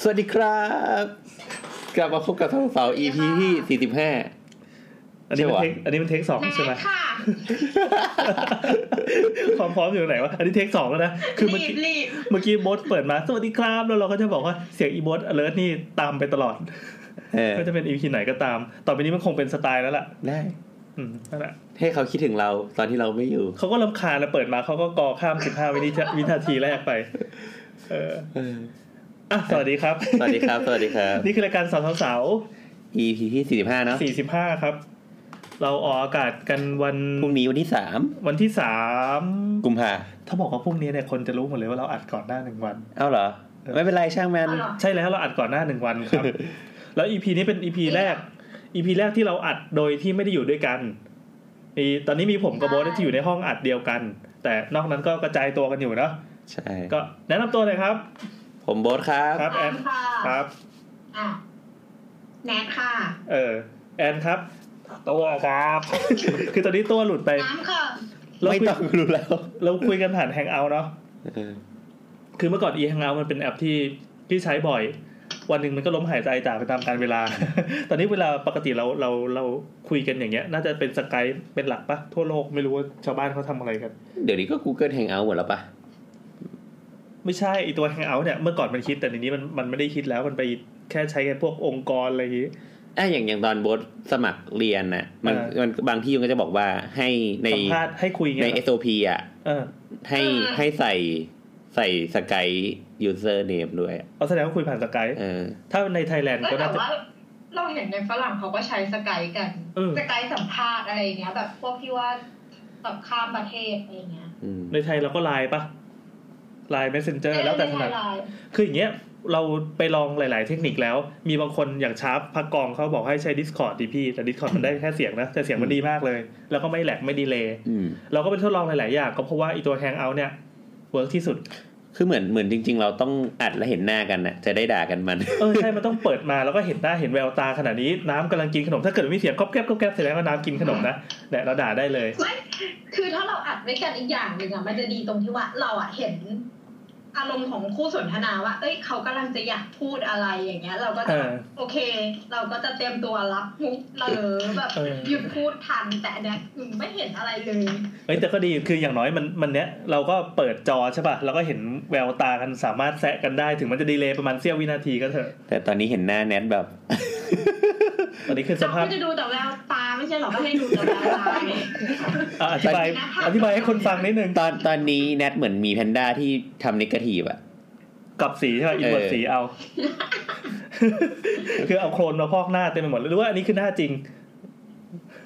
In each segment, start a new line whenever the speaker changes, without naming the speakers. สวัสดีครับ กลับมาพบกับทั้งสาว EP ที่ 45
อันนี้มันเทคว
ใช่ะ
อันนี้มันเทคสองใช่ไหม
แนทค่ะ
ความพร้อมอยู่ไหนวะ อันนี้เทคสองแล้วนะ คือเมื่อ
รี
กี้
บรีบ
เมื่อกี้โบสเปิดมา สวัสดีครับ แล้วเราก็จะบอกว่าเสียงอีโบสเลิร์นี่ตามไปตลอด
เออ
ก็จะเป็นอีพีไหนก็ตาม ต่อไปนี้มันคงเป็นสไตล์แล้วล่ะ
ได้
อืมนั่นแหละ
ให้เขาคิดถึงเราตอนที่เราไม่อยู่
เขาก็ลำคาญแล้วเปิดมาเขาก็กอข้ามสิบห้าวินาทีวินาทีแรกไป เออ
เออ
อ่ะสวัสดีครับ
สวัสดีครับ สวัสดีครับ
นี่คือรายการสาวสาว
EP ที่ 45 เนาะ
สี่สิบห้าครับ เราออกอากาศกันวัน
พรุ่งนี้วันที่ 3
วันที่สาม
กุมภา
ถ้าบอกว่าพรุ่งนี้เนี่ยคนจะรู้หมดเลยว่าเราอัดก่อนหน้าหนึ่งวัน
เอ้าเหรอ ไม่เป็นไรช่างแมน
เอาเหรอ
ใช่แล้วเราอัดก่อนหน้าหนึ่งวัน ครับ แล้วอีพีนี้เป็นอีพีแรกอีพีแรกที่เราอัดโดยที่ไม่ได้อยู่ด้วยกันมีตอนนี้มีผมกับโบ๊ทที่อยู่ในห้องอัดเดียวกัน แต่นอกนั้นก็กระจายตัวกันอยู่เนอะ
ใช่
ก็แนะนำตัวเลยครับ
ผมโบ๊ทครับ
ครับ แอค
แอน นค่ะ
รับ
อ่ะแนทค่ะ
เออแอนครับ ตัวครับ คือตอนนี้ตัวหลุดไป
น้ำค่ะ
เรา
ไม่
คุย
ต้องรู้แล้ว
เราคุยกันผ่านแฮงเอาเนาะ
เออ
คือเมื่อก่อนอี a n g o u t มันเป็นแอปที่ที่ใช้บ่อย วันหนึ่งมันก็ล้มหายใจจากไปตามการเวลา ตอนนี้เวลาปกติเราเราเราคุยกันอย่างเงี้ย น่าจะเป็นสกายเป็นหลักปะทั่วโลกไม่รู้ว่าชาวบ้านเขาทำอะไรกัน
เดี๋ยวนี้ก็ Google Hangout หมดแล้วปะ
ไม่ใช่ไอตัว Hangout เนี่ยเมื่อก่อนมันคิดแต่ในนี้มันมันไม่ได้คิดแล้วมันไปแค่ใช้กันพวกองค์กรอะไรอย่างงี้
อ่ะอย่างอย่างตอนโบทสมัครเรียนนะมัน
อ่ามั
มันบางที่มันก็จะบอกว่าให้ใน
สัมภาษณ์ให้คุย
ใน
เงี้ย
SOP อ่ะ
เออ
ให้
อ่า
ให้ใส่ใส่สกายยูเซอร์เนมด้วยอะ
เอาแสดงว่าคุยผ่านสกาย
เออ
ถ้าในไทยแลนด์
ก็
ก็
แต่
น่าจะ
ว่าเราเห็นในฝรั่งเขาก็ใช้สกายกัน
เออ
สกายสัมภาษณ์อะไรอย่างเงี้ย แบบพวกที่ว่าแบบข้ามประเทศอะไรอย่างเงี้ย
อืม
ในไทยเราก็ไลน์ปะไลน์ messenger แล้วแต่ถนัด
ไม่ได้ไลน์
คืออย่างเงี้ยเราไปลองหลาย ๆ เทคนิคแล้ว มีบางคนอย่างชาร์ปพักกองเขาบอกให้ใช้ Discord ดีพี่แต่ Discord มันได้แค่เสียงนะ แต่เสียงมันดีมากเลย แล้วก็ไม่แหลกไม่ดีเลย์
อืม
เราก็ไปทดลองหลาย ๆ อย่าง ก็เพราะว่าไอีตัว Hangout เนี่ยเวิร์กที่สุด
คือเหมือนเหมือนจริง ๆ เราต้องอัดและเห็นหน้ากันนะจะได้ด่ากัน มัน
เออ ใช่ มันต้องเปิดมาแล้วก็เห็นหน้าเห็นแววตาขนาดนี้น้ำกำลังกินขนม ถ้าเกิดไม่มีเสียงก๊อบแก๊บก๊อบแก๊บเสร็จแล้วก็น้ำกินขนมนะเนี่ยเราด่าได้เลย
ไม่คือถ้าเราอัดไว้กันอีกอย่างหนึ่งอ่ะ มันจะดีตรงที่ว่าเราอ่ะเห็น อารมณ์ของคู่สนทนาว่า เอ้ยเขากำลังจะอยากพูดอะไรอย่างเงี้ย เราก็
เอ
จะ
อ
โอเค เราก็จะเตรียมตัวรับมุกเราเลยแบบ
เออ
หยุดพูดทันแต่อันเนี้ยคือไม่เห็นอะไรเลย
เอ้ยแต่ก็ดีคืออย่างน้อยมันมันเนี้ยเราก็เปิดจอใช่ป่ะเราก็เห็นแววตากันสามารถแซะกันได้ถึงมันจะดีเลย์ประมาณเสี้ยววินาทีก็เถอะ
แต่ตอนนี้เห็นหน้าแนทแบบ
ตอนนี้คือสภาพ
เราก็จะดูแต่แววตาไม่ใช่หรอก็ให้ดูแต่แววตาไง
อ่ะอธิบาย
นะคะ
อธิบายให้คนฟังนิดนึง
ตอนตอนนี้แนทเหมือนมีแพนด้าที่ทำนิเกทีฟอะ
กลับสีใช่ป่ะอินเวอร์
เออ
สีเอา คือเอาโครนมาพอกหน้าเต็มไปหมดหรือว่าอันนี้คือหน้าจริง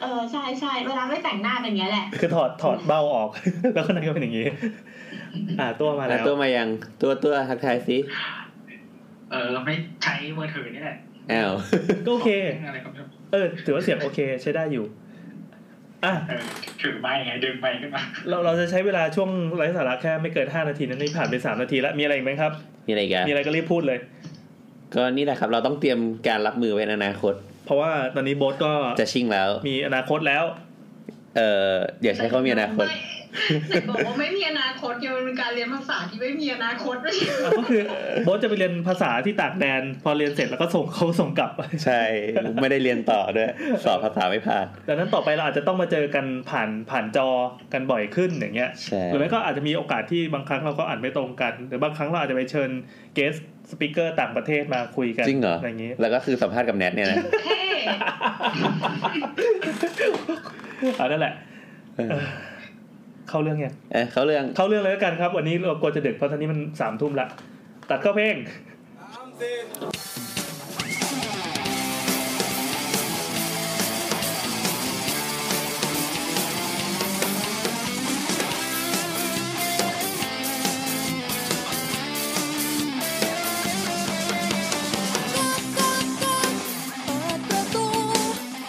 เออใช่ใช่เวลาไม่แต่งหน้าเป็นอย่างเงี้ยแหละ
คือถอดถอดเบ้าออก แล้วข้างในก็เป็นอย่างนี้ อ่าตัวมา
แล้
แล้ว ว
ตัวมายังตัวตัวทักทายสิ
เออไม่ใช้มือถือนี่แหละ
อ้าว
ก็โอเค
อะไรก็ไม่รู้
เออ ถือว่าเสียงโอเคใช้ได้อยู่ อ่ะ
เออถือไม้ไงดึงไม้ขึ้นมา
เราเราจะใช้เวลาช่วงไร้สาระแค่ไม่เกินห้านาทีนั้นนี่ผ่านไปสามนาทีแล้วมีอะไรอีกไหมครับ
มีอะไรอีกัน
มีอะไรก็รีบพูดเลย
ก็นี่แหละครับ เราต้องเตรียมการรับมือไว้ในอนาคต
เพราะว่าตอนนี้โบ๊ทก็
จะชิ่งแล้ว
มีอนาคตแล้ว
เออเดี๋ยวใช้เขามีอนาคต
ไม่แต่บอกว่าไม่มีอนาคตเกี่ยวกับการเรียนภาษาที่ไม่มีอนาคตไม่ใช่
ก็คือโบ๊ทจะไปเรียนภาษาที่ต่างแดน พอเรียนเสร็จแล้วก็ส่ง เขาส่งกลับ
ใช่ ไม่ได้เรียนต่อด้วย สอบภาษาไม่ผ่าน
ดังนั้นต่อไปเราอาจจะต้องมาเจอกันผ่านผ่านจอกันบ่อยขึ้นอย่างเงี้ย
ใช่
หรือไม่ก็อาจจะมีโอกาสที่บางครั้งเราก็อ่านไม่ตรงกัน หรือบางครั้งเราอาจจะไปเชิญเกสสปิเกอร์ต่างประเทศมาคุยกัน
จริงเหรอ
อะไรอย่างงี้
แล้วก็คือสัมภาษณ์กับแนทเนี่ยนะ
เท่
อ่านั่นแหละ
เออ
เออเข้าเรื่องยัง
เออเขาเรื่อง
เข้าเรื่องเลยแล้วกันครับ วันนี้เรากลัวจะดึกเพราะตอนนี้มันสามทุ่มละตัดเข้าเพลง
เปิดประตู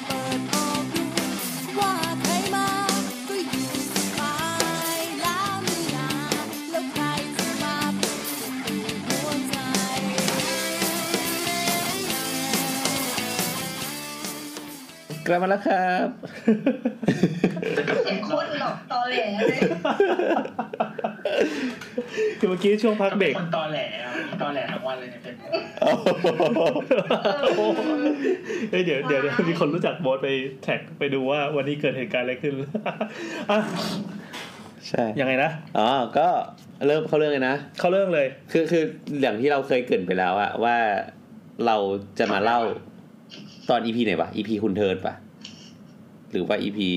เปิดออกดูว่าใครมาก็อยู่สบายแล้วไม่นานแล้วใครจะมาปิดหัวใจ
กลับมาแล้วครับ
เห็นคนหลอกตอแหลเลย
คือเมื่อกี้ช่วงพักเบรก
คนตอแหลอะตอแหลทั้งวันเลยเนี่ยเป็น
โอ้โห
เอ้ยเดี๋ยวเดี๋ยวเดี๋ยวมีคนรู้จักโบสไปแท็กไปดูว่าวันนี้เกิดเหตุการณ์อะไรขึ้น อ่ะ
ใช่
ยังไงนะ
อ๋อก็เริ่มเข้าเรื่องเลยนะ
เข้าเรื่องเลย
คือคืออย่างที่เราเคยเกรินไปแล้วอะว่าเราจะมาเล่าตอนอีพีไหนปะอีพีคุณเทิร์นปะหรือว่าอีพี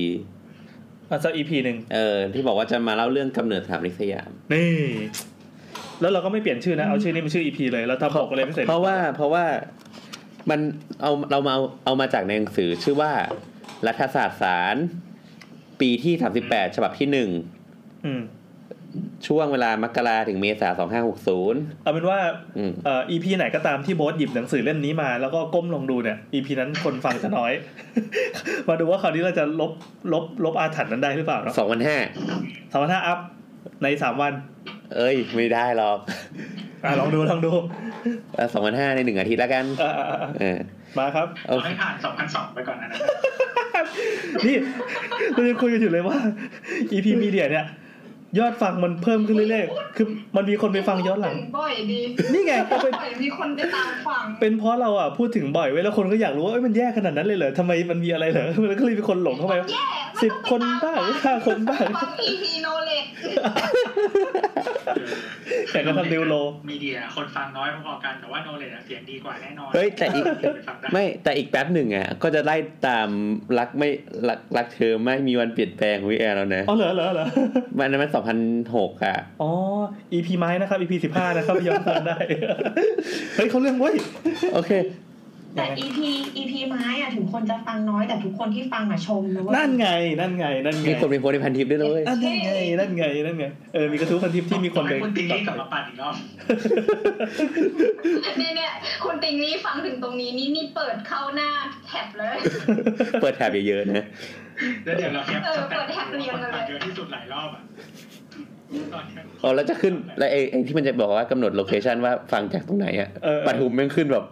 อ่ะสักอีพีหนึ่ง
เออที่บอกว่าจะมาเล่าเรื่องกำเนิดสถาปนิกสยาม
นี่ แล้วเราก็ไม่เปลี่ยนชื่อนะ เอาชื่อนี้เป็นชื่ออีพีเลยเราทำปกเลยไม่เสร็จ
เพราะว่าเพราะว่ามันเอาเรามาเอาเอามาจากในหนังสือชื่อว่า รัฐศาสตร์ศาลปีที่ 38 ฉบับที่หนึ่ง
อืม
ช่วงเวลามกราถึงเมษา2560
เอาเป็นว่า
อืม
เอ่ออีพีไหนก็ตามที่โบสหยิบหนังสือเล่มนี้มา แล้วก็ก้มลงดูเนี่ยอีพีนั้นคนฟังจะน้อย มาดูว่าคราวนี้เราจะลบลบลบอาถรรพ์นั้นได้หรือเปล่าเนาะ
2005
สามพันห้าอัพในสามวัน
เอ้ย ไม่ได้หรอก
อ่ะลองดูลองดู
เออ2005 ในหนึ่งอาทิตย์แล้วกัน
อ่ะอ่ะอ่ะ
เออ
มาครับ
โอ
เรา
เค
ให้ผ่านสองพันสองไปก่อนนะนะ
นี่เราจะคุยกันอยู่เลยว่า EP Media เนี่ย ยอดฟังมันเพิ่มขึ้นเรื่อยๆ คือมันมีคนไปฟังย้อนหลัง
บ่อยดี
นี่ไงก็
บ่
เป็น
อยมีคนไปตามฟัง
เป็นเพราะเราอ่ะพูดถึงบ่อยไว้ยแล้วคนก็อยากรู้ว่าเอ้ยมันแย่ขนาดนั้นเลยเหรอทำไมมันมีอะไรเหรอมันก็เลยมีคนหลงเข้าไป
แย่
สิบคนบ้างห้าคนบ้าง
ฟัง EP โนเลด
แต่ก็ทำนิวโล
มีเดียคนฟังน้อยพอๆกันแต่ว่าโนเลดเสียงดีกว่าแน่นอน
เฮ้ยแต่อีก
ไปฟังด้
ไม่แต่อีกแป๊บหนึ่งอ่ะ ก็จะไล่ตามรักไม่รักรักเธอไม่มีวันเปลี่ยนแปลงวิแอร์แล้วนะ
อ๋อเหรอเหรอเหรอ
มันนั้นมัน2006อ่ะ
อ๋อ EP ไม้นะครับ EP สิบห้านะครับย้อนฟังได้ เฮ้ยเขาเรื่องเว้ย
โอเค
แต่ EP EP ไม้อะถึงคนจะฟังน้อยแต่ทุกคนที่ฟังอะชมนะเว้ย
นั่นไงนั่นไงนั่นไง
มีคนไปโพสต์ในพันทิปด้วยนะเว้ย
อ่ะนั่นไงนั่นไงนั่นไงเออมีกระทู้พันทิปที่มีคนไป
ให้คุณตีกลับมาปั่นอีกรอบ
เนี่ยเนี่ยคุณติงนี่ฟังถึงตรงนี้นี่นี่เปิดเข้าหน้าแท็บเลย
เปิดแถบเยอะๆนะ
แล้วเดี๋ยวเราแคป
เออ
สแตท
เปิดแท็บเรียนมาเลย
คปั่เยอะที่สุดหลายรอบอ่ะตอนเนี้ย
อ๋อแล้วจะขึ้นแล้วไอ้ไอ้ที่มันจะบอกว่ากำหนดโลเคชันว่าฟังจากตรงไหนอะ
เออ
ปทุมแม่งขึ้นแบบ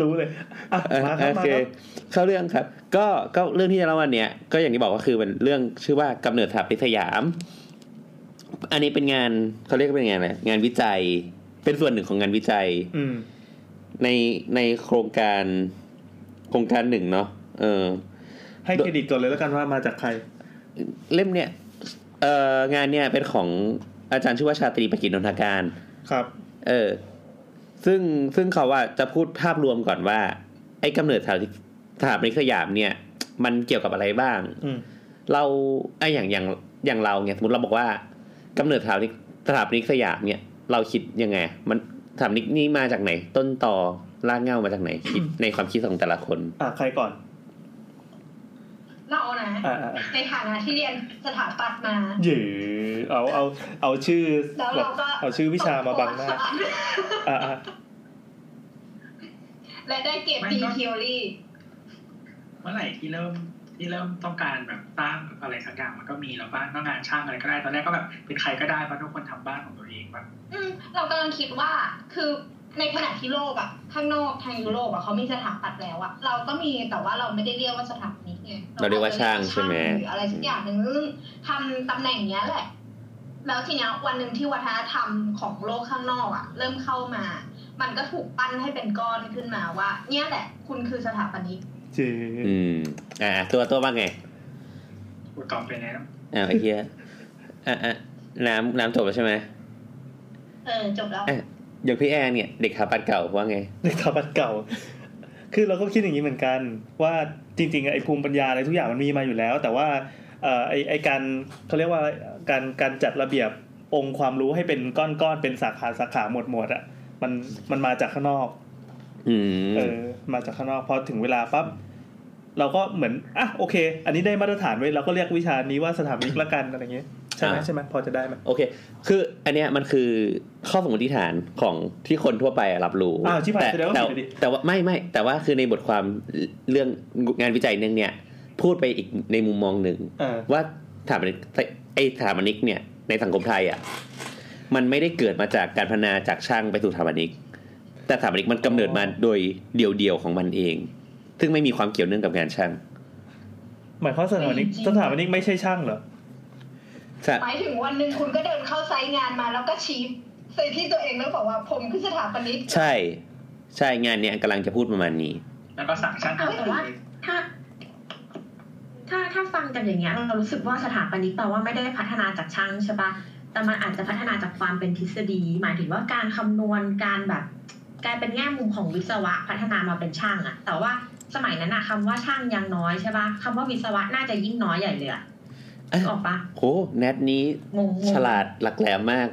รู้เลยอ่ะ
เออ
มาครับ
โอ
มา
เค
ครับ
เข้าเรื่องครับ ก็ก็เรื่องที่จะเล่าวันเนี้ยก็อย่างที่บอกก็คือเป็นเรื่องชื่อว่ากำเนิดสถาปนิกสยาม อันนี้เป็นงานเขาเรียกว่าเป็นงานอะไรงานวิจัยเป็นส่วนหนึ่งของงานวิจัย
อืม
ในในโครงการโครงการหนึ่งเนาะเออ
ให้เครดิตก่อนเลยแล้วกันว่ามาจากใคร
เล่มเนี่ยเอ่องานเนี่ยเป็นของอาจารย์ชื่อว่าชาตรีประกิจนนทการ
ครับ
เออ ซึ่งซึ่งเขาว่าจะพูดภาพรวมก่อนว่า ไอ้กำเนิดสถาปนิกสถาปนิกสยามเนี่ย มันเกี่ยวกับอะไรบ้าง
อืม
เราไอ้อย่างอย่างอย่างเราเนี่ยสมมติเราบอกว่ากำเนิดสถาปนิกสถาปนิกสยามเนี่ย เราคิดยังไง มันสถาปนิกนี่มาจากไหน ต้นต่อรากเหง้ามาจากไหนคิดในความคิดของแต่ละคน
อ่ะใครก่อน
เรานะ
อ่ะอ่ะอ่ะ
ในฐานะที่เรียนสถาปัตย์มา
หยือเอาเอาเอาชื่อ
แล้ว
แบบ
เราก็
เอาชื่อวิชามาบังหน้า อ่ะอ่ะ
และได้เกรดดีเทอรี่
เมื่อไหร่ที่เริ่มที่เริ่มต้องการแบบสร้างอะไรสักอย่างมันก็มีแล้วบ้างต้องงานช่างอะไรก็ได้ตอนแรกก็แบบเป็นใครก็ได้บ้างทุกคนทำบ้านของตัวเองบ้าง
อืมเรากำลังคิดว่าคือในขณะที่โลกอะข้างนอกทางยุโรปอะเขามีสถาปัตย์แล้วอะเราก็มีแต่ว่าเราไม่ได้เรียกว่าสถาปนิกไง
เราเรียกว่าช่างใช่ไหม
หรืออะไรสักอย่างหนึ่งซึ่งทำตำแหน่งเนี้ยแหละ แล้วทีเนี้ยวันหนึ่งที่วัฒนธรรมของโลกข้างนอกอะเริ่มเข้ามา มันก็ถูกปั้นให้เป็นก้อนขึ้นมาว่า เนี่ยแหละ คุณคือสถาปนิก
หยือ
อืม อ่า ตัวตัวว่าไง
กูตอบไปแล้ว
อ้าวไอ้เหี้ยอ่ะอ่ะน้ำน้ำจบแล้วใช่ไหม
เออจบแล้ว
อ่ะอย่างพี่แอนเนี่ยเด็กขาปัดเก่าว่าไง
ในสถาบันเก่า คือเราก็คิดอย่างนี้เหมือนกัน ว่าจริงๆไอ้ภูมิปัญญาอะไรทุกอย่างมันมีมาอยู่แล้ว แต่ว่าเอ่อไอ้ไอ้การเขาเรียกว่าการการจัดระเบียบองค์ความรู้ให้เป็นก้อนๆเป็นสาขาสาขาหมวดหมวดๆอ่ะมันมันมาจากข้างนอก
อืม
เออมาจากข้างนอกพอถึงเวลาปั๊บเราก็เหมือนอ่ะโอเค อันนี้ได้มาตรฐานไว้ยเราก็เรียกวิชานี้ว่าสถาปนิกละกันอะไรเงี้ยใช่ไหม
อ่า
ใช่ไหมพอจะได้ไหม
โอเค คืออันเนี้ยมันคือข้อสมมติฐานของที่คนทั่วไปรับรู้
อ้าวชิบหาย
แต่
แสดงว่า
แต่
ผิดอะดิ
แต่ว่าไม่ไม่แต่ว่าคือในบทความเรื่องงานวิจัยเรื่องเนี้ยพูดไปอีกในมุมมองหนึ่ง
เออ
ว่าสถาปนิกไอสถาปนิกเนี่ยในสังคมไทยอ่ะมันไม่ได้เกิดมาจากการพัฒนาจากช่างไปสู่สถาปนิก แต่สถาปนิกมันกำเนิดมาโดยเดี่ยวๆของมันเอง ซึ่งไม่มีความเกี่ยวเนื่องกับงานช่าง
หมายความว่าสถาปนิก
จริง
ส
ๆ
ถาปนิกไม่ใช่ช่างเหรอ
ใช่
หมายถึงวันหนึ่งคุณก็เดินเข้าไซต์งานมาแล้วก็ชี้ใส่ที่ตัวเองแล้วบอกว่าผมคือสถาปนิก
ใช่ ใช่งานเนี้ยกำลังจะพูดประมาณนี้
แล้วก็สั่งช่าง
เอาแต่ว่า ถ้า ถ้าถ้าฟังกันอย่างเงี้ย เรารู้สึกว่าสถาปนิกแปลว่าไม่ได้พัฒนาจากช่างใช่ปะแต่มันอาจจะพัฒนาจากความเป็นทฤษฎี หมายถึงว่าการคำนวณการแบบกลายเป็นแง่มุมของวิศวะพัฒนามาเป็นช่างอะแต่ว่าสมัยนั้นอะคำว่าช่างยังน้อยใช่ปะคำว่าวิศวะน่าจะยิ่งน้อยใหญ่เลยอะ
อ่ะ
นึกออกปะ
โหแนทนี้
งงๆ
ฉลาดหลักแหลมมาก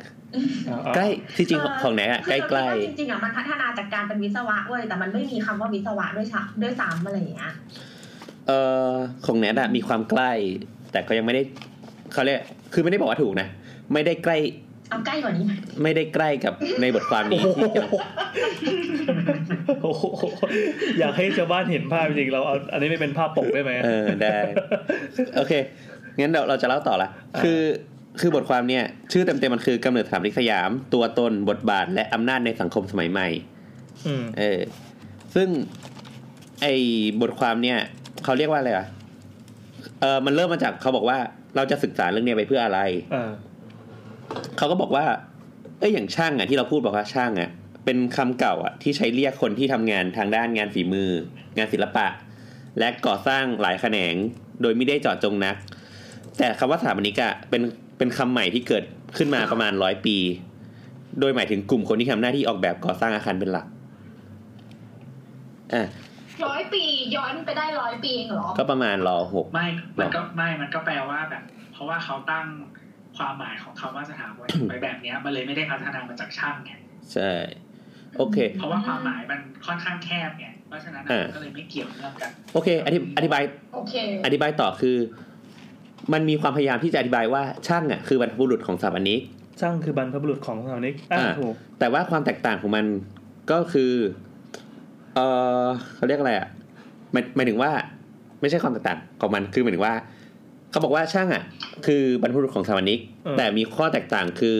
เอา
ใกล้ที่จริงของ
เออ
ของแนทอะใกล้
คือ
ใกล้
เราคิดว่าจริงๆอะมันพัฒนาจากการเป็นวิศวะเว้ยแต่มันไม่มีคำว่าวิศวะด้วยซ้ำด้วยซ้ำอะไรอย่างเงี้ย
เอ่อของแนทอะมีความใกล้ แต่ก็ยังไม่ได้เขาเรียกคือไม่ได้บอกว่าถูกนะไม่ได้ใกล้
เอาใกล้กว่านี้ไหม
ไม่ได้ใกล้กับในบทความนี้ที่กำลัง
โอ้โหอยากให้ชาวบ้านเห็นภาพจริงๆเราเอาอันนี้ไม่เป็นภาพปกได้ไหม
เออได้ โอเค งั้นเราเราจะเล่าต่อละ คือ คือบทความเนี่ย ชื่อเต็มๆมันคือกำเนิดสถามนิกสยาม ตัวตน บทบาท และอำนาจในสังคมสมัยใหม่
อืม
เออ ซึ่ง ไอ้บทความเนี่ย เขาเรียกว่าอะไรอ่ะ เออมันเริ่มมาจากเขาบอกว่า เราจะศึกษาเรื่องเนี้ยไปเพื่ออะไร
อ่า
เขาก็บอกว่า เอ้ย อย่างช่างอ่ะที่เราพูดบอกว่าช่างอ่ะ เป็นคำเก่าอ่ะที่ใช้เรียกคนที่ทำงานทางด้านงานฝีมือ งานศิลปะ และก่อสร้างหลายแขนง โดยไม่ได้เจาะจงนัก แต่คำว่าสถาปนิกอ่ะเป็นเป็นคำใหม่ที่เกิดขึ้นมาประมาณร้อยปี โดยหมายถึงกลุ่มคนที่ทำหน้าที่ออกแบบก่อสร้างอาคารเป็นหลัก อ่ะ
ร้อยปีย้อนไปได้ร้อยปีเองเหรอ
ก็ประมาณรอหก
ไม่ มันก็ไม่ มันก็แปลว่าแบบ เพราะว่าเขาตั้งความหมายของคำว่าสถาปนิกไปแบบเนี้ยมันเลยไม่ได้พัฒนามาจากช่างไง
ใช่ โอเค
เพราะว่าความหมายมันค่อนข้างแคบไง เพราะฉะนั้น
อ่า
ก็เลยไม่เกี่ยวเรื่องกัน
โอเค อธิอธิบาย
โอเค
อธิบายต่อคือ มันมีความพยายามที่จะอธิบายว่าช่างอ่ะคือบรรพบุรุษของสถาปนิก
ช่างคือบรรพบุรุษของสถาปนิกอ่า
อ่า
ถูก
แต่ว่าความแตกต่างของมันก็คือ เออเขาเรียกอะไรอ่ะหมายหมายถึงว่า ไม่ใช่ความแตกต่างของมันคือหมายถึงว่า เขาบอกว่าช่างอ่ะ คือบรรพบุรุษของสถาปนิก แต่มีข้อแตกต่างคือ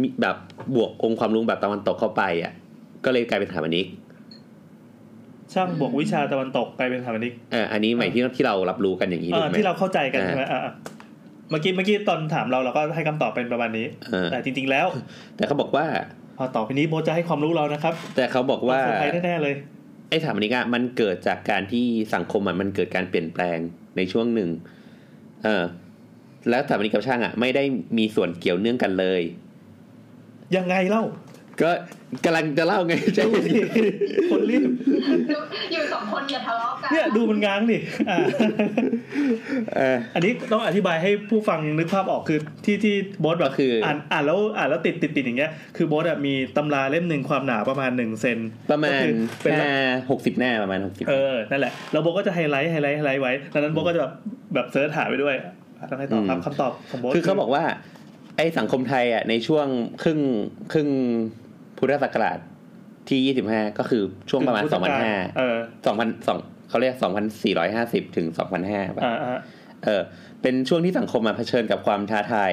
มีแบบบวกองค์ความรู้แบบตะวันตกเข้าไปอ่ะ ก็เลยกลายเป็นสถาปนิก
ช่างบวกวิชาตะวันตกกลายเป็นสถาปนิก
เอออันนี้หมายที่ที่เรารับรู้กันอย่างนี้
เอ
ถู
อก
ไหม
ที่เราเข้าใจกัน
อ่า
ใช่ไหมอ่าอ่าเมื่อกี้เมื่อกี้ตอนถามเราเราก็ให้คำตอบเป็นประมาณนี้
เออ
แต่จริง ๆ แล้ว
แต่เขาบอกว่า
พอต่อไปนี้โบทจะให้ความรู้เรานะครับ
แต่เขาบอกว่า
เซอร์ไพรส์แน่ๆเลย
ไอ้สถาปนิกอะมันเกิดจากการที่สังคมอะมันเกิดการเปลี่ยนแปลงในช่วงหนึ่ง เออ แล้วสถาปนิกกับช่างอะไม่ได้มีส่วนเกี่ยวเนื่องกันเลย
ยังไงเล่า
ก็กำลังจะเล่าไง ใช่ไหม
คนรีบ
อยู่สองคนอย่าทะเลาะกัน
เนี่ยดูมันง้างดิอ่า
เออ
อันนี้ต้องอธิบายให้ผู้ฟังนึกภาพออกคือที่ที่โบอสแบบ
ก็คือ
อ่านอ่านแล้วอ่านแล้วติดติดติดอย่างเงี้ยคือโบอสอะมีตำราเล่มหนึ่งความหนาประมาณหนึ่งเซน
ประมา
ก็
ณ
คือเป็น
หน้าหกสิบหน้าประมาณหกสิบ
เออนั่นแหละแล้วโบทก็จะไฮไลท์ไฮไลท์ไฮไลท์ไว้ดังนั้นโบทก็จะแบบแบบเซิร์ชหาไปด้วยอ่ะต้องให้ตอบครับคำตอบของโบท
คือเขาบอกว่า ไอ้สังคมไทยอะในช่วงครึ่งครึ่งพุทธศักราชที่ยี่สิบห้าก็คือช่วงประมาณ
คือ
สองพันห้า
เออ
สองพันสองเขาเรียกสองพันสี่ร้อยห้าสิบถึงสองพันห้า
อ่าอ่า
เออเป็นช่วงที่สังคมมาเผชิญกับความท้าทาย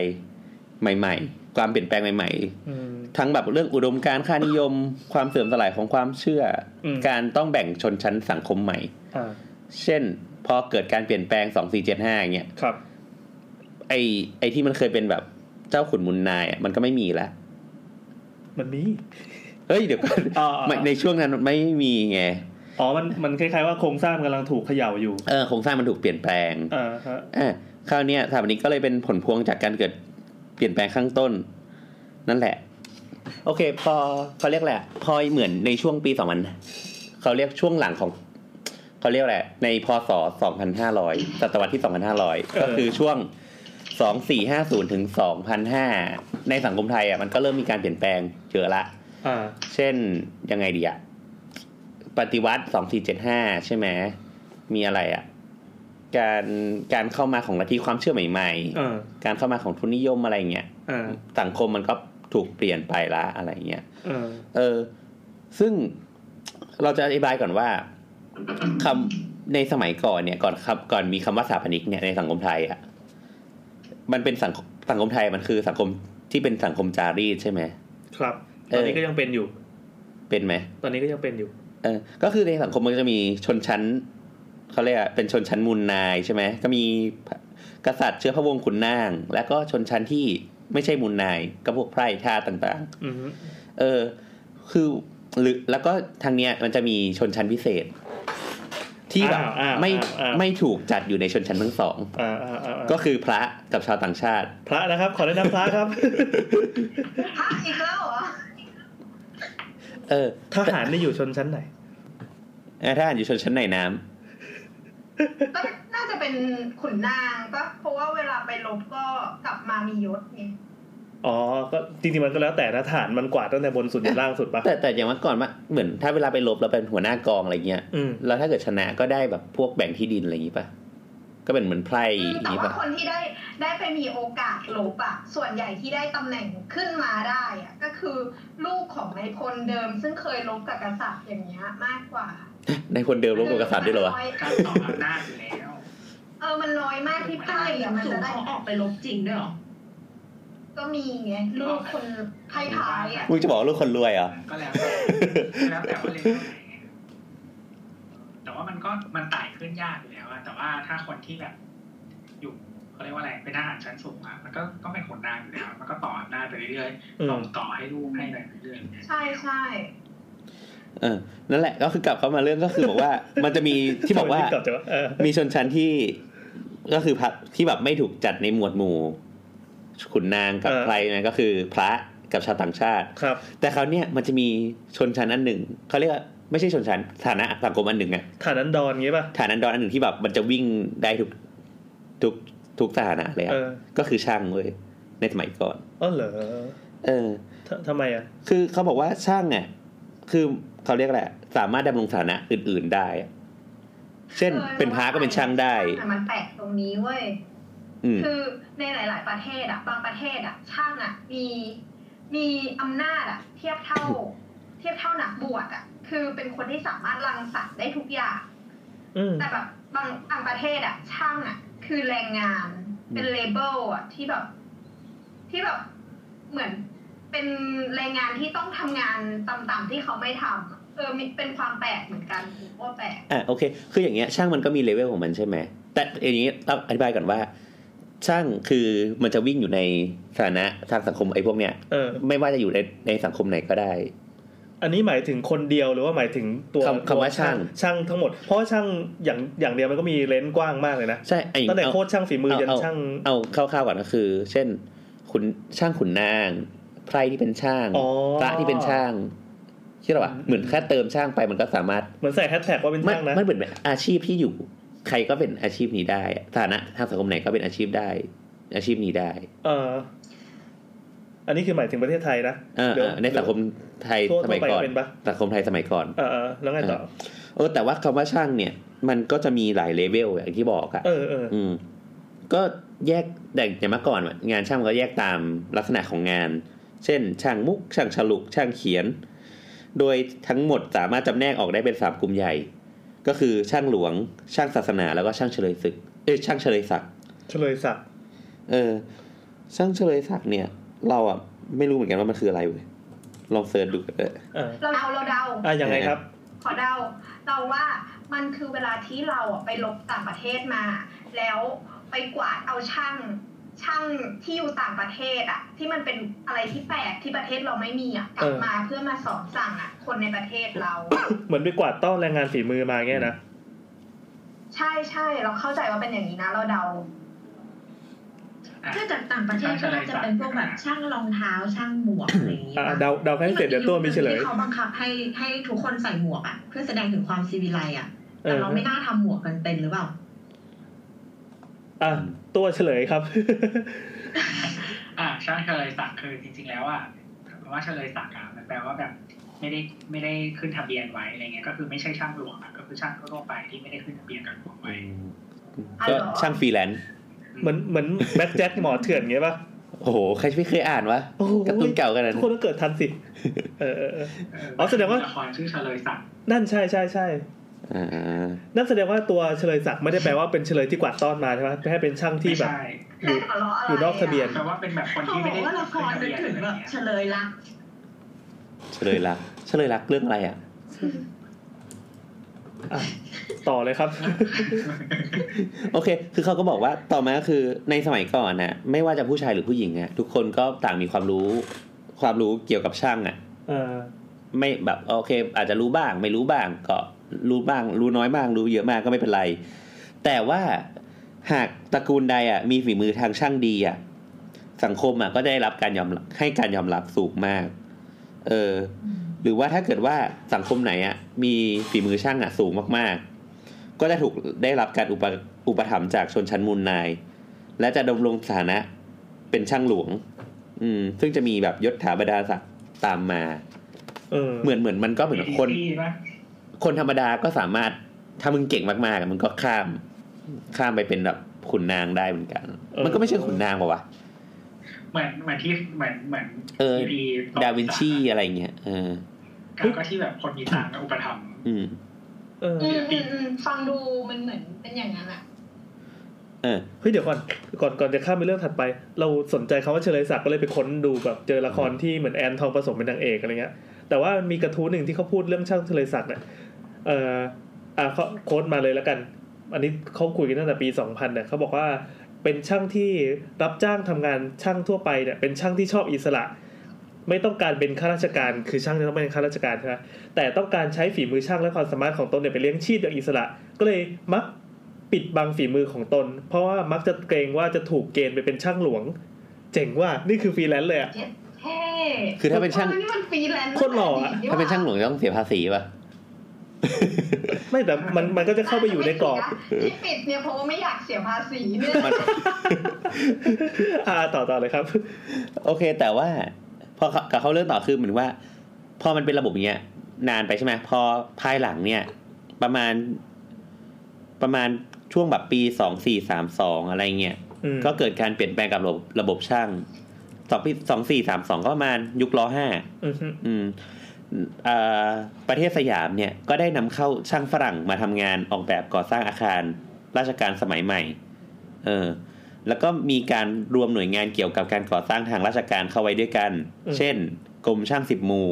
ใหม่ ๆ ความเปลี่ยนแปลงใหม่
อืม
ๆ ทั้งแบบเรื่องอุดมการณ์ค่านิยม ความเสื่อมสลายของความเชื่ออ
ม
การต้องแบ่งชนชั้นสังคมใหม่
อ่า
เช่น พอเกิดการเปลี่ยนแปลงสองสี่เจ็ดห้าเงี้ย
ครับ
ไอไอที่มันเคยเป็นแบบเจ้าขุนมุนนายอะมันก็ไม่มีละ
มันมี
เอ้ยเดี๋ยวก่อน
อ่าอ่า
ไม่ในช่วงนั้นมันไม่มีไง
อ๋อมันมันคล้ายๆว่าโครงสร้างกำลังถูกเขย่าอยู่
เออโครงสร้างมันถูกเปลี่ยนแปลง
อ่าฮะ
อ่ะคราวเนี้ยสถาปนิกก็เลยเป็นผลพวงจากการเกิดเปลี่ยนแปลงข้างต้น นั่นแหละ โอเค พอเขาเรียกแหละพอเหมือนในช่วงปีสองพันเขาเรียกช่วงหลังของเขาเรียกแหละไรในพศสองพันห้าร้อยศตวรรษที่สองพันห้าร้อยก็คือช่วงสองสี่ห้าศูนย์ถึงสองพันห้าในสังคมไทยอ่ะมันก็เริ่มมีการเปลี่ยนแปลงเยอะละ
อ่า
เช่นยังไงดีอะปฏิวัติสองสี่เจ็ดห้าใช่ไหมมีอะไรอะการการเข้ามาของลัทธิความเชื่อใหม่
เออ
ๆ การเข้ามาของทุนนิยมอะไรเงี้ย
อ่า
สังคมมันก็ถูกเปลี่ยนไปละอะไรเงี้ย
เออ
เออ ซึ่งเราจะอธิบายก่อนว่าคำในสมัยก่อนเนี่ย ก่อนครับก่อนมีคำว่าสถาปนิกเนี่ยในสังคมไทยอะมันเป็นสังคมสังคมไทยมันคือสังคมที่เป็นสังคมจารีตใช่ไหม
ครับ
เออ
ตอนนี้ก็ยังเป็นอยู่
เป็นไหม
ตอนนี้ก็ยังเป็นอยู่
เออก็คือในสังคมมันก็จะมีชนชั้น เขาเรียกอะเป็นชนชั้นมูลนายใช่ไหมก็มีกษัตริย์เชื้อพระวงศ์ขุนนาง และก็ชนชั้นที่ไม่ใช่มูลนายก็พวกไพร่ท่าสต่าง ๆ
อืม
เออ คือหรือแล้วก็ทางเนี้ยมันจะมีชนชั้นพิเศษ ที่แบบ
อ้าวอ้าว
ไม่
อ้าว
ไม่ถูกจัดอยู่ในชนชั้นทั้งสอง
อ่าอ่าอ่าอ่า
ก็คือพระกับชาวต่างชาติ
พระนะครับ ขอแนะนำพระ ครับ
ฮะอีกแล้วเหรอ
เออ
ทหารนี่อยู่ชนชั้นไหน
เออถ้าอ่านอยู่ชนชั้นไหนน้ำ
ก็น่าจะเป็นขุนนางปะเพราะว่าเวลาไปลบก็กลับมามียศไง
อ๋อ ก็จริงๆมันก็แล้วแต่นะทหารมันกวาดตั้งแต่บนสุดยันล่างสุดปะ
แต่แต่อย่างเมื่อก่อนว่าเหมือนถ้าเวลาไปลบเราเป็นหัวหน้ากองอะไรเงี้ย
อืม
แล้วถ้าเกิดชนะก็ได้แบบพวกแบ่งที่ดินอะไรอย่างงี้ปะก็เป็นเหมือนไพร่
อืม
อย่าง
แต่
งี้
ว่า
ปะ
คนที่ได้ได้ไปมีโอกาสลบอะส่วนใหญ่ที่ได้ตำแหน่งขึ้นมาได้อะก็คือลูกของนายพลเดิม ซึ่งเคยลบกับกษัตริย์อย่างเงี้ยมากกว่า
ในคนเดิมรบกับกษัตริย์ด้วยเหรอวะ
การต่ออำนาจอยู่แล้ว
เออ มันน้อยมากที่
ใต้
ใต้
ยั
อะ
ง
มัน
สู
จะ
ง
ได้
เขาออกไปลบจริงด้วยเหรอ
ก็มีไงลูกคนไพ่พายๆอะ
มึงจะบอกว่าลูกคนรวยเหรอ
ก็แล้วแต่ก็แล้วแต่ว่าเลนเท่าไหร่ไงแต่ว่ามันก็มันไต่ขึ้นยากอยู่แล้วอะแต่ว่าถ้าคนที่แบบ อยู่เขาเรียกว่าอะไรเป็นทหารชั้นสูงอะมันก็ต้องเป็นคนนางอยู่แล้ว มันก็ต่ออำนาจไปเรื่อย
อื
ๆส่
ม
งต่อให้ลูกให้อะไรไปเรื่อย
ใช่ใช่
เออ นั่นแหละก็คือกลับเข้ามาเรื่องก็คือบอกว่า มันจะมีที่ บอกว่า
ทำไมรีบลับจังวะเออ
มีชนชั้นที่ก็คือพระที่แบบไม่ถูกจัดในหมวดหมู่ขุนนางกับใครนะก็คือพระกับชาวต่างชาติ
ครับ
แต่คราวเนี้ยมันจะมีชนชั้นอันหนึ่งเขาเรียกว่าไม่ใช่ชนชั้นฐานะสังคมอันหนึ่งอะ
ฐานันดรงี้ป่ะ
ฐานันดรอันหนึ่งที่แบบมันจะวิ่งได้ทุกทุกทุกสถานะเลยอะ
เออ
ก็คือช่างเว้ยในสมัยก่อน
อ๋อเหรอ
เออ
ททำไมอ่ะ
คือเขาบอกว่าช่างอะคือเขาเรียกแหละไรสามารถดำรงฐานะอื่น ๆได้อะเช่น เป็นพระก็เป็นช่างได้
แต่มันแปลกตรงนี้เว้ย
อืม
คือในหลาย ๆ ประเทศอะบางประเทศอะช่างอะมีมีอำนาจอะเทียบเท่า เทียบเท่านักบวชอะคือเป็นคนที่สามารถรังสรรค์ได้ทุกอย่าง
อืม
แต่แบบบางบางประเทศอะช่างอะคือแรงงานเป็นเลเบลอะที่แบบ ที่แบบเหมือนเป็นแรงงานที่ต้องทำงานต่ำๆที่เขาไม่ทำอะเออมีเป็นความแปลกเหมือนกันผมว่าแปลก
อ่ะโอเค คืออย่างเงี้ยช่างมันก็มีเลเวลของมันใช่ไหม แต่อย่างงี้ต้องอธิบายก่อนว่า ช่างคือมันจะวิ่งอยู่ในสถานะทางสังคมไอ้พวกเนี้ย
เออ
ไม่ว่าจะอยู่ในในสังคมไหนก็ได้
อันนี้หมายถึงคนเดียวหรือว่าหมายถึงตัว
คำคำว่าช่าง
ช่างทั้งหมด เพราะว่าช่างอย่างอย่างเดียวมันก็มีเลนส์กว้างมากเลยนะ
ใช่ไอ้
ตั้งแต่
เอา
โคตรช่างฝีมือยันช่าง
เอาคร่าวๆก่อนก็คือ เช่นขุนช่างขุนนางไพรที่เป็นช่าง
อ๋อ
พระที่เป็นช่างคิดหรอวะ
อืม
เหมือนแค่เติมช่างไปมันก็สามารถ
เหมือนใส่แฮชแท็กว่าเป็น
มัน
ช่างนะ
มันเหมือนแบบอาชีพที่อยู่ ใครก็เป็นอาชีพนี้ได้อะฐานะทางสังคมไหนก็เป็นอาชีพได้ อาชีพนี้ได้
เออ อันนี้คือหมายถึงประเทศไทยนะ
เออ
หรือ
เออในสังคมไทย
หรือทั่
สมั
วทั่วย ไป
ก่อน
เป็นปะ
สังคมไทยสมัยก่อน
เออเออแล้วไงต่อ
เออแต่ว่าคำว่าช่างเนี่ย มันก็จะมีหลายเลเวลอย่างที่บอกอะ
เออเออ
อืม ก็แยกแต่อย่างเมื่อก่อนอะงานช่างมันก็แยกตามลักษณะของงาน เช่น ช่างมุก ช่างฉลุก ช่างเขียน โดยทั้งหมดสามารถจำแนกออกได้เป็นสามกลุ่มใหญ่ ก็คือช่างหลวง ช่างศาสนา แล้วก็ช่างเฉลยศึกเอ้ยช่างเฉลยศักดิ์
เฉลยศักดิ์
เออ ช่างเฉลยศักดิ์เนี่ย เราอะไม่รู้เหมือนกันว่ามันคืออะไรเว้ยลองเสิร์ชดูก็ได้
เออ
เราเดาเราเดา
อ่ะยังไงครับ
ขอเดาเราว่ามันคือเวลาที่เราอะไปลบต่างประเทศมา แล้วไปกวาดเอาช่างช่างที่อยู่ต่างประเทศอะที่มันเป็นอะไรที่แปลกที่ประเทศเราไม่มีอะกลับมาเพื่อมาสอนสั่งอะคนในประเทศเรา
เหมือนไปกวาดต้อนแรงงานฝีมือมาเงี้ยนะ
ใช่ใช่เราเข้าใจว่าเป็นอย่างนี้นะ เราเดา
ๆอ่ะ
ถ้าจากต่างประเทศก็น่าจะเป็นพวกแบบช่างรองเท้าช่างหมวกอะไรอย่างงี้
อ่ะ
ปะ
เดาเดาให้เสร็จเดี๋ยวตัวมีเฉลย
ที่เขาบังคับให้ให้ทุกคนใส่หมวกอ่ะเพื่อแสดงถึงความซีวิไลซ์อ่ะ
เอ
แต่
อ
เราไม่น่าทำหมวกกันเป็นหรือเปล่า
อ่ะตัวเฉลยครับ
อ่ะช่างเฉลยศักดิ์คือจริง ๆ แล้วอ่ะคำว่าเฉลยศักดิ์อ่ะมันแปลว่าแบบ ไม่ได้ไม่ได้ขึ้นทะเบียนไว้อะไรเงี้ยก็คือไม่ใช่ช่างหลวงอ่ะก็คือช่างทั่วๆไปที่ไม่ได้ขึ้นทะเบียนกับหลวงไว้
อะไร
ก็
เหรอ
ช่างฟรีแลนซ์
เหมือนเหมือนแบ็คแจ็คหมอเถื่อนเงี้ยป่ะ
โอ้โห ใครจะไม่เคยอ่านวะ
โอ้โห
การ์ตูนเก่ากันนะ
ทุกคนต้องเกิดทันสิ เออเออเออ
เ
อ๋อแสดงว่า
ละครชื่อเฉลยศักดิ์
นั่นใช่ใช่ใช่
อ่า
นั่นแสดงว่าตัวเฉลยศักดิ์ไม่ได้แปลว่าเป็นเฉลยที่กวาดต้อนมาใช่ไหมแค่เป็นช่างที่
ไม่
แบบ
ใช่
อยู่
ได้หัวเราะอะ
อ
ไร
ยู่นอกทะเบียน
แปลว่าเป็นแบบคน
เขา
ที่
บ
ไม่
อก
ได้
ว่าละค
ขึ้น
ร
ทะเบียน
นึกถึง
อะไร
แบบ
เงี้ย
เฉลยรัก
เฉลยรักเฉลยรักเรื่องอะไรอ่ะ
อ่ะต่อเลยครับ
โอเค คือเขาก็บอกว่าต่อมาก็คือในสมัยก่อนนะไม่ว่าจะผู้ชายหรือผู้หญิงอะทุกคนก็ต่างมีความรู้ ความรู้เกี่ยวกับช่างอะ
เออ
ไม่แบบโอเค อาจจะรู้บ้าง ไม่รู้บ้าง ก็รู้บ้าง รู้น้อยบ้าง รู้เยอะมากก็ไม่เป็นไร แต่ว่าหากตระกูลใดอะมีฝีมือทางช่างดีอะสังคมอะก็ได้รับการยอมรับให้การยอมรับสูงมาก เออ หรือว่าถ้าเกิดว่าสังคมไหนอะมีฝีมือช่างอะสูงมากๆ ก็จะถูกได้รับการอุปอุปถัมภ์จากชนชั้นมูลนาย และจะดำรงสถานะเป็นช่างหลวง อืม ซึ่งจะมีแบบยศถาบรรดาศักดิ์ตามมา
เออ
เหมือนเหมือนมันก็เหมือนกับคน
ดีป่ะ
คนธรรมดาก็สามารถ ถ้ามึงเก่งมากๆอะมึงก็ข้าม ข้ามไปเป็นแบบขุนนางได้เหมือนกัน มันก็ไม่ใช่ขุนนางป่าวะ
เหมือนเหมือนที่เหมือนเหมือน
เออ
พี
ดาวินชีอะไรเงี้ยเออ
ก็ที่แบบคนมีตังค์ก็อุปถัมภ์
อืม
เออ
อืมอืมอืมฟังดูมันเหมือนเป็นอย่างนั้นอะ
เออ
เฮ้ยเดี๋ยวก่อนก่อนก่อนจะข้ามไปเรื่องถัดไป เราสนใจคำว่าเฉลยศักดิ์ก็เลยไปค้นดูแบบเจอละครที่เหมือนแอนทองผสมเป็นนางเอกอะไรเงี้ย แต่ว่ามีกระทู้หนึ่งที่เขาพูดเรื่องช่างเฉลยศักดิ์เนี่ยเอออ่ะเขาโค้ดมาเลยแล้วกัน อันนี้เขาคุยกันตั้งแต่ปี 2000เนี่ยเขาบอกว่าเป็นช่างที่รับจ้างทำงานช่างทั่วไปเนี่ยเป็นช่างที่ชอบอิสระ ไม่ต้องการเป็นข้าราชการคือช่างจะต้องเป็นข้าราชการใช่ไหมแต่ต้องการใช้ฝีมือช่างและความสามารถของตนเนี่ยไปเลี้ยงชีพอย่างอิสระ ก็เลยมักปิดบังฝีมือของตน เพราะว่ามักจะเกรงว่าจะถูกเกณฑ์ไปเป็นช่างหลวง เจ๋งว่านี่คือฟรีแลนซ์เลยอะ
เท่
คือถ้าเป็นช่าง
อ๋อนี่มันฟรีแลนซ์
โคตรหล่ออะ
ดี
ถ้าเป็นช่างหลวงต้องเสียภาษี ป่ะ
ไม่แต่มันมันก็จะเข้าไปอยู่ในกรอบ
ที่ปิดเนี่ยเพราะว่าไม่อยากเสียภาษีเนี่ย
มัน
อ่าต่อต่อเลยครับ
โอเค แต่ว่าพอเขากับเขาเรื่องต่อคือเหมือนว่า พอมันเป็นระบบอย่างเงี้ย นานไปใช่ไหมพอภายหลังเนี่ย ประมาณ ประมาณช่วงแบบปีสองสี่สามสองอะไรเงี้ย
อืม
ก็เกิดการเปลี่ยนแปลงกับระบบระบบช่างสองปีสองสี่สามสองก็ประมาณยุคล้อห้า
อือฮึ
อืมเอ่อประเทศสยามเนี่ย ก็ได้นำเข้าช่างฝรั่งมาทำงานออกแบบก่อสร้างอาคาร ราชการสมัยใหม่ เออ แล้วก็มีการรวมหน่วยงานเกี่ยวกับการก่อสร้างทางราชการเข้าไว้ด้วยกัน เช่น กรมช่างสิบหมู่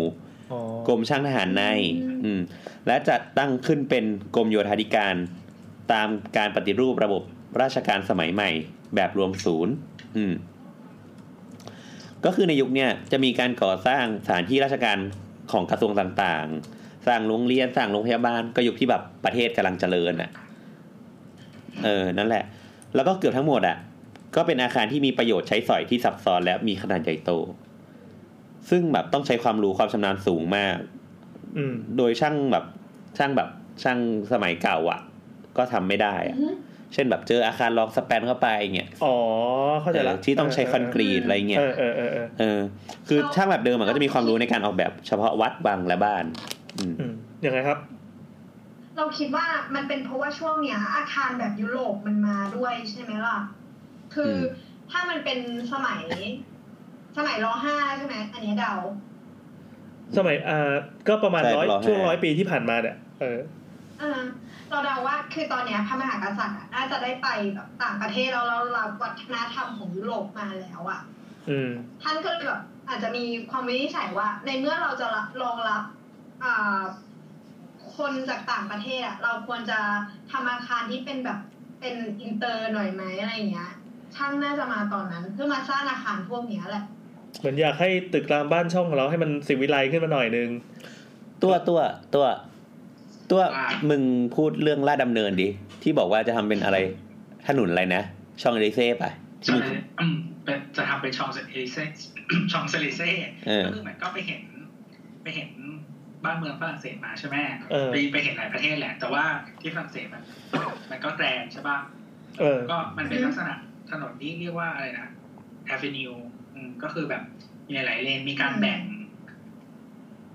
อ๋อก
รมช่างทหารใน อืม และจัดตั้งขึ้นเป็นกรมโยธาธิการ ตามการปฏิรูประบบราชการสมัยใหม่ แบบรวมศูนย์ อืม ก็คือในยุคเนี่ยจะมีการก่อสร้างสถานที่ราชการของกระทรวงต่างๆ สร้างโรงเรียนสร้างโรงพยาบาลก็ยุคที่แบบประเทศกำลังเจริญอ่ะ เออ นั่นแหละ แล้วก็เกือบทั้งหมดอ่ะ ก็เป็นอาคารที่มีประโยชน์ใช้สอยที่ซับซ้อนและมีขนาดใหญ่โต ซึ่งแบบต้องใช้ความรู้ความชำนาญสูงมาก
อืม
โดยช่างแบบช่างแบบช่างสมัยเก่าอะก็ทำไม่ได้อะ
อืม
เช่นแบบเจออาคารรองสแปนเข้าไปเงี้ย
อ๋อ เข้าใจ
เอ
ละ
อที่ต้องใช้คอนกรีตอะไรเงี้ย
เออเออเออเออ
เออ คือช่างแบบเดิมอะก็จะมีความรู้ในการออกแบบเฉพาะวัดวังและบ้าน อืม
อืมยังไงครับ
เราคิดว่ามันเป็นเพราะว่าช่วงเนี้ย อาคารแบบยุโรปมันมาด้วยใช่ไหมล่ะ คืออถ้ามันเป็นสมัย สมัยรห้าใช่ไหมอันเนี้ยเดา
สมัยอ่าก็ประมาณร้อยช่วงร้อยปีที่ผ่านมาเนี่ยเออ
เออเราเดาว่าคือตอนเนี้ยพระมหากษัตริย์อะน่าจะได้ไปแบบต่างประเทศแล้วเราเราวัฒนธรรมของยุโรปมาแล้วอะ
อืม
ท่านก็เลยแบบอาจจะมีความวินิจฉัยว่า ในเมื่อเราจะรับรองรับอ่าคนจากต่างประเทศอะเราควรจะทำอาคารที่เป็นแบบเป็นอินเตอร์หน่อยไหมอะไรอย่างเงี้ย ช่างน่าจะมาตอนนั้น เพื่อมาสร้างอาคารพวกเนี้ยแหละ
เหมือนอยากให้ตึกรามบ้านช่องของเราให้มันสิวิไลขึ้นมาหน่อยนึง
ตัวตัวตัวตัวมึงพูดเรื่องลาดดำเนินดิที่บอกว่าจะทำเป็นอะไรถนนอะไรนะ ช่องเอลิเซ่ป่ะที่
ใช่
มึง
อืมเป็นจะทำเป็นชองเซลิเซ่ ชองเซลิเซ่
เออ
ก็คือเหมือนก็ไปเห็น ไปเห็นบ้านเมืองฝรั่งเศสมาใช่ไหม
เออ
ไปไปเห็นหลายประเทศแหละ แต่ว่าที่ฝรั่งเศสมัน มันก็แกรนด์ใช่ป่ะ
เออ
ก็มันเป็น
อืม
ลักษณะถนนที่เรียกว่าอะไรนะแอฟเวนิวก็คือแบบมีหลายเลนมีการแบ่ง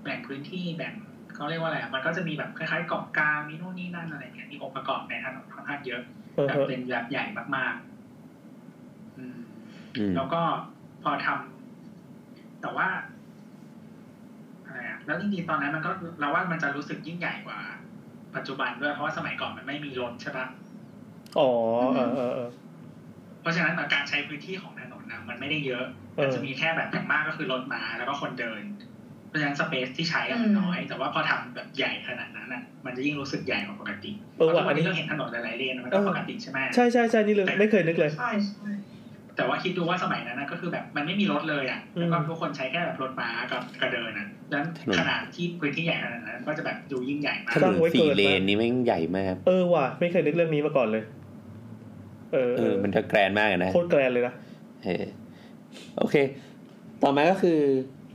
แบ่งพื้นที่แบ่งเขาเรียกว่าอะไรอะมันก็จะมีแบบคล้ายๆเกาะกลางมีนู่นนี่นั่นอะไรอย่างเงี้ยมีองค์ประกอบในถนนค่อนข้างเยอะ
เออ
แบ
เอบอ
เป็นแบบใหญ่มากๆ อืม
อืม
แล้วก็พอทำแต่ว่าอะไรอะแล้วจริงๆตอนนั้นมันก็เราว่ามันจะรู้สึกยิ่งใหญ่กว่า ปัจจุบันด้วยเพราะว่าสมัยก่อนมันไม่มีรถใช่ปะ
อ๋อเออเออเออ
เพราะฉะนั้นการใช้พื้นที่ของถนนนะมันไม่ได้เยอะ
เออ
มันจะมีแค่แบบอย่างมากก็คือรถมาแล้วก็คนเดิน เพราะฉะนั้นสเปซที่ใช้อะ
อื
มัน
ม
น้อย แต่ว่าพอทำแบบใหญ่ขนาดนั้นอ่ะมันจะยิ่งรู้สึกใหญ่กว่าปกติ
เออว่ะ
พราะ
อั
ทุกวัน น
นี้
นี้เราเห็นถนนหลายๆเลนมันก็ปกติใช่ไหม
ใช่ใช่ใช่นี่เลยไม่เคยนึกเลย
ใช่ใช่
แต่ว่าคิดดูว่าสมัยนั้นนะก็คือแบบมันไม่มีรถเลยอ่ะ
อืม
แล้วก็ทุกคนใช้แค่แบบรถม้ากับกระเดินนะดังนั้น
ถนน
ขนาดที่พื้นที่ใหญ่ขนาดนั้นก็จะแบบดูยิ่งใหญ่มา
ถ
ก
นนสี่เลนนี่แม่งใหญ่มาก
เออว่ะไม่เคยนึกเรื่องนี้มาก่อนเลย เออ
เออ มันจะแกรนด์มากอะนะ
โคตรแกรนเลยนะ
เออโอเค ต่อมาก็คือ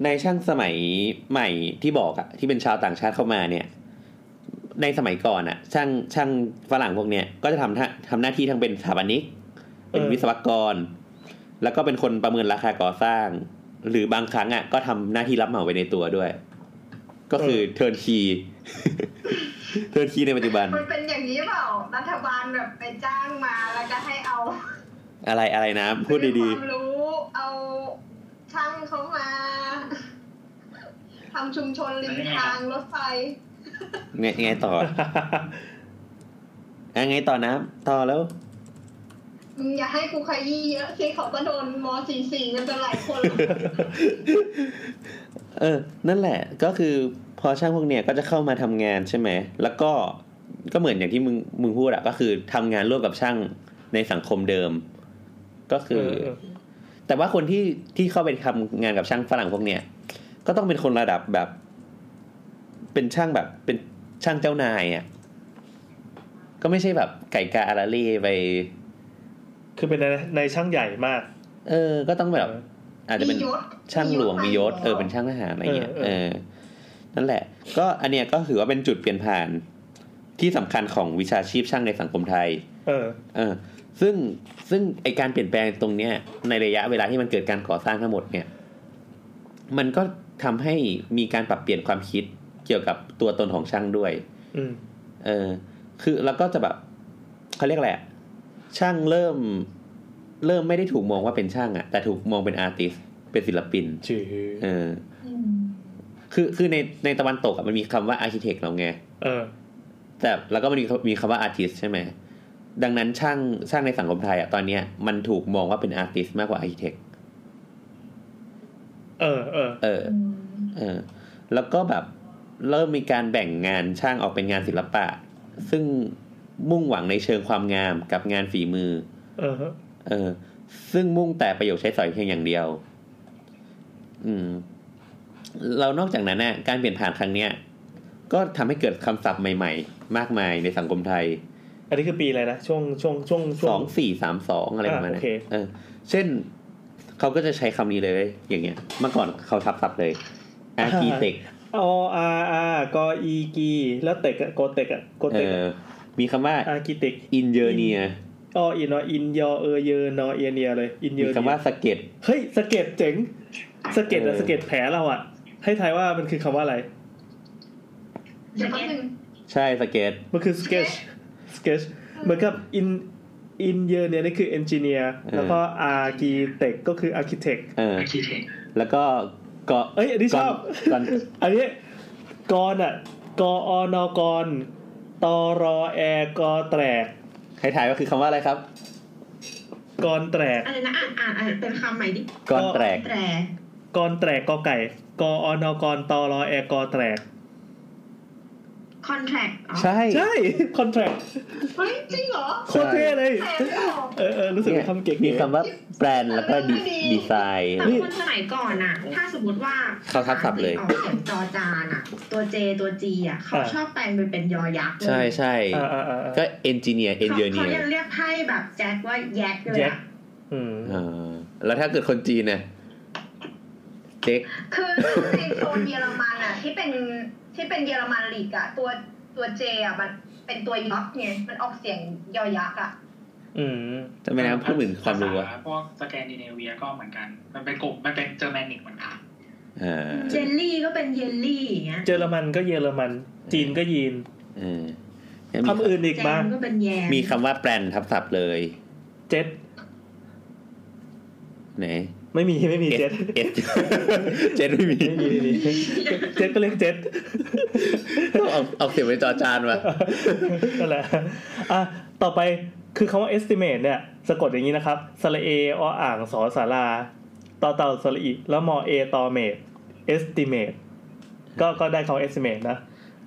ในช่างสมัยใหม่ที่บอกอะที่เป็นชาวต่างชาติเข้ามาเนี่ย ในสมัยก่อนอะช่างช่างฝรั่งพวกเนี้ยก็จะทำท่าทำหน้าที่ทั้งเป็นสถาปนิก เป็น
เออ
วิศวกร แล้วก็เป็นคนประเมินราคาก่อสร้าง หรือบางครั้งอะก็ทำหน้าที่รับเหมาไปในตัวด้วย ก็คือเทิร์น คี เทิร์นคีในปัจจุบัน
มันเป็นอย่างนี้เปล่า รัฐบาลแบบไปจ้างมาแล้วก็ให้เอา
อะไรอะไรนะพูดดี
ความรู้เอาช่างเขามาทำชุมชนริมทางรถไฟ
ๆไงไง ต่ออ่ะไงต่อนะต่อแล้ว
มึงอย่าให้กูขยี้เยอะสิเขาก็โดนมสี่สี่กันเป็นหลายคนหรอก
เออ นั่นแหละ ก็คือพอช่างพวกเนี้ยก็จะเข้ามาทำงานใช่ไหม แล้วก็ ก็เหมือนอย่างที่มึง มึงพูดอะก็คือทำงานร่วมกับช่างในสังคมเดิม ก็คือ
เออ
แต่ว่าคนที่ที่เข้าไปทำงานกับช่างฝรั่งพวกเนี้ย ก็ต้องเป็นคนระดับแบบ เป็นช่างแบบ เป็นช่างเจ้านายอะก็ไม่ใช่แบบไก่กาอาราเล่ไป
คือเป็นในในช่างใหญ่มาก
เออ ก็ต้องแบบ อาจจะเป็น
มียศ
ช่างหลวงมียศเออเป็นช่างทหารอะไรเงี้ยเออนั่นแหละ ก็อันเนี้ยก็ถือว่าเป็นจุดเปลี่ยนผ่านที่สำคัญของวิชาชีพช่างในสังคมไทย
เออ
เออ ซึ่งซึ่งไอการเปลี่ยนแปลงตรงเนี้ย ในระยะเวลาที่มันเกิดการก่อสร้างทั้งหมดเนี่ย มันก็ทำให้มีการปรับเปลี่ยนความคิดเกี่ยวกับตัวตนของช่างด้วย
อืม
เออ คือแล้วก็จะแบบเขาเรียกอะไรอะช่างเริ่ม เริ่มไม่ได้ถูกมองว่าเป็นช่างอะแต่ถูกมองเป็นอาร์ติสเป็นศิลปิน
จือ
เออ
อืม
คือคือในในตะวันตกอะมันมีคำว่าอาร์เคเต็กเราไง
เออ
แต่แล้วก็มันมีมีคำว่าอาร์ติสใช่ไหม ดังนั้นช่างช่างในสังคมไทยอะตอนเนี้ยมันถูกมองว่าเป็นอาร์ติสมากกว่าอาร์เคเต็ก
เออ เออ
เออ
อืม
เออ แล้วก็แบบเริ่มมีการแบ่งงานช่างออกเป็นงานศิลปะ ซึ่งมุ่งหวังในเชิงความงามกับงานฝีมือ
เออ
เออ ซึ่งมุ่งแต่ประโยชน์ใช้สอยเพียงอย่างเดียว อืม เรานอกจากนั้นนะการเปลี่ยนผ่านครั้งเนี้ย ก็ทำให้เกิดคำศัพท์ใหม่ ๆ มากมายในสังคมไทย
อันนี้คือปีอะไรนะ ช่วง ช่วง ช่วง
ส
ช่ว
องสี่สามสองอะไรประมาณ
อ่ะ
นั้
โอน เค
เออ เช่น เขาก็จะใช้คำนี้เลยเว้ยอย่างเงี้ย เมื่อก่อนเขาทับศัพท์เลย architect
ออาร์อากออีกีแล้วเต็กอะโกเต็กอะโก
เอ
เต็ก
อ มีคำว่า
อาร์กิเต็ก
engineer
อออินออินยอเอเยนอเอเนียเลยอินเย
มี
อ
คำว่าสเก็ต
เฮ้ยสะเก็ตเจ๋งสะเก็ตอะ
เออ
สะเก็ตแผลเราอะให้ทายว่ามันคือคำว่าอะไร
เดี๋ยวแป๊บนึง
ใช่สเก็ต
มันคือสเก็ต
Sketch
สเก็ตเหมือนกับอินอินเยเนี่ยนี่คือเอนจิเนียร์
เออ
แล้วก็อาร์กิเต็กก็คืออาร์กิเต็ก
เออ
คิดเอง
แล้วก็ก
เอ้ยอันนี้ชอบ
กอน
อันนี้กรอ่ะกออนอกรตอรอแอร์กอแตรก
ให้ทายว่าคือคำว่าอะไรครับ
กรแตรก
อะไรนะอ่านอ่านอ่านเป็นคำใหม่ดิ
กอนแตรก
แตร
กรแตรกกอไก่กออนอกรตอรอแอร์กอแตรก
คอนแทรคอ๋อ
ใช่
ใช่คอนแทรก
เฮ้ยจริงเหรอ
โคตรเท่เลย
แผนออก
เออเออรู้สึกว่าทำเก่งดี
มีคำว่าแบรนด์แล้วก็ดี
ดี
ดีไซน์
แต่คนสมัยก่อนอะถ้าสมมติว่า
เขาทับศัพท์เลย
ออกเสียงจอจานอะตัวเจตัวจีอะเขาชอบแปลงเป็นเป็นยอยักษ์เลย
ใช่ใช่
อ่าอ่าอ่าอ่า
ก็ engineer
เขาเขา
engineer
ยังเรียกไพ่แบบแจ็คว่าแยกเลย
แจ็ค
อะ
อืม
อ่าแล้วถ้าเกิดคนจีนเนี่ยเจ๊ก
คือในโซนเยอรมันอ่ะ ที่เป็นที่เป็นเยอรมันลีกอ่ะ ตัวตัวเจอ่ะมันเป็นตัวยักษ์ไงมันออกเสียงยอยักษ์อ่ะ
อืม
ทำไมนะพูดเหมือนความรู้อะ
ภษพวกสแกนดิเนเวียก็เหมือนกัน มันเป็นกลุ่มมันเป็นเจอร์แมนิกเหมือนกัน
เออ
เจลลี่ก็เป็นเยลลี่อย่างเงี้ย
เยอรมันก็เยอรมัน จีนก็ยีน
เออแล้วมี
คำอื่นอีก
แจ
บ้าง
มก็เป็นแยม
มีคำว่าแปลนทับศัพท์เลย
เจ็ด
ไหน
ไม่มีไม่มีเจ็ด
เอสเจ็ดไม่มี
ไม่มีไม่มีเจ็ดก็เรียกเจ็ด
ต้องเอาเอาเขียนไว้จอจานว่ะ
นั่นแหละอ่ะต่อไปคือคำว่า estimate เนี่ย สะกดอย่างนี้นะครับ สระเอออ่างสอสาราต่อเต่าสระอีแล้วมอเอตอเมต estimate ก็ก็ได้คำว่า estimate นะ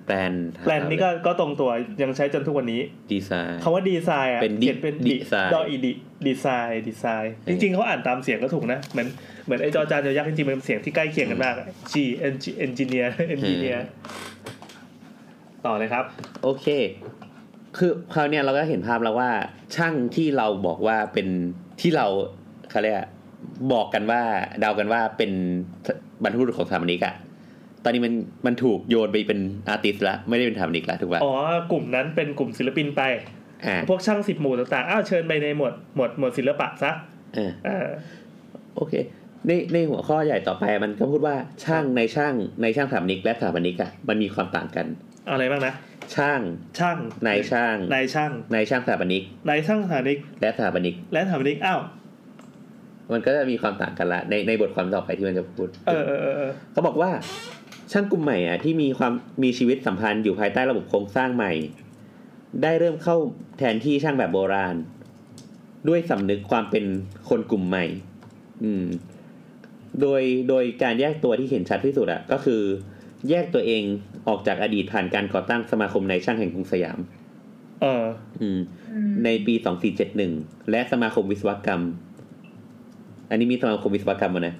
แปลน
แปลนนี่ก็ก็ตรงตัวยังใช้จนทุกวันนี้
ดีไซน์
คำว่าดีไซน์อ่ะ
เป็นดิ
ขียเป็นดิ
design
ดออีดิดีไซน์ดีไซน์จริงๆเขาอ่านตามเสียงก็ถูกนะเหมือนเหมือนไอ้จอจานยอยักษ์จริงๆมันเป็นเสียงที่ใกล้เคียงกันมาก G engineer engineer ต่อเลยครับ
โอเค คือคราวเนี้ยเราก็เห็นภาพแล้วว่า ช่างที่เราบอกว่าเป็นที่เราเขาเรียกอะบอกกันว่าเดากันว่าเป็นบรรทุรุษของสถาปนิกอะตอนนี้มันมันถูกโยนไปเป็นอาร์ติสต์ละไม่ได้เป็นสถาปนิกละถูกปะ
อ๋อกลุ่มนั้นเป็นกลุ่มศิลปินไป
อ่า
พวกช่างสิบหมู่ต่างๆ อ้าวเชิญไปในหมวดหมวดหมวดศิลปะซะ
อ่า
เออ
โอเค ในในหัวข้อใหญ่ต่อไปมันก็พูดว่าช่างในช่างในช่างสถาปนิกและสถาปนิกอะมันมีความต่างกัน
อะไรบ้างนะ
ช่าง
ช่าง
นายช่าง
นายช่าง
นายช่างสถาปนิก
นายช่างสถานิก
และสถาปนิก
และสถาปนิกอ้าว
มันก็จะมีความต่างกันละ ในในบทความต่อไปที่มันจะพูด
เออเออเออเออ
เขาบอกว่าช่างกลุ่มใหม่อ่ะที่มีความมีชีวิตสัมพันธ์อยู่ภายใต้ระบบโครงสร้างใหม่ ได้เริ่มเข้าแทนที่ช่างแบบโบราณ ด้วยสำนึกความเป็นคนกลุ่มใหม่ อืม โดยโดยการแยกตัวที่เห็นชัดที่สุดอ่ะก็คือ แยกตัวเองออกจากอดีตผ่านการก่อตั้งสมาคมในายช่างแห่งกรุงสยาม
เออ
อืม
อืม
ในปี 2471 และสมาคมวิศวกรรม อันนี้มีสมาคมวิศวกรรมมานะ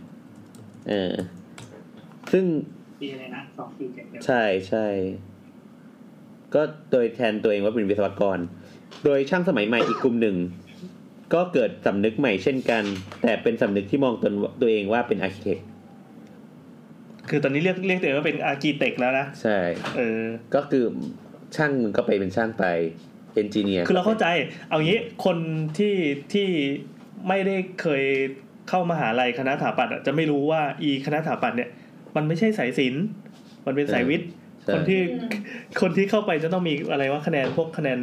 เออ ซึ่ง
ปีอะไรนะสองปีเจ็ดเดือน
ใช่ใช่ ก็โดยแทนตัวเองว่าเป็นวิศวกร โดยช่างสมัยใหม่อีกกลุ่มหนึ่ง ก็เกิดสำนึกใหม่เช่นกัน แต่เป็นสำนึกที่มองตนตัวเองว่าเป็นอาร์เคเต็ก
คือตอนนี้เรียกเรียกตัวเองว่าเป็นอาร์กิเต็กแล้วนะ
ใช่
เออ
ก็คือช่างมึงก็ไปเป็นช่างไปเอนจิเนียร์
คือเราเข้าใจ เอางี้คนที่ที่ไม่ได้เคยเข้ามหาลัยคณะสถาปัตย์อะจะไม่รู้ว่าอีคณะสถาปัตย์เนี่ย มันไม่ใช่สายศิลป์มันเป็นสายวิทย์
ใช่
คนที่คนที่เข้าไปจะต้องมีอะไรว่าคะแนนพวกคะแนน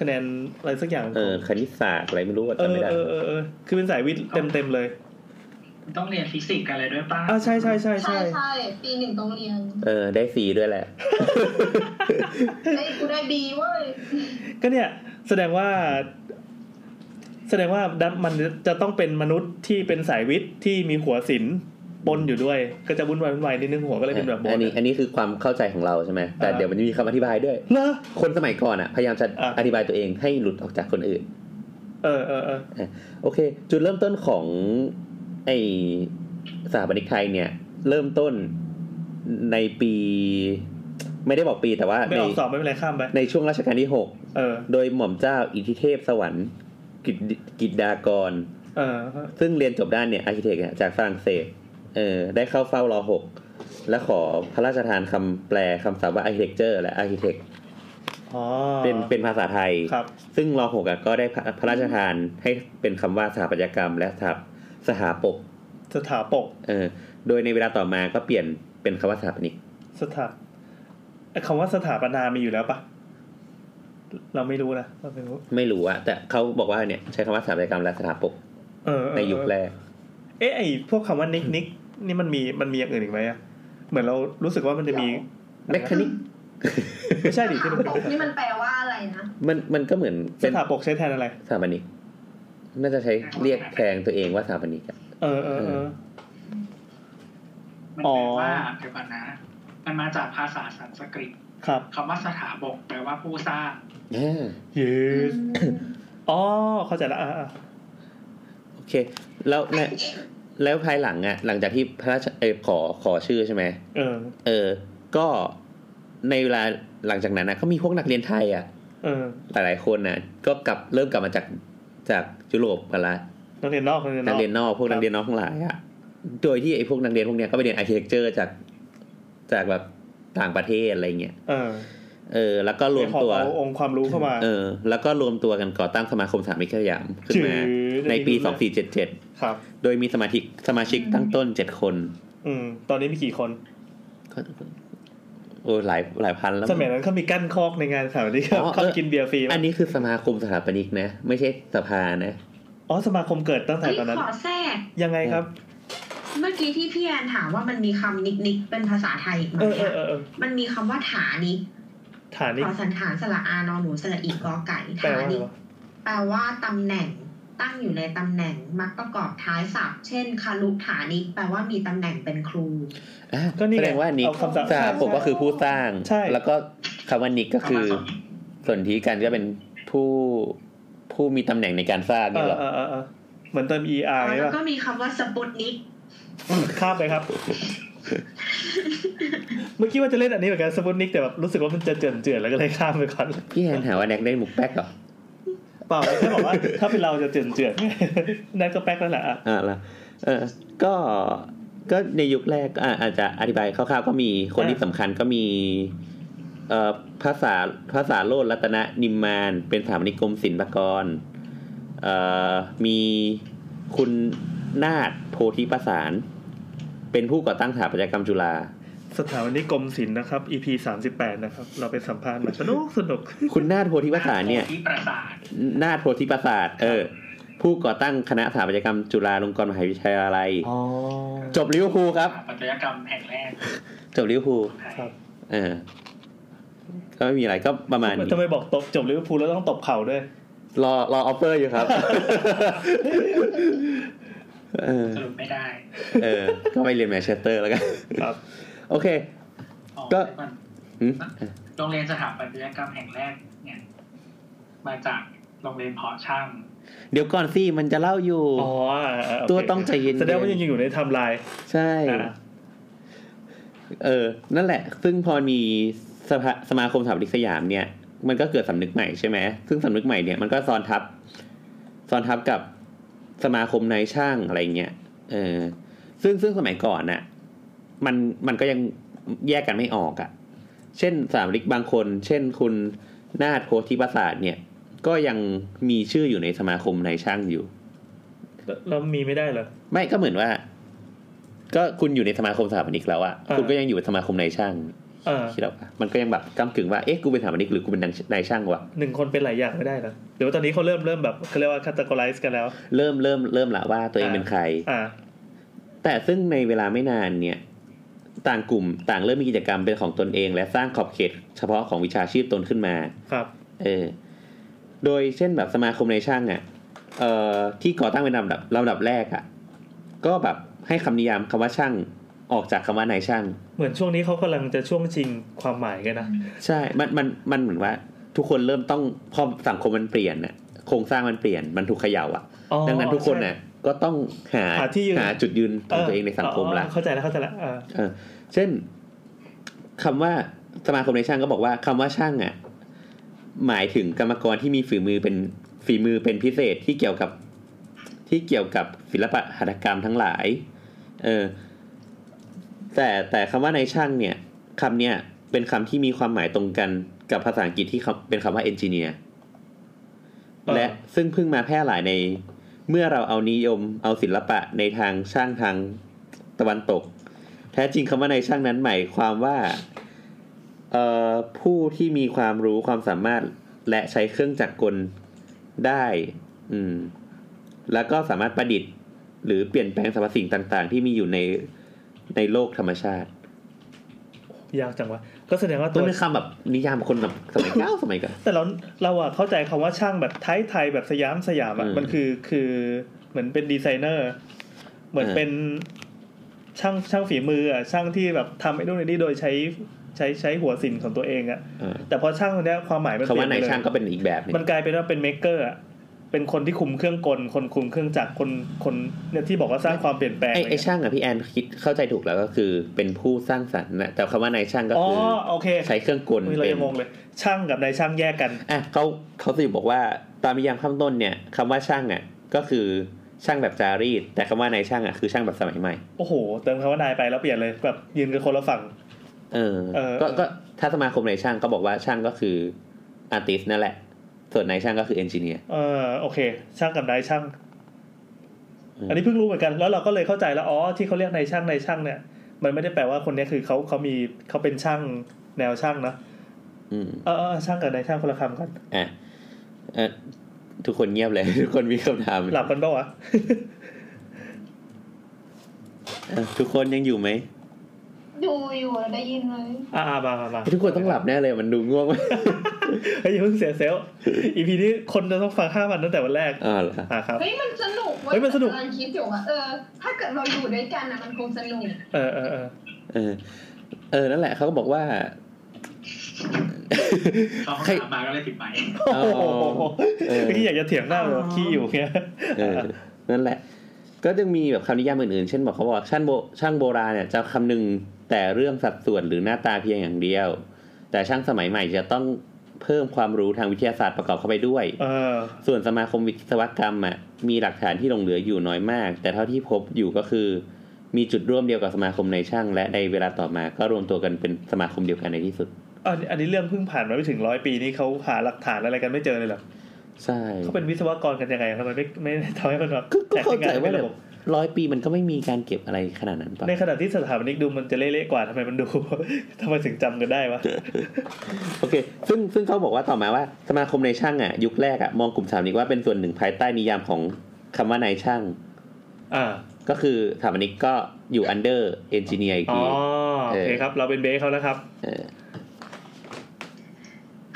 คะแนนอะไรสักอย่าง
เออคณิตศาสตร์อะไรไม่รู้ว่า
เอ
จำ
อ
ไม่ได้
เออเออเออคือเป็นสายวิทย์เต็มๆเลย
ต้องเรียนฟิสิกส์กันเลยด้วยป้า
อ่าใช่ใช่ใช่
ใช่
ใช่
ใช่ปีหนึ่งต้องเรียน
เออ ได้สีด้วยแหละ
ได้กูได้บีเว้ย
ก็เนี่ยแสดงว่า แสดงว่าดันมันจะต้องเป็นมนุษย์ที่เป็นสายวิทย์ที่มีหัวศิลป์ปนอยู่ด้วย ก็จะวุ่นวายวุ่นวายนิดนึงหัวก็เลยเป็นแบบโบ
อัน
น
นี้อันนี้คือความเข้าใจของเราใช่ไหมแต่
อ่า
เดี๋ยวมันจะมีคำอธิบายด้วย
เนอะ
คนสมัยก่อนอ่ะพยายามจะ
อ่ะ
อธิบายตัวเองให้หลุดออกจากคนอื่น
เออเออเออ
โอเค จุดเริ่มต้นของไอสถาปนิกไทยเนี่ย เริ่มต้นในปี ไม่ได้บอกปีแต่ว่า
ไม่
ใน
ออกสอบไม่เป็นไรข้ามไป
ในช่วงรัชกาลที่
เออ
6 โดยหม่อมเจ้าอิทธิเทพสวรรค์กิจกิจดากร
เออ
ซึ่งเรียนจบด้านเนี่ยอาร์เคเต็กจากฝรั่งเศสเออได้เข้าเฝ้ารอหกและขอพระราชทานคำแปลคำศัพท์ว่าอาร์เคเต็กเจอร์และอาร์เคเต็ก
อ๋อ
เป็นเป็นภาษาไทย
ครับ
ซึ่งรอหกอะก็ได้พระพระราชทานให้เป็นคำว่าสถาปัตยกรรม และสถาสถาปก
สถาปก
เออโดยในเวลาต่อมาก็เปลี่ยนเป็นคำว่าสถาปนิก
สถาไอ้คำว่าสถาปนามีอยู่แล้วปะเราไม่รู้นะเราไม่รู้
ไม่รู้อะแต่เขาบอกว่าเนี่ยใช้คำว่าสถาปัตยกรรมและสถาปก
เออเออเออ
ในยุคแรก
เอ๊ะไอพวกคำว่านิกนิกนี่มันมีมันมีอย่างอื่นอีกไหมอะเหมือนเรารู้สึกว่ามันจะมี
แมคคานิก
ไม่ใช่ดิที่
ถาม
มันเป็น
ปกนี่มันแปลว่าอะไรนะ
มันมันก็เหมือน
ส
เป็น
ถาปกใช้แทนอะไร
สถาปนิกน่าจะใช้เรียกแทนตัวเองว่าสถาปนิกอะ
เออเออเออ
มัน
อ๋อ
แปลว่าเดี๋ยวก่อนนะ มันมาจากภาษาสันสกฤต
ครับ
คำว่าสถาบกแปลว่าผู้สร้าง
ยืด
อืม
อ๋อเข้าใจละอ่ะอ่ะ
โอเค แล้วแล้วแล้วภายหลังอ่ะ หลังจากที่พระราชเออขอขอชื่อใช่ไหม
เออ
เออ ก็ในเวลาหลังจากนั้นนะก็มีพวกนักเรียนไทยอ่ะ
เออ
หลายๆคนนะก็กลับเริ่มกลับมาจากจากยุโรปกันละ
นักเรียนนอกนักเรียนน
นัเรียนนอ
อกก
กพวกนักเรียนนอกทั้งหลายอ่ะโดยที่ไอ้พวกนักเรียนพวกเนี้ยก็ไปเรียนอาร์เคเต็กเจอร์จากจากแบบต่างประเทศอะไรเงี้ย
เออ
เออ แล้วก็รวมตัว
เอาองค์ความรู้เข้ามา
เออ แล้วก็รวมตัวกันก่อตั้งสมาคมสามมิตรสยามขึ้น
จืด
มาในปี 2477
ครับ
โดยมีสมาชิกสมาชิกตั้งต้นเจ็ดคน
อืม ตอนนี้มีกี่คน
ก็โอ้หลายหลายพันแล้ว
สมัยนั้นเขามีกั้นคอกในงานสถา ปนิก
อ๋อเออ
เขากินเบียร์ฟรี
อันนี้คือสมาคมสถาปนิกนะ ไม่ใช่สภานะ
อ๋อสมาคมเกิดตั้งแต่
เฮ้ย
ตอนนั้น
ขอแทรก
ยังไงครับ
เมื่อกี้ที่พี่แอนถามว่ามันมีคำนิกนิกเป็นภาษาไทยอีกไหม
เออเออ
อะ
เออเออ
มันมีคำว่าฐานิก
ฐาน
ข
นี่
อสันฐานสระอานอนหนูสระอีกอไก่
แปล
ฐา
ว่าอะไร
นิก
วะ
แปลว่าตำแหน่ง ตั้งอยู่ในตำแหน่งมักประกอบท้ายศัพท์เช่นคารุฐานิกแปลว่ามีตำแหน่งเป็นครู
อ่ะ
ก็นี่ไง
แสดงว่านิก
เอาคำศัพท์
สหภพก็คือผู้สร้าง
ใช่
แล้วก็คำว่านิกก็คือ ส่วนที่กันก็เป็นผู้ผู้มีตำแหน่งในการสร้าง
เอ
เนี่ย
อ
เหรอ
เออเออเออเหมือนเติม er
แล้ว
ใช่ปะ
ก็มีคำว่าสปุตนิก
ข้ามไปครับ เมื่อกี้ว่าจะเล่นอันนี้เหมือนกันสปุตนิกแต่แบบรู้สึกว่ามันจะเจือนเจือนๆแล้วก็เลยข้ามไปก่อน
พี่แอนหาว่าแน็กได้หมุกแป๊กเหรอ
เปล่าแค่บอกว่า ถ้าเป็นเราจะเจือนเจือนๆนั่นก็แป๊กแล้วแหละอ่ะ
อ่าละเออก็ก็ในยุคแรกอ่ะอาจจะอธิบายคร่าวๆก็มีคนที่สำคัญก็มีเอ่อภาษาภาษาโลดรัตนนิมมาน เป็นสถาปนิกกรมศิลปากรเอ่อมีคุณนาฏโพธิประสาน เป็นผู้ก่อตั้งสถาปัตยกรรมจุฬา
สถาบันนี้กรมศิลป์นะครับ ep สามสิบแปดนะครับ เราไปสัมภาษณ์มาสนุกสนุก
คุณนาฏโพธิประสานเนี่ย
ที่ประสาท
นาถโพธิปราสาทเออ ผู้ก่อตั้งคณะสถาปัตยกรรมจุฬาลงกรณ์มหาวิทยาลัย
อ๋อ
จบลิเวอร์พูลครับ
สถาปัตยกรรมแห่งแรก
จบลิเวอร์พูล
ของไทย
ครับ
เออ ก็ไม่มีอะไรก็ประมาณนี้
ทำไมบอกตบจบลิเวอร์พูลแล้วต้องตบเข่าด้วย
รอรอออฟเฟอร์อยู่ครับ เออ
สรุปไม่ได้
เออ ก็ไปเรียนแมนเชสเตอร์แล้วกัน
ครับ
โอเค
อ๋อ
ก็
เดี๋ยวอน
หึ
โรงเรียนสถาปัตยกรรมแห่งแรกเนี่ย มาจากโรงเรียนเพาะช่าง
เดี๋ยวก่อนสิมันจะเล่าอยู่
อ๋ออ่ะอ่ะโเค
ตัวต้องใจเย็นๆ
แสดงว่ายังอยู่ในไทม์ไลน์
ใช่
อ่ะ
เออ นั่นแหละ ซึ่งพอมีสภาสมาคมสถาปนิกสยามเนี่ย มันก็เกิดสำนึกใหม่ใช่ไหม ซึ่งสำนึกใหม่เนี่ยมันก็ซ้อนทับ ซ้อนทับกับสมาคมนายช่างอะไรเงี้ย เออ ซึ่งซึ่งสมัยก่อนน่ะ มัน มันก็ยังแยกกันไม่ออกอะ่ะ เช่นสถาปนิกบางคน เช่นคุณนาถโพธิประสาทเนี่ย ก็ยังมีชื่ออยู่ในสมาคมนายช่างอยู่
แล้วแล้วมีไม่ได้เหรอ
ไม่ก็เหมือนว่า ก็คุณอยู่ในสมาคมสถาปนิกแล้วอะ
อ่า
คุณก็ยังอยู่ในสมาคมนายช่าง
เออ
คิดออกปะมันก็ยังแบบกำกึ่งว่า เอ๊ะ กูเป็นสถาปนิกหรือกูเป็นนายช่างวะ
หนึ่งคนเป็นหลายอย่างไม่ได้เหรอหรือว่าตอนนี้เขาเริ่มเริ่มแบบเขาเรียกว่า categorize กันแล้ว
เริ่มเริ่มเริ่มละว่าตัวเอง
อ่า
เป็นใคร
อ่า
แต่ซึ่งในเวลาไม่นานเนี่ย ต่างกลุ่มต่างเริ่มมีกิจกรรมเป็นของตนเอง และสร้างขอบเขตเฉพาะของวิชาชีพตนขึ้นมา
ครับ
เออ โดยเช่นแบบสมาคมในายช่างอะ่ะ เอ่อ ที่ก่อตั้งเป็นลำดับลำดับแรกอะ่ะ ก็แบบให้คำนิยามคำว่าช่างออกจากคำว่านายช่าง
เหมือนช่วงนี้เขากำลังจะช่วงชิงความหมายกันนะ
ใช่ มัน มัน มันเหมือนว่า ทุกคนเริ่มต้องพอสังคมมันเปลี่ยนน่ะ โครงสร้างมันเปลี่ยน มันถูกเขย่าอ่ะ
อ๋อ
ดังนั้นทุกคน
ใช่
น่ะ ก็ต้องหา
หาที่ยืน
หาจุดยืนของตัวเองในสังคมละ
เข้าใจแล้วเข้าใจแล้วอ่า
เออ เช่นคำว่าสมาคมในช่างก็บอกว่าคำว่าช่างอ่ะ หมายถึงกรรมกรที่มีฝีมือเป็นฝีมือเป็นพิเศษที่เกี่ยวกับที่เกี่ยวกับศิลปะหัตถกรรมทั้งหลาย เออ แต่แต่คำว่าในช่างเนี่ยคำเนี่ยเป็นคำที่มีความหมายตรงกันกับภาษาอังกฤษที่เขาเป็นคำว่าเอนจิเนียร์ และซึ่งเพิ่งมาแพร่หลายใน เมื่อเราเอานิยมเอาศิลปะในทางช่างทางตะวันตก แท้จริงคำว่าในช่างนั้นหมายความว่าเอ่อผู้ที่มีความรู้ความสามารถและใช้เครื่องจักรกลได้ อืม แล้วก็สามารถประดิษฐ์ หรือเปลี่ยนแปลงสรรพสิ่งต่าง ๆ ที่มีอยู่ในในโลกธรรมชาติ
ยากจังวะก็แสดงว่า
ต้
ตั
น
ว
เป็นคำแบบนิยามคนแบบสมัยเก้า สมัยก่อน
แต่เราเราอะเข้าใจคำว่าช่างแบบไทยไทยแบบสยามสยามอะ
อืม
มันคือคือเหมือนเป็นดีไซเนอร์ เหมือน
อ่า
เป็นช่างช่างฝีมืออะช่างที่แบบทำไอ้นู่นไอ้นี่โดยใช้ใช้ใช้หัวสินของตัวเองอะ
เออ
แต่พอช่างคนเนี้ยความหมายมัน
คำว่าใน
เปลี่ยนไปเลย
ช่างก็เป็นอีกแบบหนึง
มันกลายเป็นว่าเป็นเมคเกอร์อะเป็นคนที่คุมเครื่องกล คนคุมเครื่องจักรคนคนเนี่ยที่บอกว่าสร้างความเปลี่ยนแปลง
ไอ
อะไร
ไอ
เงี้ย
ช่างอะพี่แอนคิดเข้าใจถูกแล้วก็คือเป็นผู้สร้างสรรค์นะแต่คำว่าในช่างก็
อ๋อ
คืออ
โอเค
ใช้เครื่องกล
อุ๊ยเรา
เป็
ยั
น
งงงเลย ช่างกับนายช่างแยกกัน
อ่ะเขาเขาสรุปบอกว่าตามนิยามข้างต้นเนี่ยคำว่าช่างอ่ะก็คือช่างแบบจารีต แต่คำว่านายช่างอ่ะคือช่างแบบสมัยใหม่
โอ้โหเติมคำว่านายไปแล้วเปลี่ยนเลยแบบยืนกันคนละฝั่ง
เออ
เออ
ก็
เออ
ก็ถ้าสมาคมนายช่างก็บอกว่าช่างก็คืออาร์ติสนั่นแหละ ส่วนนายช่างก็คือเอนจิเนียร์
เออโอเค ช่างกับนายช่าง
อืม
อันนี้เพิ่งรู้เหมือนกัน แล้วเราก็เลยเข้าใจแล้วอ๋อที่เขาเรียกนายช่างนายช่างเนี่ย มันไม่ได้แปลว่าคนเนี้ยคือเขาเขามีเขาเป็นช่างแนวช่างนะ
อืม
เออเออช่างกับนายช่างคนละคำกัน
อ่ะเออทุกคนเงียบ เลย ทุกคนมีคำถาม
หลับกันปะวะ
เออทุกคนยังอยู่ไหม
ดูอยู่แล้วได้ยินเลย
อ่าอ่ามามามา
ทุกคนต้องหลับแน่เลยมันดูง่วงมาก
เ ฮ้ยอย่าเพิ่งเสียเซลล์อีพีนี้คนจะต้องฟังห้าวันตั้งแต่วันแรก
อ่าเหรอ
อ่าครับ
เฮ้ยมันสนุก
เฮ้ยมันสนุก
กำลังคิดอยู่ว่าเออ ถ้าเกิดเราอยู่ด้วยกันนะมันคงสนุก
เออเออเออ
เออ เออ นั่นแหละเขาก็บอกว่า
เขาห้องน้ำมาก็เลยปิด ไมค์
โอ้โห
เออ
เมื่อกี้อยากจะเถียงหน้าเลยว่าขี้อยู่เงี้ย
เออนั่นแหละ ก็ยังมีแบบคำนิยามอื่นๆ เช่นบอกเขาบอกช่างโบช่างโบราณเนี่ยจะคำนึงแต่เรื่องสัดส่วนหรือหน้าตาเพียงอย่างเดียว แต่ช่างสมัยใหม่จะต้องเพิ่มความรู้ทางวิทยาศาสตร์ประกอบเข้าไปด้วย
เออ
ส่วนสมาคมวิศวกรรมอ่ะมีหลักฐานที่หลงเหลืออยู่น้อยมาก แต่เท่าที่พบอยู่ก็คือ มีจุดร่วมเดียวกับสมาคมในช่าง และในเวลาต่อมาก็รวมตัวกันเป็นสมาคมเดียวกันในที่สุด
อันอันนี้เรื่องเพิ่งผ่านมาไม่ถึงร้อยปีนี่เขาหาหลักฐานอะไรกันไม่เจอเลยเหรอ
ใช่
เขาเป็นวิศวกรกันยังไงทำไมไม่ไม่ทำให้มันแบบ
ก็ก็เข้าใจ
แตก
ว่าแบ
เป็นระ
บ
บบ
ร้อยปีมันก็ไม่มีการเก็บอะไรขนาดนั้นปะ
ในขณะที่สถาปนิกดูมันจะเละๆกว่าทำไมมันดู ทำไมถึงจำกันได้วะ
โอเค ซึ่งซึ่งเขาบอกว่าต่อมาว่าสมาคมนายช่างอ่ะยุคแรกอ่ะมองกลุ่มสถามนิกว่าเป็นส่วนหนึ่งภายใต้นิยามของคำว่านายช่าง
อ่า
ก็คือสถามนิกก็อยู่ under engineer อีก
อ๋อ
ที
โอเค
เออ
ครับ เราเป็นเบสเขาแล้วครับ
เออ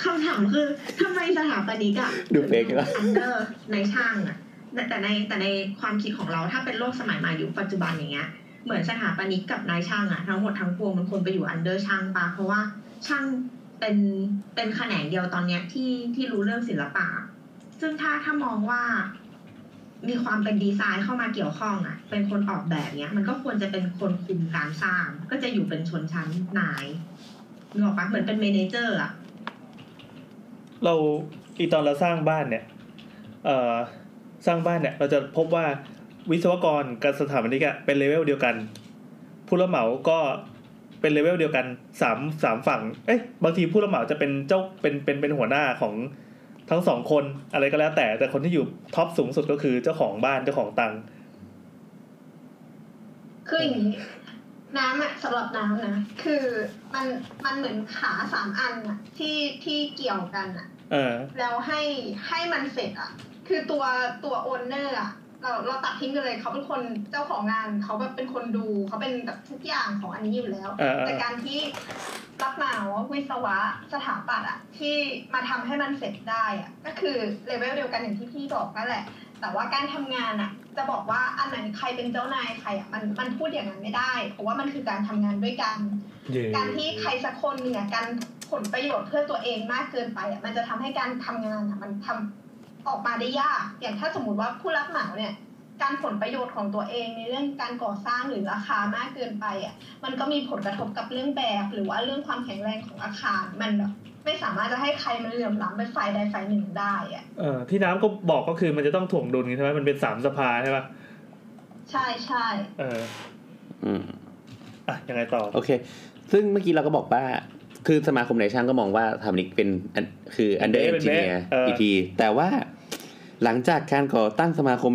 คำถามคือทำไมสถาปนิกอะ
ดูเฟกแล้ว
อันเดอร์ในช่างอะแต่แต่ในแต่ในความคิดของเราถ้าเป็นโลกสมัยใหม่ยุคปัจจุบันอย่างเงี้ยเหมือนสถาปนิกกับนายช่างอะทั้งหมดทั้งปวงมันควรไปอยู่อันเดอร์ช่างปะเพราะว่าช่างเป็นเป็นแขนงเดียวตอนเนี้ยที่ที่รู้เรื่องศิลปะ ซึ่งถ้าถ้ามองว่า มีความเป็นดีไซน์เข้ามาเกี่ยวข้องอะเป็นคนออกแบบเนี้ย มันก็ควรจะเป็นคนคุมการสร้าง ก็จะอยู่เป็นชนชั้นนายนึกออกปะเหมือนเป็นเมเนเจอร์อะ
เราอีตอนเราสร้างบ้านเนี่ยเอ่อสร้างบ้านเนี่ยเราจะพบว่าวิศวกรกับสถาปนิกอะเป็นเลเวลเดียวกัน ผู้รับเหมาก็เป็นเลเวลเดียวกันสามสามฝั่ง เอ๊ะบางทีผู้รับเหมาจะเป็นเจ้าเป็นเป็นเป็นหัวหน้าของทั้งสองคนอะไรก็แล้วแต่แต่คนที่อยู่ท็อปสูงสุดก็คือเจ้าของบ้านเจ้าของตังค์
คืออย่างนี้ น้ำอะสำหรับน้ำนะ คือมันมันเหมือนขาสามอันอะที่ที่เกี่ยวกันอะ
เออ
แล้วให้ให้มันเสร็จอะคือตัวตัวโอนเนอร์อะเราเราตัดทิ้งกันเลยเขาเป็นคนเจ้าของงานเขาแบบเป็นคนดูเขาเป็นแบบทุกอย่างของอันนี้อยู่แล้ว
เออเออ
แต่การที่รับเหมาวิศวะสถาปัตย์อะที่มาทำให้มันเสร็จได้อะก็คือเลเวลเดียวกันอย่างที่พี่บอกนั่นแหละ แต่ว่าการทำงานอะจะบอกว่าอันไหนใครเป็นเจ้านายใครอะมันมันพูดอย่างนั้นไม่ได้ เพราะว่ามันคือการทำงานด้วยกัน การที่ใครสักคนเนี่ยการผลประโยชน์เพื่อตัวเองมากเกินไปอ่ะมันจะทำให้การทำงานอ่ะมันทำออกมาได้ยาก อย่างถ้าสมมติว่าผู้รับเหมาเนี่ย การผลประโยชน์ของตัวเองในเรื่องการก่อสร้างหรือราคามากเกินไปอ่ะมันก็มีผลกระทบกับเรื่องแบบ หรือว่าเรื่องความแข็งแรงของอาคารมันแบบไม่สามารถจะให้ใครมันเหลื่อมล้ำไปฝ่ายใดฝ่ายหนึ่งได้อ่ะ
เออที่น้ำก็บอกก็คือมันจะต้องถ่วงดุลกันใช่ไหมมันเป็นสามสภาใช่ปะ
ใช่ใช่
เออ
อืม
อ่ะยังไงต่อ
โอเค ซึ่งเมื่อกี้เราก็บอกว่า คือสมาคมนายช่างก็มองว่าสถาปนิกเป็นอันคือ under engineer อีกที แต่ว่าหลังจากการก่อตั้งสมาคม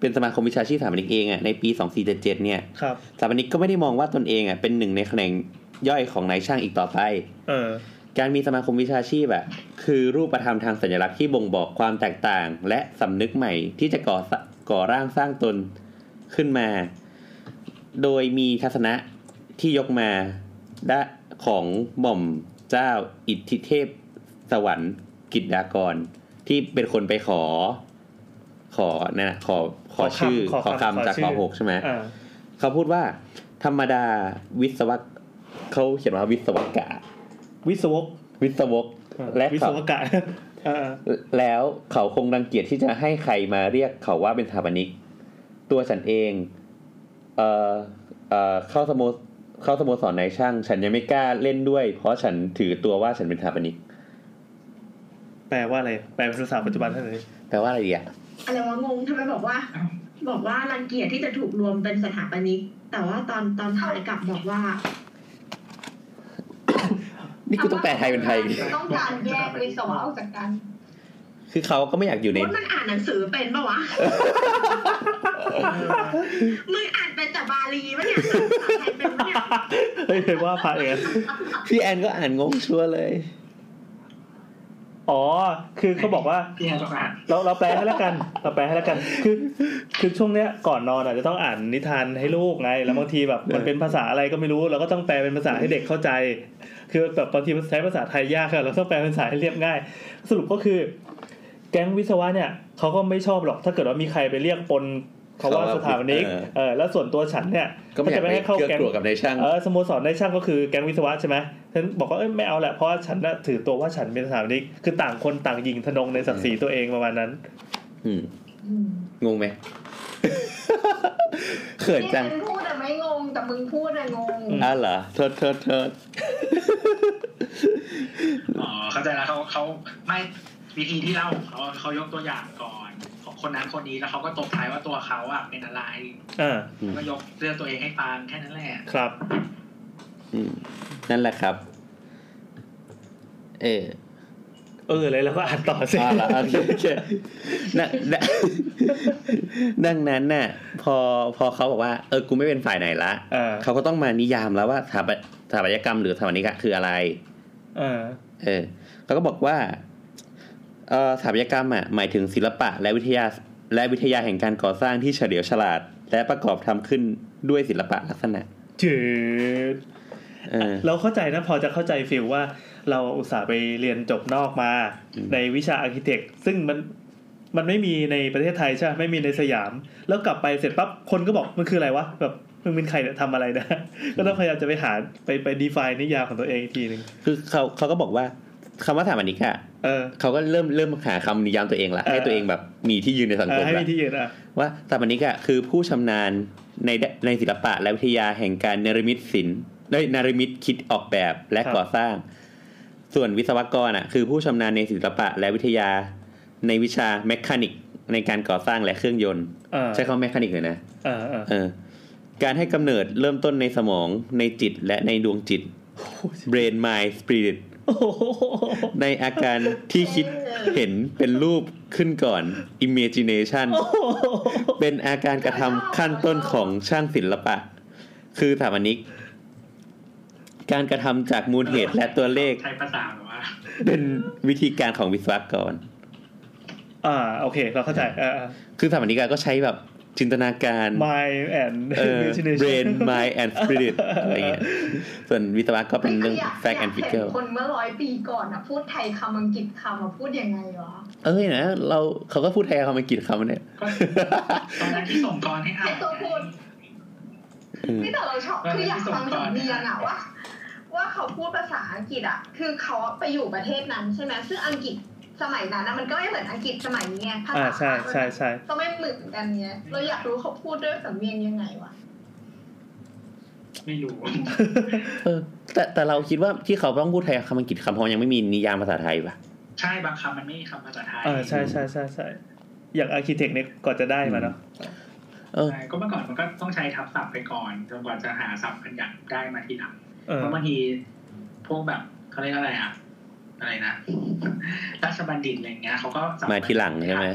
เป็นสมาคมวิชาชีพสถาปนิกเองอ่ะในปี 2477เนี่ย
ครับ
สถาปนิกก็ไม่ได้มองว่าตนเองอ่ะเป็นหนึ่งในแขนงย่อยของนายช่างอีกต่อไป
เออ
การมีสมาคมวิชาชีพอ่ะคือรูปธรรมทางสัญลักษณ์ที่บ่งบอกความแตกต่าง และสำนึกใหม่ที่จะก่อสก่อร่างสร้างตนขึ้นมา โดยมีทัศนะที่ยกมาได้ของหม่อมเจ้าอิทธิเทพสวรรค์กิจดากร ที่เป็นคนไปขอ ขอนะ ขอขอ
ขอคำ
ชื่อ
ขอ
ข
คำ
อคำจาก
ขอชื่
ข
อ
อหกใช่ไหม
อ่า
เขาพูดว่า ธรรมดาวิศวะเขาเขียนว่าวิศวกะ
วิศวก
วิศวกและ
วิศ
เขา
วกะ เออ
แล้วเขาคงรังเกียจที่จะให้ใครมาเรียกเขาว่าเป็นสถาปนิก ตัวฉันเองเอ่อเอ่อเข้าสโมเข้าสโมสรนายช่าง ฉันยังไม่กล้าเล่นด้วย เพราะฉันถือตัวว่าฉันเป็นสถาปนิก
แปลว่าอะไร แปลเป็นภาษาปัจจุบันเท่านั้นเอง
แปลว่าอะไรดีอ่ะ
อะไรวะงงทำไมบอกว่า บอกว่ารังเกียจที่จะถูกรวมเป็นสถาปนิก แต่ว่าตอนตอนท้ายกลับบอกว่า
นี่กูต้องแปลไทยเป็นไทยดิ
ต้องการแยกวิศวะออกจากกัน
คือเขาก็ไม่อยากอยู่ใน
ว่ามันอ่านหนังสือเป็นปะวะ มึงอ่านเป็นแต่บาลีปะ เนี่ยอ่านไทยเป็นปะเนี่ย
เฮ้ยเฮ้ยว่าพระเองอะ
พี่แอนก็อ่านงงชัวร์เลย
อ๋อ คือเขาบอกว่า
พี่แอนต้องอ่าน
เราเราแปลให้แล้วกัน เราแปลให้แล้วกัน คือ คือช่วงเนี้ยก่อนนอนอาจจะต้องอ่านนิทานให้ลูกไง แล้วบางทีแบบมันเป็นภาษาอะไรก็ไม่รู้ เราก็ต้องแปลเป็นภาษาให้เด็กเข้าใจ คือแบบบางทีมันใช้ภาษาไทยยากค่ะเราต้องแปลเป็นภาษาให้เรียบง่าย สรุปก็คือ แก๊งวิศวะเนี่ยเขาก็ไม่ชอบหรอกถ้าเกิดว่ามีใครไปเรียกปนเขาว่า
เขาว่า
สถาปนิก
เออ
เออแล้วส่วนตัวฉันเนี่ย
ก็ไม่อยากไป
จะให้เข้า
เกลือ
แก๊ง
กลัวกับนายช่าง
เออสโมสรในช่างก็คือแก๊งวิศวะใช่ไหมฉันบอกว่าเอ้ยไม่เอาแหละเพราะว่าฉันน่ะถือตัวว่าฉันเป็นสถาปนิกคือต่างคนต่างยิงทนงในศักดิ์ศรีตัวเองประมาณนั้น
อืม
อืม
งงไหม เขิน
นี่
จัง
ฉันพูดแต่ไม่งงแต่มึงพูดอะงง
อืม
อ้าวเหรอโทษโทษโทษ
อ๋อเข้าใจแล้วเขาเขาไม่วิธีที่เล่าของเขาเขายกตัวอย่างก่อนของคนนั้นคนนี้แล้วเขาก็ตกท้ายว่าตัวเขาอะเป็นอะไร
อ่า
แล้วก็ยกเรื่องตัวเองให้ฟังแค่นั้นแหละ
ครับ
อืมนั่นแหละครับ เออ
เออเลยแล้วก็อ่านต่อสิ
อ๋อเหรอโอเคโอเคนะนะ ดังนั้นน่ะ พอพอเขาบอกว่า เออกูไม่เป็นฝ่ายไหนละ
เอ่า
เขาก็ต้องมานิยามแล้วว่าสถาปัตสถาปัตยกรรมหรือสถาปนิกอะคืออะไร
อ่า
เออเขาก็บอกว่าเอ่อสถาปัตยกรรมอ่ะหมายถึงศิลปะและวิทยาและวิทยาแห่งการก่อสร้างที่เฉลียวฉลาด และประกอบทำขึ้นด้วยศิลปะลักษณะ
จืด
เออ
เราเข้าใจนะพอจะเข้าใจฟิลว่าเราอุตส่าห์ไปเรียนจบนอกมา
อืม
ในวิชาอาร์เคเต็กซึ่งมันมันไม่มีในประเทศไทยใช่ไหมไม่มีในสยาม แล้วกลับไปเสร็จปั๊บคนก็บอกมันคืออะไรวะแบบมึงเป็นใครเนี่ย ทำอะไรนะ ก็ต้องพยายามจะไปหาไปไป define นิยามของตัวเองอีกทีหนึ่ง
คือเขาเขาก็บอกว่าคำว่าสถาปนิกอะ
เออ
เขาก็เริ่มเริ่มหาคำนิยามตัวเองละ
เออ
ให้ตัวเองแบบมีที่ยืนในสัง
เอ
ค
อ
ม
ให้
ละ
มีที่ยืนอ่ะ
ว่าสถาปนิกอะคือผู้ชำนาญในดในศิลปะและวิทยาแห่งการเนรมิตศิลป์ได้ยเนรมิตคิดออกแบบและ
ครับ
ก่อสร้าง ส่วนวิศวกรอะคือผู้ชำนาญในศิลปะและวิทยา ในวิชาแมคานิกในการก่อสร้างและเครื่องยนต์
เออ
ใช้คำว่าแมคานิกเลยนะ
เออเออ
เออการให้กำเนิดเริ่มต้นในสมองในจิตและในดวงจิต brain mind spirit
โอ้โห
ในอาการที่คิดเห็นเป็นรูปขึ้นก่อน imagination
โอ้โห
เป็นอาการกระทำขั้นต้นของช่างศิลปะ คือสถาปนิก การกระทำจากมูลเหตุและตัวเลข
ใช้ภาษาแบบ ว่า
เป็นวิธีการของวิศวกร
อ่าโอเค เราเข้าใจเออเออ
คือสถาปนิกก็ใช้แบบจินตนาการ
my and
เออ
imagination
brain mind and spirit อะไรเงี้ยส่วนวิศวะก็เป็นเรื่อง
ไม่ยาก
fact
ยา
and
กเห็น
figure
คนเมื่อร้อยปีก่อนอะพูดไทยคำอังกฤษคำอะพูดยังไงวะ
เอ้ยนะเราเขาก็พูดไทยคำอังกฤษ คำเนี่ย
ก็ตอนนั้นที่ส่งกรให้อ่า
ไอน ตัวพูด
เออ
นี่แต่เราชอบคืออยากฟังสำเนียงอะว่า ว่าเขาพูดภาษาอังกฤษอะคือเขาไปอยู่ประเทศนั้นใช่ไหมซึ่งอังกฤษสมัยนั้นอะมันก็ไม่เหมือนอังกฤษสมัยนี้ไงภา
อ่า
ษา
ใช่ใช่ใช่
ก็ไม่เหมือนกันเนี้ยเราอยากรู้เขาพูดด้วยสำเนียงยังไงวะ
ไม่รู้
เออแต่แต่เราคิดว่าที่เขาต้องพูดไทยคำอังกฤษคำเพราะยังไม่มีนิยามภาษาไทยปะ
ใช่บางคำมันไม่มีคำภาษาไทย
เออใช่ใช่ใช่ใช่อย่างอาร์เคเต็กเนี่ยก่อนจะได้มาเนาะ
เออ
ใช่ก็เมื่อก่อนมันก็ต้องใช้ทับศัพท์ไปก่อนจนกว่าจะหาศัพท์กันอย่างได้มาทีหลัง
เออ
เพราะบางทีพวกแบบเขาเรียกอะไรอะอะไรนะราชบัณฑิตอะไรเงี้ยเขาก็สรถ
มาทีหลังใช่ไหม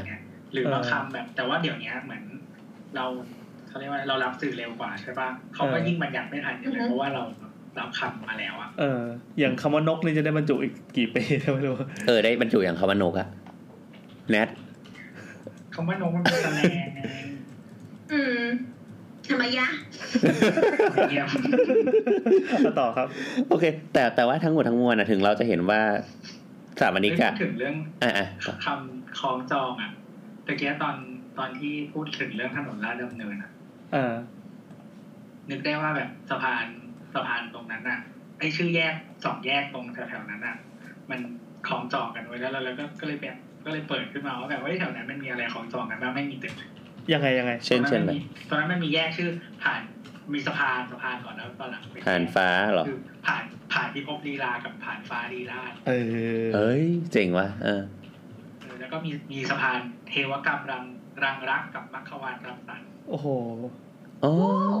หรือบางคำแบบ แต่ว่าเดี๋ยวเนี้ยเหมือนเราเขาเรียกว่าเรารับสื่อเร็วกว่าใช่ป่ะเขาก็ยิ่งบัญญัติไม่ทันอยู่เลยเพราะว่าเรารับคำมาแล้วอะ
เออ อย่างคำว่านกนี่จะได้บรรจุอีกกี่ ปีก็ไม่รู้
เออได้บรรจุอย่างคำว่านกอะแนท
คำว่านกมันเป็นแสดงไง
อืม
ทำไมยะ
เงียบ
เอาต่อครับ
โอเค แต่แต่ว่าทั้งหมดทั้งมวลนะถึงเราจะเห็นว่าสถาปนิกอะ
พูดถึงเรื่อง
อ่ะอ่ะ
คำคล้องจองอะตะเกียตอนตอนที่พูดถึงเรื่องถนนลาดดำเนินอะ
อ่า
นึกได้ว่าแบบสะพานสะพานตรงนั้นน่ะไอชื่อแยกสองแยกตรงแถวๆนั้นน่ะ มันคล้องจองกันไว้แล้วแล้วเราก็ก็เลยแบบก็เลยเปิดขึ้นมาว่าแบบเฮ้ยแถวนั้นมันมีอะไรคล้องจองกันบ้างไม่มีตึก
ยังไงยังไง
เช่น
ต
เช่
อนน
อะไร
นั้นมีตอนนั้นมันมีแยกชื่อผ่านมีสะพานสะพานก่อนแล้วตอนหลังเป็
ผ่านฟ้าเหรอ
คือผ่านผ่านพิภพลีลากับผ่านฟ้าลีลา
เออ
เอ้ย เจ๋งว่ะเออ
เออแล้วก็มีมีสะพานเทวกรรมรังรังรักกับมัคควานรังสรรค์
โอ้โห
อ๋อ
โอ้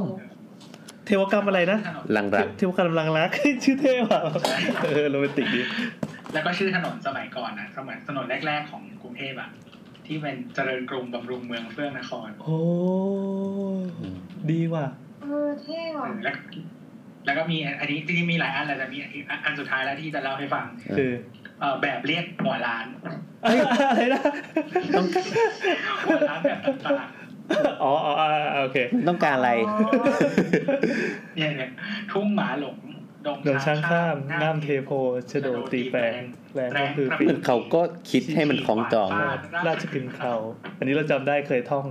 เทวกรรมอะไรนะ
ถนน
ลังรัก
เทวกรรมลังรัก ชื่อเท่ว่ะเออโรแมนติกดี
แล้วก็ชื่อถนนสมัยก่อนนะสมัยถนนแรกๆของกรุงเทพอ่ะที่เป็นเจริญกรุงบำรุงเมืองเฟื่องนคร
โอ้ ดีว่ะ
เออเท่ว่ะ
แล้วแล้วก็มีอันนี้จริงๆมีหลายอันแหละแต่มีอันอันสุดท้ายแล้วที่จะเล่าให้ฟัง
เออ
คือ
เอ่อแบบเรียกหัวร้าน
อะไรนะ
หัวร้านแบบต่าง
อ๋ออ๋อ อ๋อโอเค
ต้องการอะไร
อ๋อ
ๆเนี่ยเนี่ยทุ่งหมาหลง ดง
เดินช้างข้าม
ข้
ง่ามเทโพชโดตีแปลงแปลงก็คือ
เหมือนเขาก็คิดให้มันคล้องจอง
ราชพิมพ์เขาอันนี้เราจำได้เคยท่อง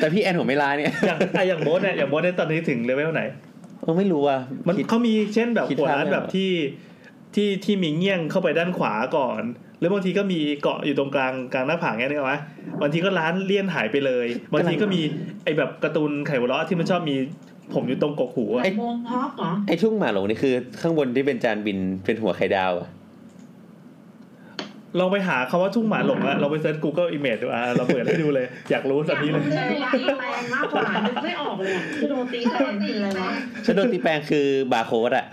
แต่พี่แอนผมไม่ร้ายเนี่ย
อย่างไอะอย่างโบสเนี่ยอย่างโบสเนี่ยตอนนี้ถึงเลเวลไหน
เออไม่รู้อ่ะ
มัน
คิด
เขามีเช่นแบบ
คิด
หัวร้า
ภาพ
น
ไม่ออก
แบบที่ที่ที่มีเงี้ยงเข้าไปด้านขวาก่อน หรือบางทีก็มีเกาะอยู่ตรงกลางกลางหน้าผากเงี้ยนึกออกไหมบางทีก็ร้านเลี่ยนหายไปเลย บางทีก็มีไอแบบการ์ตูนไข่หัวเราะที่มันชอบมีผมอยู่ตรงกกหูอะ
โมงฮอกเหรอ
ไอ้ทุ่งหมาหลงนี่คือ ข้างบนที่เป็นจานบินเป็นหัวไข่ดาวอะ
ลองไปหาคำว่าทุ่งหมาหลงอะลองไปเซิร์ช Google Image ดูอะเราเปิดให้ดูเลย อยากรู้ตอนนี้เลย
ชโดตีแปลงมากกว่านึกไม่ออกเลยอะชโดตีแปลงคืออะไรวะ
ชโดตีแปลงคือบาร์โค้ดอะ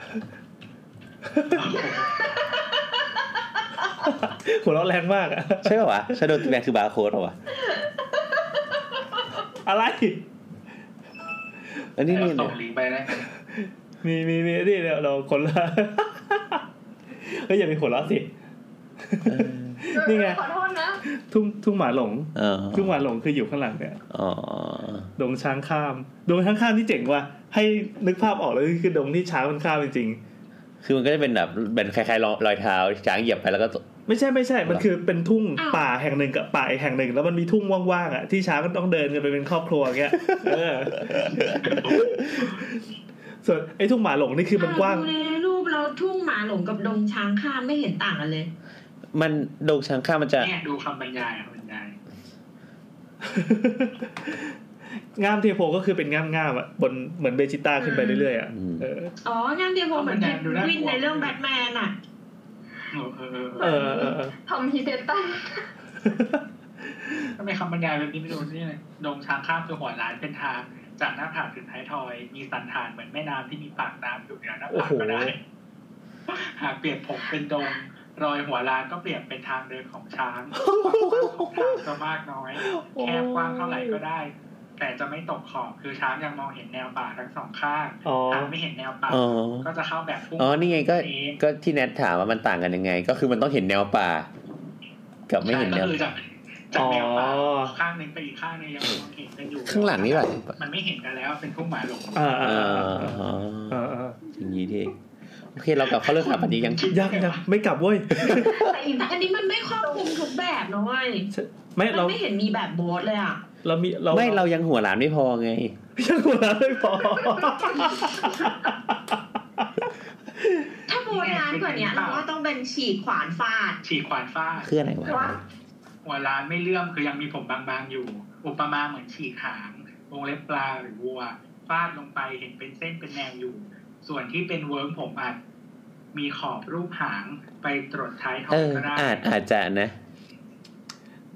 หัวเราะแรงมากอะ
ใช่ป่าวะชโดตีแปลงคือบาร์โค้ดเหรอวะ
อะไร
อันนี้
นี่
เนี่ย
ส่งลิงก์ไปได้ไหม
มีมีมีนี่เนี่ยเราคนละ เฮ้ยอย่าไปหัวเราะสิ นี่ไง
ขอโทษนะ
ทุ่งทุ่งหมาหลง
เออ
ทุ่งหมาหลงคืออยู่ข้างหลังเนี่ย
อ๋อ
ดงช้างข้าม ดงช้างข้ามที่เจ๋งว่ะให้นึกภาพออกเลยคือดงที่ช้างมันข้ามจริง
คือมันก็จะเป็นแบบเป็นคล้ายๆรอยรอยเท้าช้างเหยียบไปแล้วก็ตก
ๆไม่ใช่ไม่ใช่ มันคือเป็นทุ่งป่าแห่งหนึ่งกับป่าอีกแห่งหนึ่ง แล้วมันมีทุ่งว่างๆอ่ะที่ช้างมันต้องเดินกันไปเป็นครอบครัวอย่างเงี้ยเอ อส่วนไอ้ทุ่งหมาหลงนี่คือมันกว้าง
ดูในรูปเราทุ่งหมาหลงกับดงช้างข้ามไม่เห็นต่างกันเลย
มันโดงช้างข้ามมันจะ
เนี่ยดูคำบรรยายคำบรรยาย
งามเทโพก็คือเป็นงามงามๆอ่ะบนเหมือนเบจิต้าขึ้นไปเรื่อยๆอ่ะเออ
อ๋องานเดียวเหมือนเพนกวินในเรื่องแบทแมนอ่ะ
เออเออ
เออ
เออเออ
เออเออ
ทอมฮิเดตัน
ทำไมคำบรรยายแบบนี้ไม่รู้นี่เลยดงช้างข้ามคือหัวร้านเป็นทาง จากหน้าผากถึงท้ายทอย มีสันฐานเหมือนแม่น้ำที่มีปากน้ำอยู่เหนือหน้าผากก็ได้ หากเปรียบผมเป็นดง รอยหัวร้านก็เปรียบเป็นทางเดินของช้างความกว้างของช้างจะมากน้อย แคบกว้างเท่าไหร่ก็ได้ แต่จะไม่ตกขอบคือช้างยังมองเห็นแนวป่าทั้งสองข้าง
อ๋อ
หากไม่เห็นแนวป่า
อ๋อ
ก็จะเข้าแบบพุ่ง
อ๋อนี่ไงก็
เอง
ก็ที่แนทถามว่ามันต่างกันยังไง ก็คือมันต้องเห็นแนวป่า กับไม่เห็นแนว
ใช่ก็คือจากจากแนวปากข้างหนึ่งไปอีกข้างหนึ่งยังมองเห็นกันอยู่
ข้างหลังนี่แหละ
มันไม่เห็นกันแล้วเป็นพวกหมาหลง
อ่าอ่า
อ๋อ
อ่าอ่าอ่า
อย่างนี้ที่เองโอเคเรากลับเข้าเรื่องสถาปนิกยัง
ยังยังไม่กลับเว้ย
แต่อันนี้มันไม่ครอบคลุมทุกแบบนะเว้ย
ไม่
มัน
เรา
ไม่เห็นมีแบบโบสเลยอ่ะ
เรามีเรา
ไม่เรายังหัวหลานไม่พอไง
ยังหัวเราะไม่พอ
ถ้าโบราณกว่าเนี้ยเราว่าต้องเป็นฉีกขวานฟาด
ฉีกขวานฟาด
คืออะไรวะ
ว่า
หัวล้านไม่เลื่อมคือยังมีผมบางๆอยู่ อุปมาเหมือนฉีกหางวงเล็บปลาหรือวัวฟาดลงไปเห็นเป็นเส้นเป็นแนวอยู่ ส่วนที่เป็นเวิร์มผมอาจมีขอบรูปหางไปตรดท้ายทอ
เอย อ
ก็ได้
อาจอาจจะนะ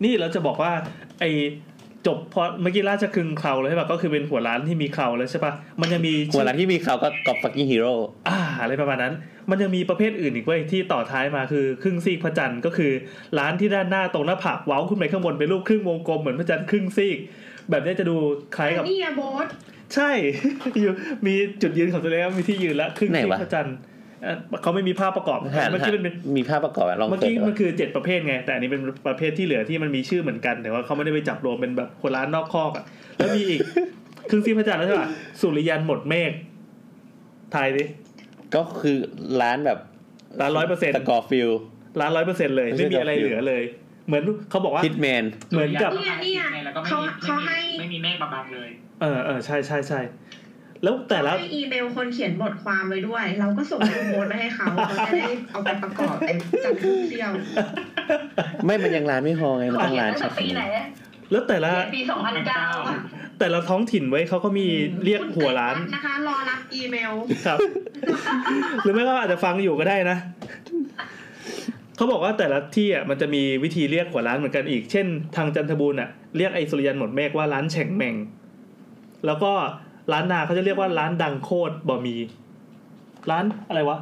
นี่เราจะบอกว่า ไอจบพอเมื่อกี้ราชคลึงเคราเลยใช่ปะก็คือเป็นหัวร้านที่มีเคราแล้วใช่ปะมันยังมี
หัวหลานที่มีเขาก็กอบฟักกิ้งฮีโร่
อ่าอะไรประมาณนั้น มันยังมีประเภทอื่นอีกเว้ยที่ต่อท้ายมาคือครึ่งซีกพระจันทร์ก็คือ ร้านที่ด้านหน้าตรงหน้าผากเว้าขึ้นไปข้างบนเป็นรูปครึ่งวงกลมเหมือนพระจันทร์ครึ่งซีก แบบนี้จะดูคล้ายกับ
นี่ไงโบส
ใช่ อยู่มีจุดยืนของตัวเองแล้วมีที่ยืนละครึ่งซีกพระจันทร์เอ่อเขาไม่มีภาพประกอบ
หา
เมื่อกี้มันเป็น
มีภาพประกอบอะลอง
เมื่อ
เปิด
กี้
ดู
มันคือเจ็ดประเภทไง แต่อันนี้เป็นประเภทที่เหลือที่มันมีชื่อเหมือนกัน แต่ว่าเขาไม่ได้ไปจับรวมเป็นแบบคนร้านนอกคอกอะแล้วมีอีก ครึ่งซีพระจันทร์แล้วใช่ป่ะสุริยันหมดเมฆทายดิ
ก็คือร้านแบบ
ร้านร้อยเปอร์เซ็นต์
ตะกอร์ฟิล
ร้านร้อยเปอร์เซ็นต์เลย
ไม่ใช่
ไม่มีอะไร
ดอกจิ๋ว
เหลือเลย เหมือนเขาบอกว่า
ฮิตแมน
เหมือนกับ
ส่วใหญ่แล้วก็ไม่มีไม่มีไม่มีเมฆบังๆเลย
เออเออใช่ใช่ใช่แล้วแต่ละ
ให้อีเมลคนเขียนบทความไว้ด้วย เราก็ส่งรูปโบสไปให้เขาเขาจะได้เอาไปประกอบเป็นจัดรูปเที่ยว
ไม่มันยังร้านไม่พอไง มันต้องร้าน
ตั้ง
ช็อ
แต่
ป
ปีไหนอะ
แล้วแต่ละ
เขียนปีสองพันเก้า
แต่ละท้องถิ่นไว้ยเขาก็มีเรียกหัวร้าน
คุณเกิดนะคะรอรับอีเมล
ครับ หรือไม่ก็อาจจะฟังอยู่ก็ได้นะ เขาบอกว่าแต่ละที่อ่ะมันจะมีวิธีเรียกหัวร้านเหมือนกันอีก เช่น ทางจันทบูรณ์อ่ะเรียกไอ้สุริยันหมดเมฆว่าร้านแฉ่งแมง แล้วก็ร้านนาเขาจะเรียกว่าร้านดังโคตรบะมี ร้านอะไรวะ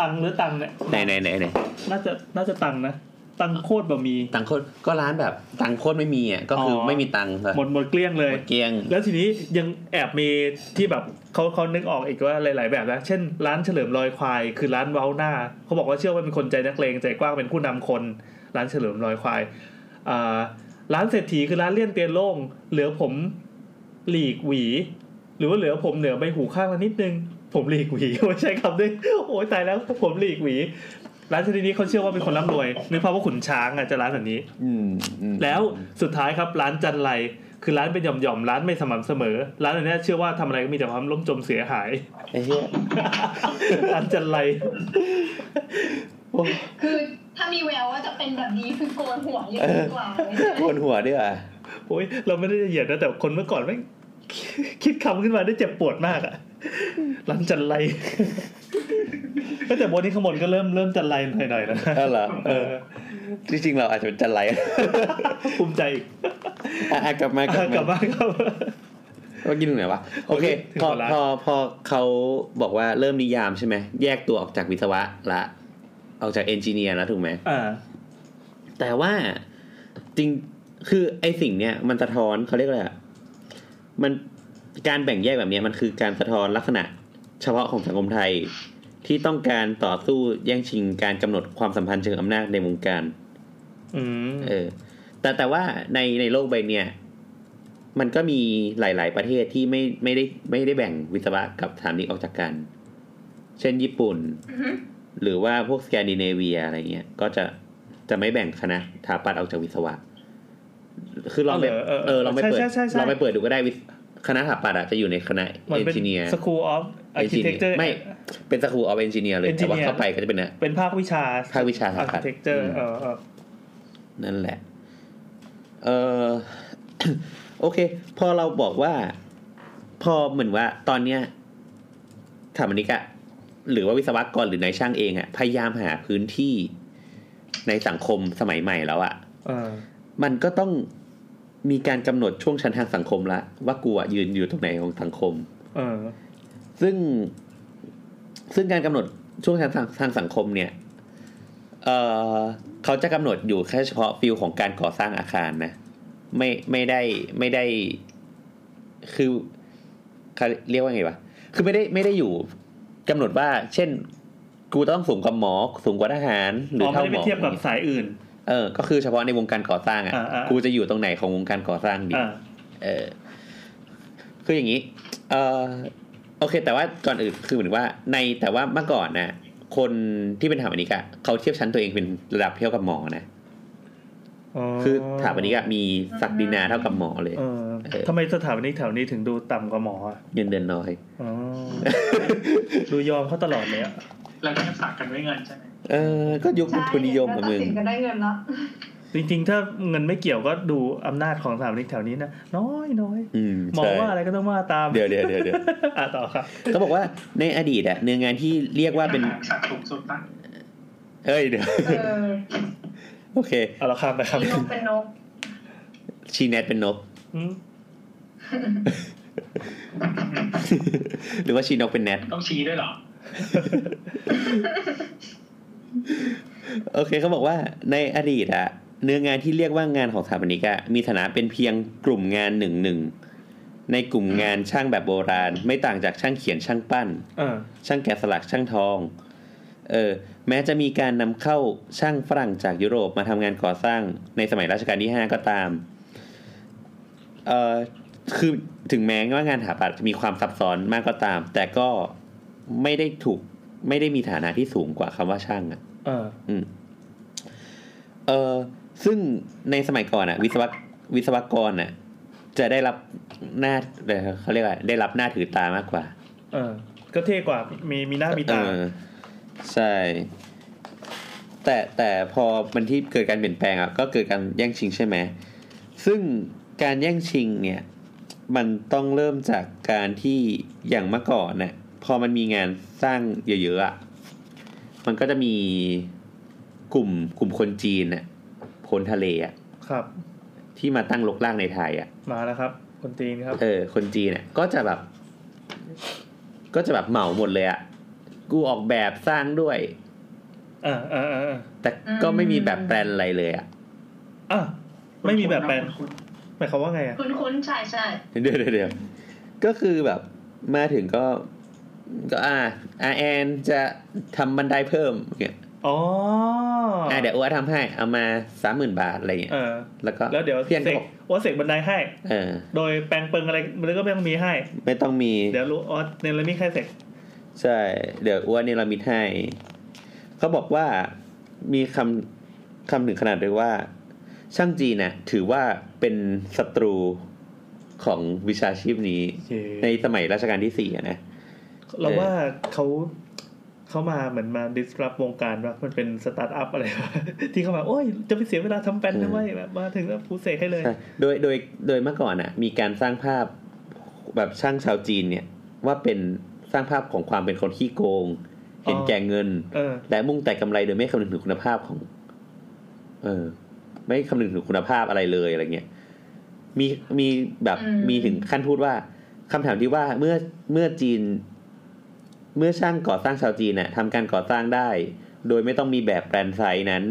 ตังหรือตังเนี่ย
ไหนไหนไหนไหน
น่าจะน่าจะตังนะ ตังโคตรบะมี
ตังค์โคตรก็ร้านแบบ ตังค์โคตรไม่มีอ่ะ ก็คืออ
อ
ไม่มีตังค์เลย
หมดหมดเกลี้ยงเลย
หมดเกลี้ยง
แล้วทีนี้ยังแอบมีที่แบบเขาเขานึกออกอีกว่าหลาย ๆ แบบนะเช่น ร้านเฉลิมลอยควายคือร้านเว้าหน้าเขาบอกว่าเชื่อว่าเป็นคนใจนักเลงใจกว้างเป็นผู้นำคน ร้านเฉลิมลอยควายอ่าร้านเศรษฐีคือร้านเลี่ยนเตียนโล่งเหลือผมหลีกหวี หรือว่าเหลือผมเหนือใบหูข้างละนิดนึง ผมหลีกหวี ไม่ใช่คำด้วยโอ้ยตายแล้วผมหลีกหวี ร้านชนิดนี้เขาเชื่อว่าเป็นคนร่ำรวย นึกภาพว่าขุนช้างอ่ะจะร้านแบบนี้
อืมอืม
แล้วสุดท้ายครับร้านจันไรคือร้านเป็นหย่อมๆร้านไม่สม่ำเสมอ ร้านอันเนี้ยเชื่อว่าทำอะไรก็มีแต่ความล้มจมเสียหาย
ไอ้เหี้ย
ร้านจันไร
คือถ้ามีแววว่าจะเป็นแบบนี้คือโกนหัวเลยดีกว่าเว้ย
โกนหัวด้วยอ่ะ
โอ้ยเราไม่ได้จะเหยียดนะแต่คนเมื่อก่อนแม่ง คิดคำขึ้นมาได้เจ็บปวดมากอะร้านจันไร แต่บนนี้ขางบนก็เริ่มเริ่มจันไรหน่อยๆแล้ว นะ
อ้าวเหรอ
เอ
เอ
อ
อจริงๆเราอาจจะเป็นจันไรอ่ะ
ภูมิใจอีก
อ่ะกลับม ากลับ
กลับ
มา
บ้านครับ
เมื่อกี้ตรงไหนวะโอเค
ถึง
พ
หม
อ
ดละ
พอพอเขาบอกว่าเริ่มนิยามใช่ไหมแยกตัวออกจากวิศวะละออกจากเอนจิเนียร์แล้วถูกไหม
อ่า
แต่ว่าจริงคือไอสิ่งเนี้ยมันสะท้อนเขาเรียกว่าอะไรอะมันการแบ่งแยกแบบเนี้ยมันคือการสะท้อนลักษณะเฉพาะของสังคมไทย ที่ต้องการต่อสู้แย่งชิงการกำหนดความสัมพันธ์เชิงอำนาจในวงการ
อืม
เออแต่แต่ว่าในในโลกใบเนี้ยมันก็มีหลาย ๆ ประเทศที่ไม่ไม่ได้ไม่ได้แบ่งวิศวะกับสถาปนิกออกจากกัน เช่นญี่ปุ่น
อือหือ
หรือว่าพวกสแกนดิเนเวียอะไรเงี้ยก็จะจะไม่แบ่งคณะสถาปัตย์ออกจากวิศวะ คือลองไป
าห
เออลองไปเปิด
ใช่ใช่ใช่
ลองไปเปิดดูก็ได้วิศคณะสถาปัตย์อะจะอยู่ในคณะ
มัน
เอน
เป็น
จิเนียร์
School of
เอนจิเนีย
Architecture
ร์ไม่เป็นสกูออฟเอนจิเนียร์เลยแต่ว่า
Engineer
เข้าไปก็จะเป็นนะ
เป็นภาควิชา
ภาควิชาสถาปัตย์
Architecture เออเออ
นั่นแหละ เออ โอเค พอเราบอกว่า พอเหมือนว่า ตอนเนี้ยสถาปนิกอะหรือว่าวิศวกรหรือนายช่างเองอะพยายามหาพื้นที่ในสังคมสมัยใหม่แล้วอะ
เออ
มันก็ต้องมีการกำหนดช่วงชั้นทางสังคมละ ว่ากูอะยืนอยู่ตรงไหนของสังคม
เออ
ซึ่งซึ่งการกำหนดช่วงทางทางสังคมเนี่ยเอ่อเขาจะกำหนดอยู่แค่เฉพาะฟิลของการก่อสร้างอาคารนะ ไม่ไม่ได้ไม่ได้ คือเขาเรียกว่าไงวะคือไม่ได้ไม่ได้อยู่กำหนดว่า เช่น กูต้องสูงกว่าหมอสูงกว่าทหาร หรือ
อ๋อ
เท่า
ไม่ได้
หม
ไป
อ
เทียบกับสายอื่น
เออ ก็คือเฉพาะในวงการก่อสร้างอ่ะ
อ่าอ่า
กูจะอยู่ตรงไหนของวงการก่อสร้างดี
อ่า
เออคืออย่างนี้ เออโอเค แต่ว่าก่อนอื่นคือเหมือนว่าในแต่ว่าเมื่อก่อนนะคนที่เป็นสถาปนิกอะเขาเทียบชั้นตัวเองเป็นระดับเทียบกับหมอนะคือสถาปนิกอะมีศักดินาเท่ากับหมอเลย
เออ
เออ
ทำไมสถาปนิกแถวนี้ถึงดูต่ำกว่าหมออ่ะ
เงินเดือนน้อย
อ๋อ ดูยอมเขาตลอดเลยอ่ะ
เราก็ยังฝากกันไว้เงินใช่ไหม
เออ ก็ยุคทุนนิยมของมึง
ใช่เดี๋ยวก็ตัดสินกันได้เงินแล้ว
จริงๆ ถ้าเงินไม่เกี่ยวก็ดูอำนาจของสถาปนิกแถวนี้นะน้อยน้อย
อืม
หมอ
ใช่
ว่าอะไรก็ต้องว่าตาม
เดี๋ยวเดี๋ยวเดี๋ยวเดี๋ยว
อ่ะต่อครับ
เขาบอกว่าในอดีตอะเนื้องานที่เรียกว่าเป็น
สัตว์สูงสุดปะ
เอ้ยเดี๋ยว
เออ
โอเค
เอาละข้ามไปครับ
มีนกเป็นนก
ชีแนทเป็นนก
อืม
หรือว่าชีนกเป็นแนท
ต้องชี้ด้วยเหรอ
โอเคเขาบอกว่าในอดีตอะเนื้องานที่เรียกว่างานของสถาปนิกอะมีฐานะเป็นเพียงกลุ่มงานหนึ่งหนึ่งในกลุ่มงานช่างแบบโบราณ ไม่ต่างจากช่างเขียนช่างปั้น
เออ
ช่างแกะสลักช่างทองเออแม้จะมีการนำเข้าช่างฝรั่งจากยุโรปมาทำงานก่อสร้างในสมัยรัชกาลที่ 5 ก็ตามเออคือถึงแม้ว่างานสถาปัตย์จะมีความซับซ้อนมากก็ตาม แต่ก็ไม่ได้ถูกไม่ได้มีฐานะที่สูงกว่าคำว่าช่างอะ
เออ
เออซึ่งในสมัยก่อนอะวิศวะวิศวกรอะจะได้รับหน้าเอ่อเขาเรียกว่าได้รับหน้าถือตามากกว่า
เออ ก็เท่กว่ามีมีหน้ามี
เอ
ตา
อใช่ แต่แต่พอมันที่เกิดการเปลี่ยนแปลงอะก็เกิดการแย่งชิงใช่ไหมซึ่งการแย่งชิงเนี่ย มันต้องเริ่มจากการที่อย่างเมื่อก่อนเนี่ยพอมันมีงานสร้างเยอะๆอะมันก็จะมีกลุ่มกลุ่มคนจีนน่ะคนทะเลอะ
ครับ
ที่มาตั้งลกล่างในไทยอ่ะ
มาแล้วครับ คนตีนครับ
เออ คนจีนเนี่ยก็จะแบบ ก็จะแบบเหมาหมดเลยอ่ะ กูออกแบบสร้างด้วย
เออเออเออเออ
แต่ก็ไม่มีแบบแปลนอะไรเลยอ่ะ
อ่ะไม่มีแบบแปลน
คุณ
หมายความว่าไงอ่ะ
คุณคุ้นๆใช่ใช่
เดี๋ยวเดี๋ยวเดี๋ยวก็คือแบบมาถึงก็ ก็อ่าอาแอนจะทำบันไดเพิ่มเนี่ย
อ๋อ
อ่า
อ่ะ
เดี๋ยวอัวทำให้ เอามาสามหมื่นบาทอะไรเงี้ย
เออ
แล้วก็
แล้วเดี๋ยว
เพียง
เส
ก็
ก
บอก
ว่าเสกบันไดให้
เออ
โดยแปลงเปิงอะไรมันก็ไม่ต้องมีให้
ไม่ต้องมี
เดี๋ยวรู้อ๋อเนรมิตให้เสก
ใช่ เดี๋ยวอ้วนนี่เรามิดให้ เขาบอกว่ามีคำคำถึงขนาดเลยว่า ช่างจีนน่ะ ถือว่าเป็นศัตรูของวิชาชีพนี้
โอเค
ในสมัยรัชกาลที่สี่อะนะ
เราว่าเขาเขามาเหมือนมา disrupt วงการว่ามันเป็นสตาร์ทอัพอะไรวะ ที่เข้ามา โอ้ย จะไปเสียเวลาทำแปลนทำไมแบบมาถึงแล้วฟูเสกให้เลย
ใช่โดยโดยโดยเมื่อก่อนอ่ะ มีการสร้างภาพแบบช่างชาวจีนเนี่ย ว่าเป็นสร้างภาพของความเป็นคนขี้โกง เห็นแก่เงิน
เออ
และมุ่งแต่กำไรโดยไม่คำนึงถึงคุณภาพของ เออ ไม่คำนึงถึงคุณภาพอะไรเลยอะไรเงี้ยมีมีแบบ
อืม
มีถึงขั้นพูดว่าคำถามที่ว่าเมื่อเมื่อจีน เมื่อช่างก่อสร้างชาวจีนน่ะทำการก่อสร้างได้ โดยไม่ต้องมีแบบแปลนไซส์นั้น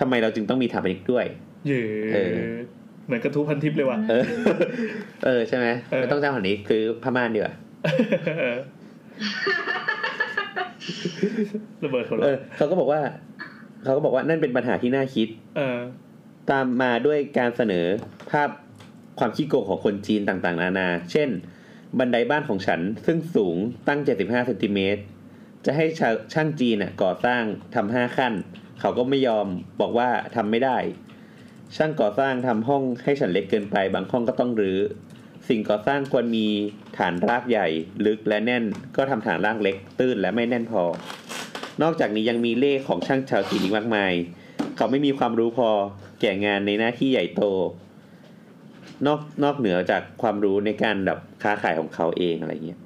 ทำไมเราจึงต้องมีถาปนิกด้วย
เย่
เออ
เหมือนกระทู้พันทิปเลยว่ะ
เออ เออใช่ไหม
เออ
ไม่ต้องจ้างคนนี้คือพม่านดีกว่า
เออระเบิดหัว
เอ
เราะ
อเขาก็บอกว่า เขาก็บอกว่านั่นเป็นปัญหาที่น่าคิด
เออ
ตามมาด้วยการเสนอภาพความขี้โกงของคนจีนต่างๆ นานา เช่น บันไดบ้านของฉันซึ่งสูงตั้ง 75เซนติเมตร จะให้ชาช่างจีนน่ะก่อสร้างทำห้าขั้น เขาก็ไม่ยอมบอกว่าทำไม่ได้ ช่างก่อสร้างทำห้องให้ฉันเล็กเกินไป บางห้องก็ต้องรื้อ สิ่งก่อสร้างควรมีฐานรากใหญ่ ลึกและแน่นก็ทำฐานรากเล็ก ตื้นและไม่แน่นพอ นอกจากนี้ยังมีเล่ห์ของช่างชาวจีนอีกมากมาย เขาไม่มีความรู้พอแก่งานในหน้าที่ใหญ่โต นอกนอกเหนือจากความรู้ในการแบบค้าขายของเขาเองอะไรเงี้ย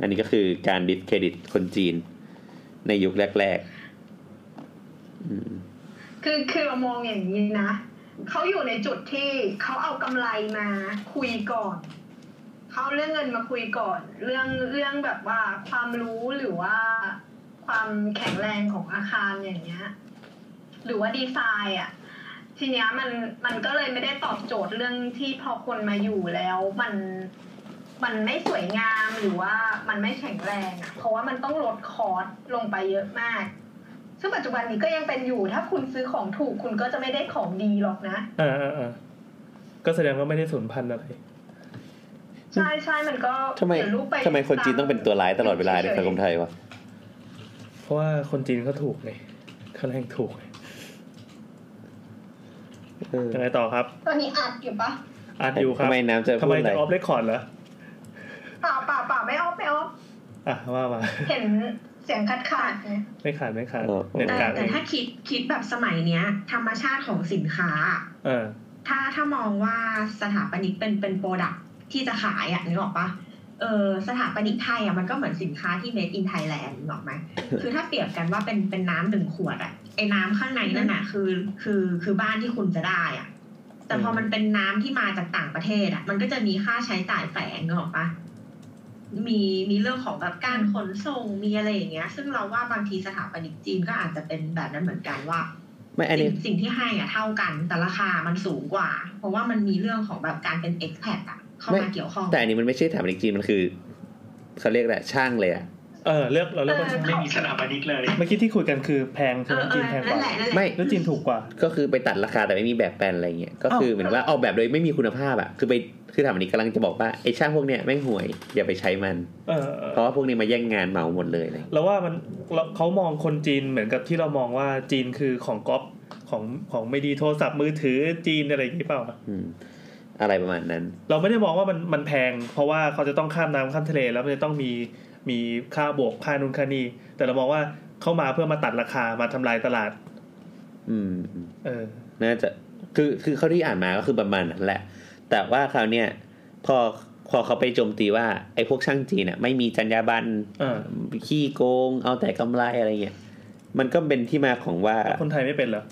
อันนี้ก็คือการดิสเครดิตคนจีน ในยุคแรกๆอืม
คือคือเรามองอย่างนี้นะเขาอยู่ในจุดที่เขาเอากำไรมาคุยก่อนเขาเอาเรื่องเงินมาคุยก่อน เรื่องเรื่องแบบว่าความรู้หรือว่าความแข็งแรงของอาคารอย่างเงี้ย หรือว่าดีไซน์อ่ะ ทีเนี้ยมันมันก็เลยไม่ได้ตอบโจทย์เรื่องที่พอคนมาอยู่แล้ว มันมันไม่สวยงามหรือว่ามันไม่แข็งแรงอ่ะ เพราะว่ามันต้องลดคอร์สลงไปเยอะมาก ซึ่งปัจจุบันนี้ก็ยังเป็นอยู่ ถ้าคุณซื้อของถูกคุณก็จะไม่ได้ของดีหรอกนะ
อ่าอ่าอ่าก็แสดงว่าไม่ได้สูญพันธุ์อะไร
ใช่ใช่มันก็
ทำไม
เดี๋ยวรู้ป
ทำไมคนจีนต้องเป็นตัวร้ายตลอดเวลาในสังคมไทยวะ
เพราะว่าคนจีนเขาถูกไงเขาแรงถูกไง
เออ
ยังไงต่อครับ
ตอนนี้อัดอยู่ปะ
อ่านอยู่ครับ
ทำไมน้ำจะ
ทำ
พูด
ไม
อะไร
จะออฟเรคคอร์ดเหรอ
เปล่าเปล่าเปล่าไม่ออฟไม่ออฟ
อ่ะว่ามา
เห็นเสียงคัดขาดๆไง
ไม่ขาดไม่ขาด
เออ
เน็ต
แต่
การด
แต่ถ้าคิดคิดแบบสมัยเนี้ย ธรรมชาติของสินค้า
เออ
ถ้าถ้ามองว่าสถาปนิกเป็นเป็นโปรดักที่จะขายอ่ะนึกออกปะเออสถาปนิกไทยอ่ะมันก็เหมือนสินค้าที่ made in Thailand นึกออกไหม คือถ้าเปรียบกันว่าเป็นเป็นน้ำหนึ่งขวดอ่ะไอ้น้ำข้างในนั่นน่ะคือคือคือบ้านที่คุณจะได้อ่ะ แต่พอมันเป็นน้ำที่มาจากต่างประเทศอ่ะมันก็จะมีค่าใช้จ่ายแฝงนึกออกปะมีมีเรื่องของแบบการขนส่งมีอะไรอย่างเงี้ย ซึ่งเราว่าบางทีสถาปนิกจีนก็อาจจะเป็นแบบนั้นเหมือนกันว่า
ไม่อัน
สิ่
นี้
งสิ่งที่ให้อะเท่ากันแต่ราคามันสูงกว่า เพราะว่ามันมีเรื่องของแบบการเป็น expat อะเข้า
ไม่
มาเกี่ยวข้อง
แต่อันนี้มันไม่ใช่ถามจริงๆมันคือเขาเรียกแหละช่างเลยอะ
เออเลือกเราเลือกคนจีน
ไม่มีสถาปนิกเลย
เมื่อกี้ที่คุยกันคือแพง
เอ
ใช่ไหมจีน
อเออ
แพงก
นั่น
ว่า
แหละนั่นแห
ไม่
ละ
แล้วจีนถูกกว่า
ก็คือไปตัดราคาแต่ไม่มีแบบแปลนอะไรเงี้ยก็คือเหมือนว่าออกแบบโดยไม่มีคุณภาพอะคือไปคือถามอันนี้กำลังจะบอกว่าไอ้ช่างพวกเนี้ยแม่งห่วยอย่าไปใช้มัน
เออเออ
เพราะว่าพวกนี้มาแย่งงานเหมาหมดเลยอะไรเงี้ย
เราว่ามันเราเขามองคนจีนเหมือนกับที่เรามองว่าจีนคือของก๊อปของของไม่ดีโทรศัพท์มือถือจีนอะไรอย่างนี้เปล่า
อืมอะไรประมาณนั้น
เราไม่ได้มองว่ามันมันแพง เพราะว่าเขาจะต้องข้ามน้ำข้ามทะเลแล้วมันจะต้องมีมีค่าบวกค่านุนค่านีแต่เรามองว่าเข้ามาเพื่อมาตัดราคามาทำลายตลาด
อืม
เออ
น่าจะ คือ คือเขาที่อ่านมาก็คือประมาณนั้นแหละ แต่ว่าคราวเนี้ย พอ พอเขาไปโจมตีว่า ไอ้พวกช่างจีนเนี่ยไม่มีจรรยาบรรณ
เออ
ขี้โกง เอาแต่กำไรอะไรเงี้ย มันก็เป็นที่มาของว่า
คนไทยไม่เป็นเหรอ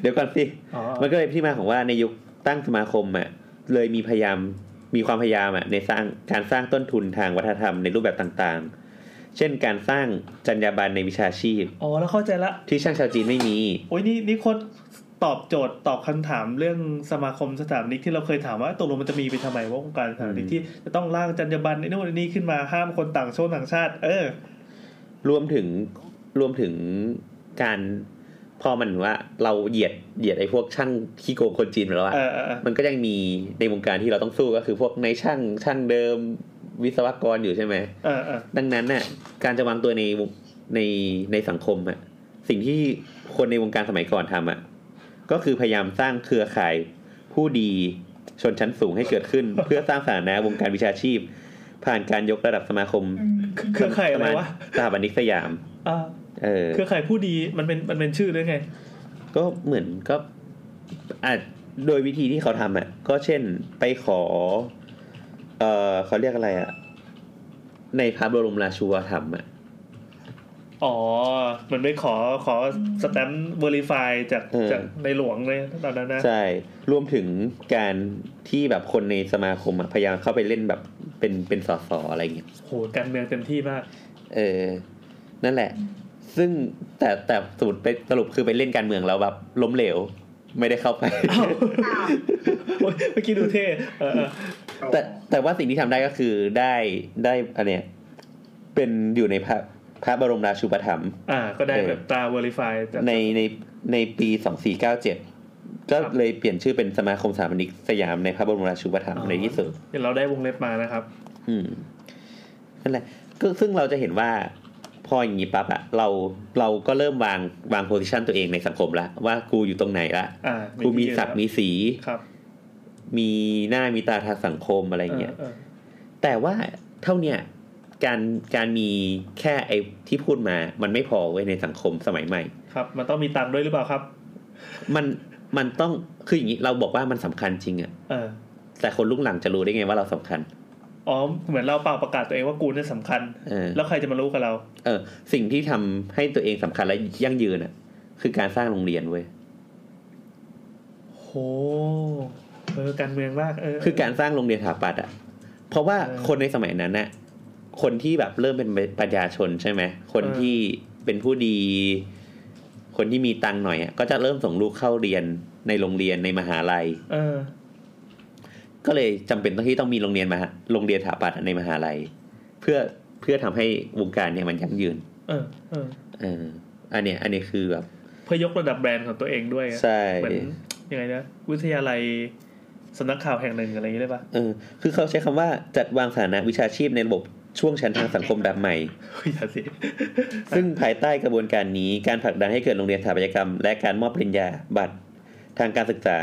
เดี๋ยวก่อนสิ
อ๋อ
มันก็เลยเป็นที่มาของว่าในยุคตั้งสมาคมอ่ะ เลยมีพยายามมีความพยายามอ่ะในสร้างการสร้างต้นทุนทางวัฒนธรรมในรูปแบบต่างๆ เช่นการสร้างจรรยาบรรณในวิชาชีพ
อ๋อแล้วเข้าใจละ
ที่ช่างชาวจีนไม่มี
โอ้ยนี่นี่โคตรตอบโจทย์ตอบคำถามเรื่องสมาคมสถาปนิกที่เราเคยถามว่าตกลงมันจะมีไปทำไมว่าองค์การสถาปนิก
อืม
ที่จะต้องร่างจรรยาบรรณไอ้นู่นไอ้นี่ขึ้นมาห้ามคนต่างชาติต่างชาติ เออ
รวมถึงรวมถึงการพอมันว่าเราเหยียดเหยียดไอ้พวกช่างขี้โกงคนจีนไปแล้วอะ
เออเออเออ
มันก็ยังมีในวงการที่เราต้องสู้ก็คือพวกนายช่างช่างเดิม วิศวกรอยู่ใช่ไหม
เออเออ
ดังนั้นน่ะการจะวางตัวในวงในในสังคมอะสิ่งที่คนในวงการสมัยก่อนทำอะก็คือพยายามสร้างเครือข่ายผู้ดีชนชั้นสูงให้เกิดขึ้น เพื่อสร้างสถานะวงการวิชาชีพ ผ่านการยกระดับสมาคม
อืม
เครือข่ายอะไรวะ
สถาบันิกสยาม
อ่า
เออ
เครือข่ายผู้ดีมันเป็นมันเป็นชื่อหรือไง
ก็เหมือนก็อาจโดยวิธีที่เขาทำอะก็เช่นไปขอ เออเขาเรียกอะไรอะในพระบรมราชูวาธรรมอะ
อ๋อ มันไปขอขอสแตมป์เวอร์ y ฟายจาก
เออ
จากในหลวงเลยตอนนั้นนะ
ใช่ รวมถึงการที่แบบคนในสมาคมอะพยายามเข้าไปเล่นแบบเป็นเป็นสสอะไรอย่างเงี้ย
โหการเมืองเต็มที่ มาก
เออ นั่นแหละ ซึ่งแต่แต่สรุปไปสรุปคือไปเล่นการเมืองแล้วแบบล้มเหลว ไม่ได้ เข้าไป
อ้าว
อ้าว
โอ๊ยเมื่อกี้ดูเท่เออเออ
แต่แต่ว่าสิ่งที่ทำได้ก็คือได้ได้อันเนี้ยเป็นอยู่ในพระพระบรมราชูปถัมภ์
อ่า ก็ได้
เออ
แบบตาเวอร์ y ฟายจาก
ในในในปีสองสี่เก้าเจ็ดก็
ครับ
เลยเปลี่ยนชื่อเป็นสมาคมสถาปนิกสยามในพระบรมราชูปถัมภ์ในที่สุด
เดี๋ยวเราได้วงเล็บมานะครับ
อืมนั่นแหละก็ซึ่งเราจะเห็นว่าพออย่างนี้ปั๊บอะเราเราก็เริ่มวางวางโพสิชันตัวเองในสังคมละว่ากูอยู่ตรงไหนละ
อ่า
กูมี
ที่
ศักดิ์มีสี
ครับ
มีหน้ามีตาทางสังคมอะไรเงี้ย
ออ
แต่ว่าเท่าเนี้ยการการมีแค่ไอ้ที่พูดมา มันไม่พอเว้ยในสังคมสมัยใหม่
อครับ มันต้องมีตังค์ด้วยหรือเปล่าครับ
มันมันต้องคืออย่างนี้เราบอกว่ามันสำคัญจริงอะ
เออ
แต่คนรุ่นหลังจะรู้ได้ไงว่าเราสำคัญ
อ๋อเหมือนเราเปล่าประกาศตัวเองว่ากูเนี่ยสำคัญ
เออ
แล้วใครจะมารู้กับเรา
เออสิ่งที่ทำให้ตัวเองสำคัญและยั่งยืนอะคือการสร้างโรงเรียนเว้ย
โหเออการเมืองมากเออ
คือการสร้างโรงเรียนสถาปัตย์อ่ะ เพราะว่า
เออ
คนในสมัยนั้นน่ะ คนที่แบบเริ่มเป็นปัญญาชนใช่ไหม คน
เออ
ที่เป็นผู้ดี คนที่มีตังค์หน่อยอะก็จะเริ่มส่งลูกเข้าเรียนในโรงเรียนในมหาลัย
เออ
ก็เลยจำเป็นต้องที่ต้องมีโรงเรียนมหาโรงเรียนสถาปัตย์ในมหาลัย เพื่อเพื่อทำให้วงการเนี่ยมันยั่งยืน
เออเออ
เออ อันเนี้ยอันเนี้ยคือแบบ
เพื่อยกระดับแบรนด์ของตัวเองด้วยอะ
ใช่
เหมือนยังไงนะ วิทยาลัยสำนักข่าวแห่งหนึ่งอะไรอย่างนี้ได้ปะ
เออ คือเขาใช้คำว่าจัดวางสถานะวิชาชีพในระบบช่วงชั้นทางสังคมแบบใหม่
เฮ้ยอย่าสิ
ซึ่งภายใต้กระบวนการนี้การผลักดันให้เกิดโรงเรียนสถาปัตยกรรม และการมอบปริญญาบัตรทางการศึกษา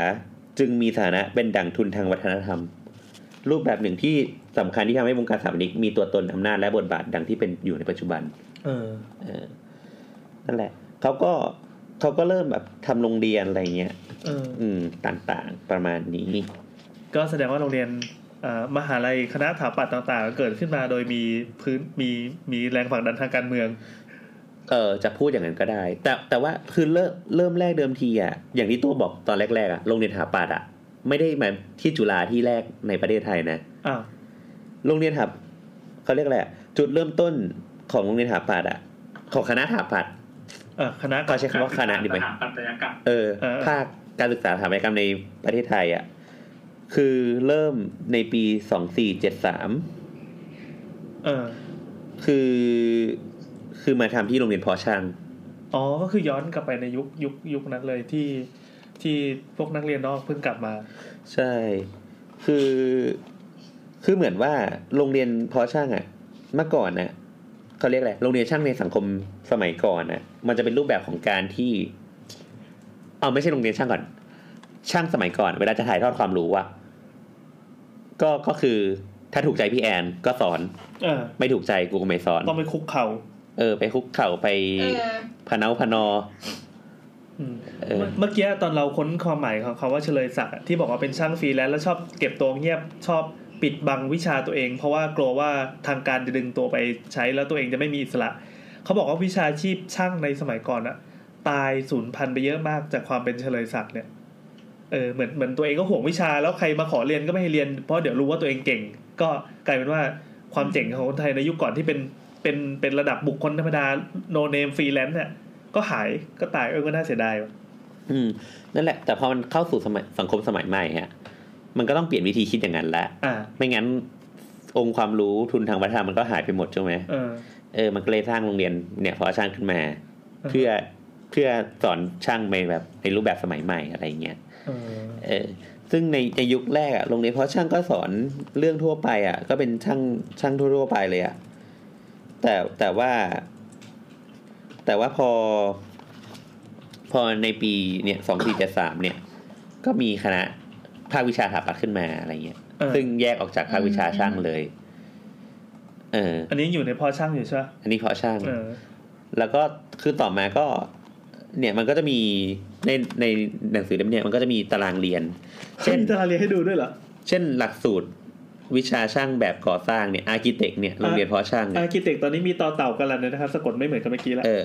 จึงมีฐานะเป็นดั่งทุนทางวัฒนธรรม รูปแบบหนึ่งที่สำคัญที่ทำให้วงการสถาปนิกมีตัวตนอำนาจและบทบาทดังที่เป็นอยู่ในปัจจุบัน
เออ
เออนั่นแหละเขาก็เขาก็เริ่มแบบทำโรงเรียนอะไรเงี้ย
เออ
อืมต่างๆ ประมาณนี้
ก็แสดงว่าโรงเรียนเอ่อมหาลัยคณะสถาปัตย์ต่างๆ เกิดขึ้นมาโดยมีพื้นมีมีแรงผลักดันทางการเมือง
เออจะพูดอย่างนั้นก็ได้ แต่แต่ว่าคือเริ่มเริ่มแรกเดิมทีอ่ะอย่างที่ตัวบอกตอนแรกๆอ่ะโรงเรียนสถาปัตย์อ่ะไม่ได้มาที่จุฬาที่แรกในประเทศไทยนะ
อ้าว
โรงเรียนหับเขาเรียกอะไรอะจุดเริ่มต้นของโรงเรียนหาปัดอะของคณะหาปัด
เอ่อคณะ
เขาใช้คำว่าคณะดีไหม
สถาปัตยกรรม
เออ
เออ
ภาคการศึกษาสถาปัตยกรรมในประเทศไทยอะคือเริ่มในปีสองสี่เจ็ดสาม
เออ
คือคือมาทำที่โรงเรียนพอช่าง
อ๋อก็คือย้อนกลับไปในยุคยุคยุคนั้นเลยที่ที่พวกนักเรียนนอกเพิ่งกลับมา
ใช่ คือ คือเหมือนว่าโรงเรียนพอช่างอะเมื่อก่อนนะเขาเรียกอะไร โรงเรียนช่างในสังคมสมัยก่อนนะมันจะเป็นรูปแบบของการที่ เอาไม่ใช่โรงเรียนช่างก่อน ช่างสมัยก่อน เวลาจะถ่ายทอดความรู้อะก็ ก็คือ ถ้าถูกใจพี่แอนก็สอน
เออ
ไม่ถูกใจกูก็ไม่สอน
ต้องไปคุกเข่า
เออ ไปคุกเข่าไป
เออ
พะเนาพะนอ
อืม
เออ
เมื่อเมื่อกี้ตอนเราค้นความหมายของคำว่าเฉลยศักดิ์อะที่บอกว่าเป็นช่างฟรีแลนซ์แล้วชอบเก็บตัวเงียบชอบปิดบังวิชาตัวเอง เพราะว่ากลัวว่าทางการจะดึงตัวไปใช้แล้วตัวเองจะไม่มีอิสระ เขาบอกว่าวิชาชีพช่างในสมัยก่อนอะตายสูญพันธุ์ไปเยอะมากจากความเป็นเฉลยศักดิ์เนี่ยเออเหมือนเหมือนตัวเองก็ห่วงวิชาแล้วใครมาขอเรียนก็ไม่ให้เรียนเพราะเดี๋ยวรู้ว่าตัวเองเก่ง ก็กลายเป็นว่าความเจ๋งของคนไทยในยุคก่อนที่เป็นเป็นเป็นระดับบุคคลธรรมดาโนเนมฟรีแลนซ์เนี่ยก็หายก็ตายเออก็น่าเสียดายว่ะ
อืม นั่นแหละ แต่พอมันเข้าสู่สมัยสังคมสมัยใหม่ฮะ มันก็ต้องเปลี่ยนวิธีคิดอย่างนั้นละ
อ่า
ไม่งั้นองค์ความรู้ทุนทางวัฒนธรรมมันก็หายไปหมดใช่ไหม
เออ
เออมันก็เลยสร้างโรงเรียนเนี่ยพอช่างขึ้นมา
อือฮะ
เพื่อเพื่อสอนช่างในแบบในรูปแบบสมัยใหม่อะไรเงี้ย
เออ
เออ ซึ่งในในยุคแรกอะโรงเรียนเพราะช่างก็สอนเรื่องทั่วไปอะก็เป็นช่างช่างทั่วๆไปเลยอะแต่แต่ว่า แต่ว่าพอ พอในปีเนี่ยสองสี่เจ็ดสามเนี่ย ก็มีคณะภาควิชาสถาปัตย์ขึ้นมาอะไรเงี้ย
เออ
ซึ่งแยกออกจากภาควิชาช่างเลย เออ
อันนี้อยู่ในพอช่างอยู่ใช่ปะ
อันนี้เพราะช่าง
เออ
แล้วก็คือต่อมาก็ เนี่ยมันก็จะมีในในหนังสือเล่มเนี่ยมันก็จะมีตารางเรียน
เช่
เช่น
นตารางเรียนให้ดูด้วยเหรอ
เช่นหลักสูตรวิชาช่างแบบก่อสร้างเนี่ยอาร์กิเต็กเนี่ยโรงเรียนเพาะช่าง
อา
เนี่ย
ร์คิเต็กตอนนี้มีต่อเต่ากันแล้วนะครับ สะกดไม่เหมือนกันเมื่อกี้แล้ว
เออ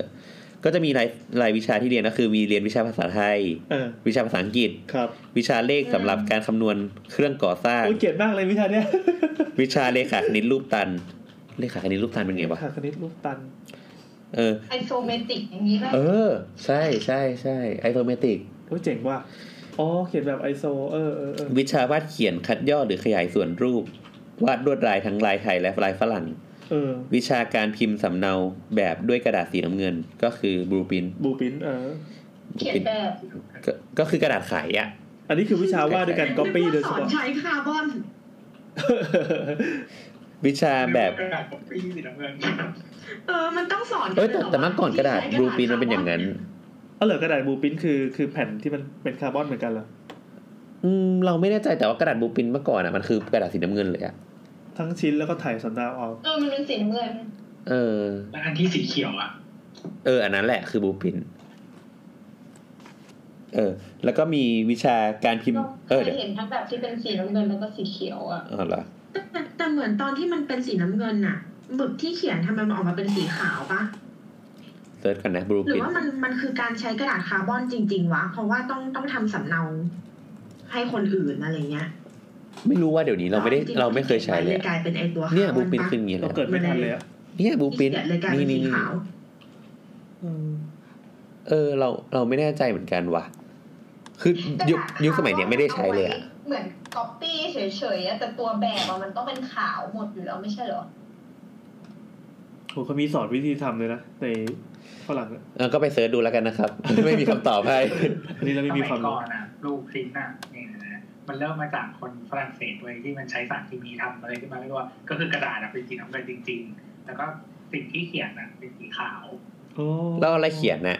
ก็จะมีรายรายวิชาที่เรียนก็คือ มีเรียนวิชาภาษาไทย
เออ
วิชาภาษาอังกฤษ
ครับ
วิชาเลขสำหรับการคำนวณเครื่องก่อสร้าง
โอ้ยเกลียดมากเลยวิชาเนี้ย
วิชาเลขาคณิตรูปตัน เลขาคณิตรูปตันเป็นไงวะ
ขาคณิตลูกตัน
เออ
ไอโซเมติกอย่างนี้ป่ะ
เออ ใช่ใช่ใช่ไอโฟเมติก
โอ้ยเจ๋งว่ะ อ๋อ เขียนแบบไอโซ เออเออเออ
วิชาวาดเขียนคัดย่อหรือขยายส่วนรูป วาดลวดลายทั้งลายไทยและลายฝรั่ง
เออ
วิชาการพิมพ์สำเนาแบบด้วยกระดาษสีน้ำเงิน ก็คือบลูปิน
บูปินเออ
เขียนแบบ
ก็คือกระดาษขายอ่ะ
อันนี้คือวิชาว่าด้วยการก๊อปปี้โดยเฉ
สอน
พาะ
ใช้คาร์บอน
วิชาแบบ
กระดาษปกปี้สีน้ำเงิน
เออมันต้องสอน
เอ้ยแต่แต่เมื่อก่อนกระดาษบลูปินมันเป็นอย่างนั้น
อ๋อเหรอกระดาษบูปินคือคือแผ่นที่มันเป็นคาร์บอนเหมือนกันเหรอ
อืมเราไม่แน่ใจแต่ว่ากระดาษบลูปินเมื่อก่อนอ่ะมันคือกระดาษสีน้ำเงินเลยอ่ะ
ทั้งชิ้นแล้วก็ถ่ายสำเนาเอา
เออมันเป็นสีน้ำเงิน
เออ
แล้วอันที่สีเขียวอ่ะ
เออ อันนั้นแหละคือบลูปินเออ แล้วก็มีวิชาการพิมพ์ เออ
เราเค
เดี๋ย
ยว เห็นทั้งแบบที่เป็นสีน้ำเงินแล้วก็สีเขียวอ่ะ
อ๋อเหรอ
แต่แต่เหมือนตอนที่มันเป็นสีน้ำเงินน่ะหมึกที่เขียนทำไมมันออกมาเป็นสีขาวปะ
เซิร์ชกันนะบลู
หรื
ปิ
อน ว่ามันมันคือการใช้กระดาษคาร์บอนจริง ๆ วะ เพราะว่าต้องต้องทำสำเนาให้คนอื่นอะไรเงี้ย
ไม่รู้ว่าเดี๋ยวนี้เราไม่ได้
จงๆ
เราไม่เคยใช้เลยอะ
กลายเป็นไอตัวคาร์บอน
เนี่ยบลูปิน
ปะ
ขึ้นอย่างนี้เล
เรา
ย
เกิดไม่ทันเลยอะ
เนี่ยบลูปิน
เขียเลยกลายเป็
นี่
นสี
นี่นี่
ขาว
อืม
เออ เราเราไม่แน่ใจเหมือนกันว่ะ คือยุคยุคสมัยเนี้ยไม่ได้ใช้เลยอ่ะ
อาไว้เหมือนก๊อปปี้เฉยๆอะแต่ตัวแบบอะมันต้องเป็นขาวหมดอยู่แล้วไม่ใช่เหรอ
โหเขามีสอนวิธีทำเลยนะในฝรั่งอะ
เออก็ไปเสิร์ชดูแล้วกันนะครับ ไม่มีคำตอบให้
อันนี้เราไม่มีความ
สยก่
รู้
อนอ่ะรูปพรินอ่ะเนี่ยนะมันเริ่มมาจากคนฝรั่งเศสเลยที่มันใช้สารเคมีทำอะไรขึ้นมาไม่รู้ว่าก็คือกระดาษอะเป็นสีน้ำเงินจริง ๆ แล้วก็สิ่งที่เขียนอ่ะเป็นสีขาว
โอ้
แล้วอะไรเขียนน่ะ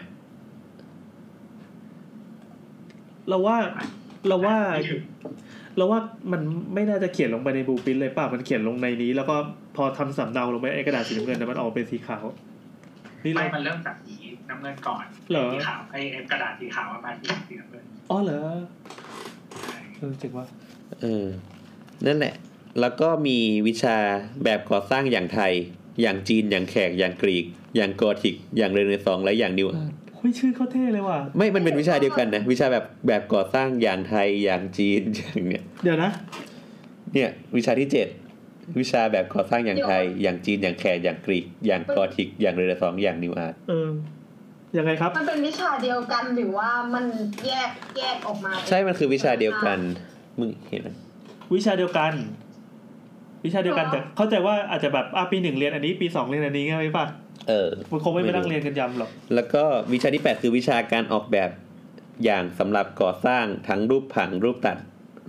เราว่า เราว่า เราว่ามันไม่น่าจะเขียนลงไปในบลูพินท์เลยป่ะมันเขียนลงในนี้ แล้วก็พอทำสำเนาลงไปไอ้กระดาษสีน้ำเงินแต่มันออกเป็นสีขาวนี่
ไม่
เรา
มันเริ่มจากสีน้ำเงินก่อน
เหรอ
สีขาวไอ้ไอ้กระดาษสีขาวอะมาที่สีน้ำเงิน
อ๋อเหรอ
ใช่
เออเจ๋งว่ะ
เออ นั่นแหละ แล้วก็มีวิชาแบบก่อสร้างอย่างไทย อย่างจีน อย่างแขก อย่างกรีก อย่างกอธิก อย่างเรเนซองส์และอย่างนิวอาร์ต
เฮ้ยชื่อเขาเท่เลยว่ะ
ไม่ มันเป็นวิชาเดียวกันนะ วิชาแบบแบบก่อสร้างอย่างไทย อย่างจีน อย่างเนี้ย
เดี๋ยวนะ
เนี่ย วิชาที่เจ็ดวิชาแบบก่อสร้างอย่างไทย อย่างจีน อย่างแขก อย่างกรีก อย่างกอธิก อย่างเรเนซองส์อย่างนิวอาร์ต
เออยังไงครับ
มันเป็นวิชาเดียวกันหรือว่ามันแยกแยกออกมา
ใช่ มันคือวิชาเดียวกัน มึงเห็นไหม
วิชาเดียวกัน วิชาเดียวกันแต่เข้าใจว่าอาจจะแบบอ่ะปีหนึ่งเรียนอันนี้ปีสองเรียนอันนี้ไงไหมป่ะ
เออ
มันคงไม่ไปนั่งเรียนกันยำหรอก
แล้วก็วิชาที่ 8 คือวิชาการออกแบบอย่างสำหรับก่อสร้างทั้งรูปผังรูปตัด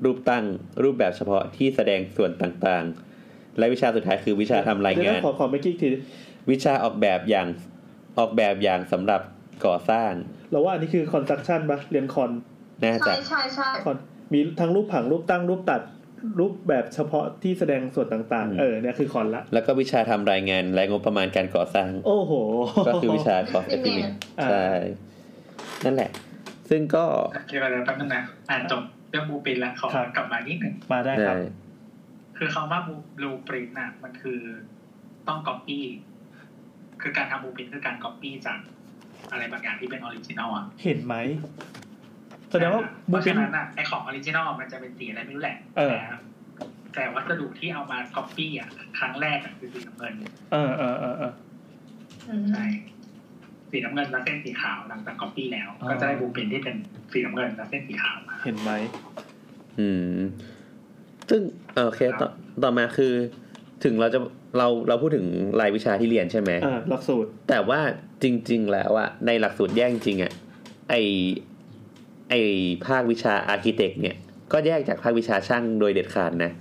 รูปตั้ง รูปแบบเฉพาะที่แสดงส่วนต่างๆ และวิชาสุดท้ายคือวิชาทำราย
เดี๋
งา
วน นะขอขอเมื่อกี้อีกที
วิชาออกแบบอย่างออกแบบอย่างสำหรับก่อสร้าง
เราว่าอันนี้คือคอนสตรักชั่นปะเรียนคอน
น่า
ใช่
จะ
ใช่ใช่
ก่อนมีทั้งรูปผังรูปตั้งรูปตัด รูปแบบเฉพาะที่แสดงส่วนต่างๆ เออเนี่ยคือคอนละ
แล้วก็วิชาทำรายงานและงบประมาณการก่อสร้าง
โอ้โห
ก็คือวิชา cost estimate
อ่า
ใช่นั่นแหละ ซึ่งก็
เดี๋ยวเดี๋ยวแป๊บนึงนะอ่านจบเรื่องบูปินแล้วขอ
ครับ
กลับมานิดหนึ่ง
มาได้ครับ
ได้
คือคำว่าบูปรินน่ะ มันคือต้องก๊อปปี้คือการทำบูปินคือการก๊อปปี้จากอะไรบางอย่างที่เป็นออริจินอลอ่ะ
เห็นไหมแสดงว่า
เพ
บู
ราะ
ปิ
ฉะ
น
นั้นน่ะไอของออริจินอลมันจะเป็นสีอะไรไม่รู้แหละ
เออ
แต่แต่วัสดุที่เอามาก๊อปปี้อ่ะครั้งแรกอ่ะคือสีน้ำเงิน
เออเออเออเออ
อืม
ใช่สีน้ำเงินและเส้นสีขาวหลังจากก๊อปปี้แล้ว
อ๋อ
ก็จะได้บูมเป็นที่เป็นสีน้ำเงินและเส้นสีขาวมา
เห็นไหม
อืม ซึ่งเออโอเคต่อต่อมาคือ ถึงเราจะเราเราพูดถึงรายวิชาที่เรียนใช่ไหม
เออหลักสูตร
แต่ว่าจริง ๆ แล้วอะในหลักสูตรแยกจริงๆอะไอไอภาควิชาอาร์เคเต็กเนี่ย ก็แยกจากภาควิชาช่างโดยเด็ดขาดนะ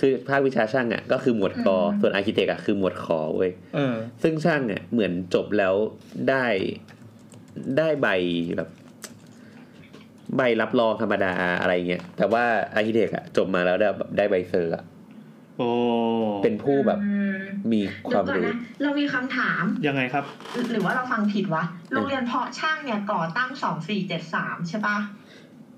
คือภาควิชาช่างอ่ะก็คือหมวดกอ
อืม
ส่วนอาร์คิเต็กอ่ะคือหมวดขอเว้ย
เออ
ซึ่งช่างเนี่ยเหมือนจบแล้วได้ได้ใบแบบ ใบรับรองธรรมดาอะไรเงี้ยแต่ว่าอาร์คิเทคอะจบมาแล้วได้ได้ใบเซอร์อะ
โอ้
เป็นผู้แบบ
อืม
มีค
เดี๋ยว
วาม
ก่อน
รู้
นะเรามีคำถาม
ยังไงครับ
หรือหรือว่าเราฟังผิดวะโรงเรียนเพาะช่างเนี่ยก่อตั้งสองสี่เจ็ดสามใช่ปะ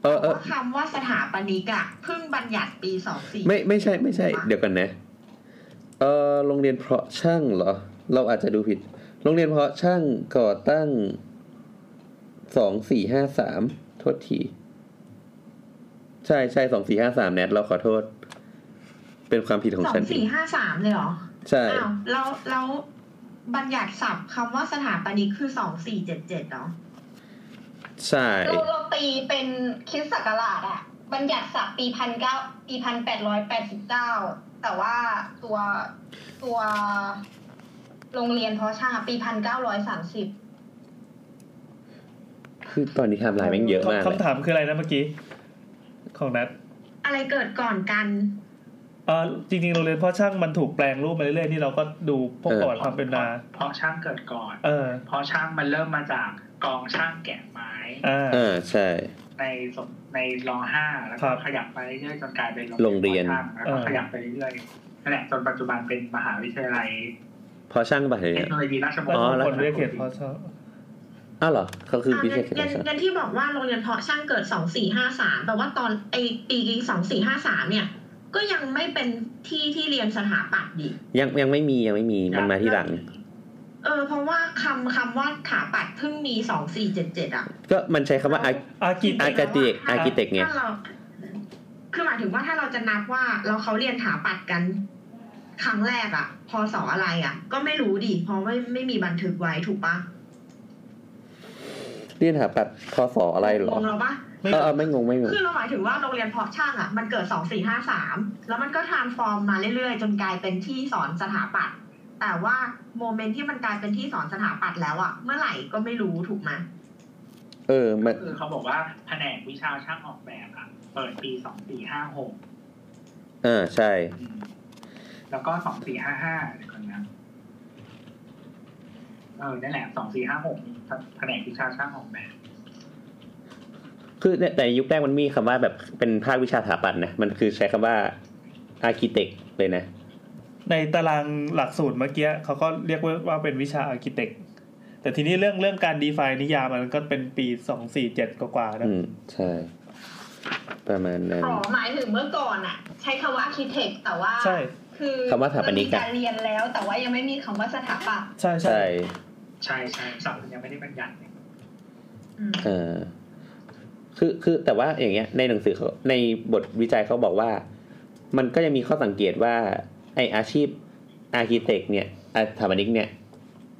เออเออ
ว่าคำว่าสถาปนิกอะเพิ่งบัญญัติปีสองสี่
ไม่ไม่ใช่ไม่ใช่ เดี๋ยวกันนะ เออโรงเรียนเพาะช่างเหรอ เราอาจจะดูผิด โรงเรียนเพาะช่างก่อตั้งสองสี่ห้าสามโทษที ใช่ใช่สองสี่ห้าสามแนทเราขอโทษ เป็นความผิดของ
สอ
ฉัน
ง
เอง
สี่ห้าสามเลยเหรอ
ใช่
อ้าวแล้วแล้วบัญญัติศัพท์คำว่าสถาปนิกคือสองสี่เจ็ดเจ็ดเหรอ
ใช่
เราเราตีเป็นคริสต์ศักราชอะบัญญัติศัพท์ปีพันเก้าปีพันแปดร้อยแปดสิบเก้าแต่ว่าตัวตัวโรงเรียนเพาะช่างอะปีพันเก้าร้อยสามสิบ
คือตอนนี้ไทำลายแม่งเยอะมาก
คำถามคืออะไรนะเมื่อกี้ ของนัท
อะไรเกิดก่อนกัน
เออจริงๆโรงเรียนพ่อช่างมันถูกแปลงรูปมาเรื่อยๆนี่เราก็ดูพวกประวัติความเป็นมา
เพราะช่างเกิดก่อน
เออ
เพราะช่างมันเริ่มมาจากกองช่างแกะไม้
อ่า
เออใช่
ในสมในรห้าแล้ว
ค
ก็
รับ
ขยับไปเรื่อยๆจนกลายเป็น
โรงเรียน
เพาะช่างแล้วก็
เออ
ขยับไปเรื่อยๆนั่นแหละจนปัจจุบันเป็นมหาวิทยาลัย
พอช่างไป
เท
เนี่
ค
ย
โนโลยีราชมง
แล้ว
ค
อ๋อ
ล
แล้ว
คนเรียกเขตพ่อช่าง
อ้าวเหรอเขาคือ
เอา
พิเศ
งั้
ษ
น
ของช่าง
งั้นงั้นที่บอกว่าโรงเรียนเพาะช่างเกิดสองสี่ห้าสามแปลว่าตอนไอปีสองสี่ห้าสามเนี่ย ก็ยังไม่เป็นที่ที่เรียนสถาปัตย์ดิ
ยังยังไม่มียังไม่มีมันมาที่หลัง
เออ เพราะว่าคำคำว่าสถาปัตย์เพิ่งมีสองสี่เจ็ดเจ็ดอะ
ก็มันใช้คำว่าอาร์
อากิ
อาร์กิเต็กอาร์กิเต็กไง
ถ้าเราคือหมายถึงว่าถ้าเราจะนับว่าเราเขาเรียนถาปัดกัน ครั้งแรกอะพอสออะไรอะก็ไม่รู้ดิเพราะไม่ไม่มีบันทึกไว้ถูกปะ
เรียนหาปัดคอสออะไรเหรอ
งงเราปะ
เออเออไม่งงไม่งง
คือเราหมายถึงว่าโรงเรียนเพาะช่างอะมันเกิดสองสี่ห้าสามแล้วมันก็ทรานส์ฟอร์มมาเรื่อยๆ จนกลายเป็นที่สอนสถาปัตย์แต่ว่าโมเมนต์ที่มันกลายเป็นที่สอนสถาปัตย์แล้วอะเมื่อไหร่ก็ไม่รู้ถูกไหม
เออมัน
คือเขาบอกว่าแผนกวิชาช่างออกแบบอ่ะเปิดปีสองสี่ห้าหก
เออใช่
อืมแล้วก็สองสี่ห้าห้าเดี๋ยวก่อนนะเออนั่นแหละสองสี่ห้าหกแผนกวิชาช่างออกแบบ
คือในแต่ในยุคแรกมันมีคำว่าแบบเป็นภาควิชาสถาปัตย์นะมันคือใช้คำว่าอาร์กิเต็กเลยนะ
ในตารางหลักสูตรเมื่อกี้เขาก็เรียกว่าว่าเป็นวิชาอาร์กิเต็กแต่ทีนี้เรื่องเรื่องการดีไฟนิยามมันก็เป็นปีสองสี่เจ็ดกว่าๆนะ
อืมใช่ ประมาณนั้น
อ๋อหมายถึงเมื่อก่อนอะใช้คำว่าอาร์คิเทคแต่ว่า
ใช่
คือ
คำว่าสถาปนิกอะ
มันมีการเรียนแล้ว แต่ว่ายังไม่มีคำว่าสถาปัตย์
ใช่ใช่
ใช่
ใช่ใช่สับมันยังไม่ได้บัญญัติเนี่ย
อืม
เออคือคือแต่ว่าอย่างเงี้ย ในหนังสือเขาในบทวิจัยเขาบอกว่า มันก็ยังมีข้อสังเกตว่าไออาชีพอาร์เคเต็กเนี่ยอาสถาปนิกเนี่ย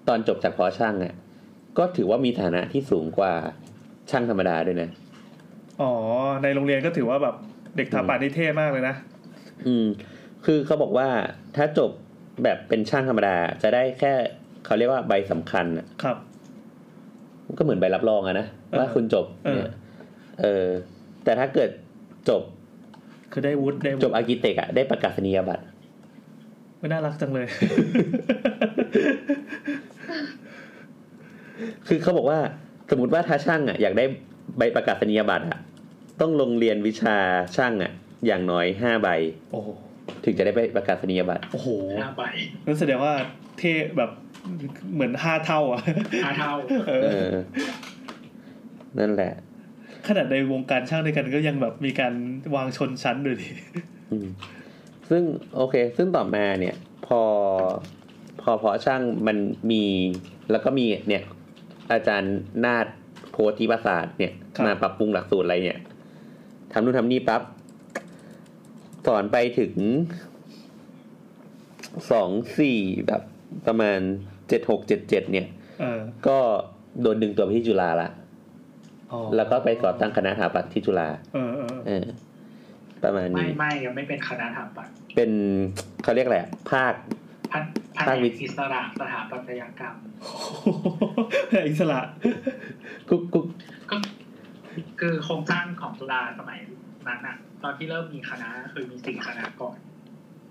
ตอนจบจากพอช่างอะ่ะ ก็ถือว่ามีฐานะที่สูงกว่าช่างธรรมดาด้วยนะ
อ๋อ ในโรงเรียนก็ถือว่าแบบเด็กถาปัดนี่เท่มากเลยนะ
อืม คือเขาบอกว่าถ้าจบแบบเป็นช่างธรรมดา จะได้แค่เขาเรียกว่าใบสำคัญอะ
ครับ
ก็เหมือนใบรับรองอะนะว่าคุณจบเนี่ยเออ แต่ถ้าเกิดจบ
คือได้วุฒิได้วุ
จ
ฒิ
บอาร์กิเต็กอะได้ประกาศนียบัตร
ไม่น่ารักจั งเลย
คือเขาบอกว่าสมมติว่าถ้าช่างอะอยากได้ใบประกาศนียบัตรอะต้องลงเรียนวิชาช่างอะอย่างน้อยห้าใบ
โอ้โห
ถึงจะได้ใบประกาศนียบัตร
โอ้โห
ห้าใบ
นั่นแสดงว่าเท่แบบเหมือนห้าเท่าอ่ะ
ห้าเท่า
เอ
เอ
อ
อ นั่นแหละ
ขนาดในวงการช่างด้วยกันก็ยังแบบมีการวางชนชั้นด้วยดิ
อืมซึ่งโอเค ซึ่งต่อมาเนี่ย พอพอเพาะช่างมันมีแล้วก็มีเนี่ย อาจารย์นาฏโพธิประสาทเนี่ย
ครับ
มาปรับปรุงหลักสูตรอะไรเนี่ยทำนู่นทำนี่ปั๊บสอนไปถึงสองสี่แบบประมาณเจ็ดหกเจ็ดเจ็ดเนี่ย
เออ
ก็โดนดึงตัวไปที่จุฬาละ
อ๋อ
แล้วก็ไปก่อตั้งคณะสถาปัตย์ที่จุฬา
เออเออ
เออประมาณ
ไม่
นี้
ไม่ยังไม่เป็นคณะสถาปัตย์
เป็นเขาเรียกแหละไรอะภาค
พันพัน
ภาควิทย์
อิสระสถาปัตยกรรม
เอออิสระ
กุ๊กกุ๊ก
ก็คือโครงสร้างของจุฬาสมัยนั้นอ่ะ ตอนที่เริ่มมีคณะคือมีสี่คณะก่อน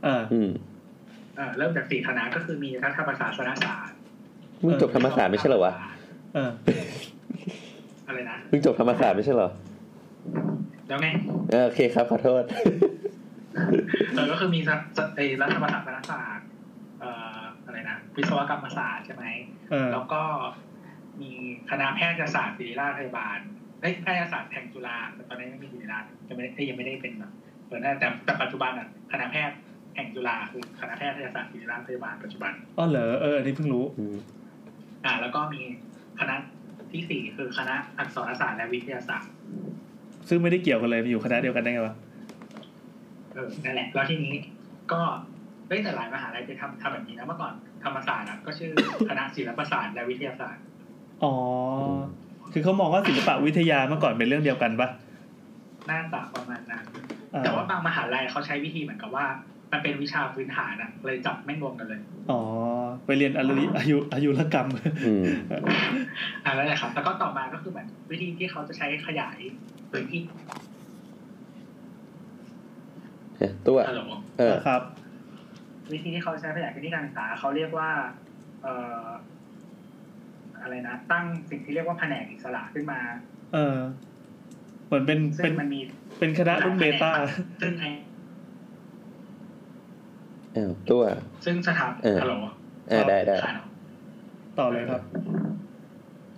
อ่า
อืม
เออเริ่มจากสี่คณะก็คือมีรัฐประศาสนศาสตร์
มึงจบธรรมศาสตร์ไม่ใช่เหรอวะ
อ่า
อะไรนะ
มึงจบธรรมศาสตร์ไม่ใช่เหรอ
แล้วไง
เออโอเคครับขอโทษ
เออก็คือมีสสไอ้รัฐประศาสนศาสตร์เอ่ออะไรนะวิศวกรรมศาสตร์ใช่ไหม
อ่า
แล้วก็มีคณะแพทยศาสตร์ศิริราชพยาบาลเอ้ยแพทยศาสตร์แห่งจุฬาแต่ตอนนี้ไม่มีศิริราชจะไม่ได้เอ้ยยังไม่ได้เป็นแบบเปิดหน้าแต่แต่ปัจจุบันอ่ะคณะแพทย์แห่งจุฬาคือคณะแพทยศาสตร์ศิริราชพยาบาลปัจจุบัน
อ๋อเหรอเอออันนี้เพิ่งรู้
อืม
อ่า แล้วก็มีคณะที่สี่คือคณะอักษรศาสตร์และวิทยาศาสตร์
ซึ่งไม่ได้เกี่ยวกันเลยมันอยู่คณะเดียวกันได้ไงวะ
เออ นั่นแหละ แล้วทีนี้ก็เฮ้ยแต่หลายมหาลัยไปทำทำแบบนี้นะเมื่อก่อนธรรมศาสตร์อะก็ชื่อ คณะศิลปศาสตร์และวิทยาศาสตร์
อ๋อ คือเขามองว่าศิลปะวิทยาเมื่อก่อนเป็นเรื่องเดียวกันปะ
หน้าตาประมาณนั้น
อ่
แต่ว่าบางมหาลัยเขาใช้วิธีเหมือนกับว่า มันเป็นวิชาพื้นฐานอะเลยจับแม่งรวมกันเลย
อ๋อ ไปเรียนอายุอายุอายุรกรรม
อืม
อ่าแล้วแหละครับ แล้วก็ต่อมาก็คือแบบวิธีที่เขาจะใช้ขยายพื้นที่
เนี่ยตัว
ฮัลโหล
เออ
ครับ
วิธีที่เขาใช้ขยายพื้นที่การศึกษาเขาเรียกว่า เอ่อ อะไรนะ ตั้งสิ่งที่เรียกว่าแผนกอิสระขึ้นมา
เออ เหมือนเป็น
ซึ่
เป็
ง
น
มันมี
เป็นคณะรุ่นเบต้า
ซึ่งไอ
อ้าวตัว
ซึ่งสถา
เออ
ฮัลโหล
เออได้ได้
ขาดเหรอ
ต่อเลยครับ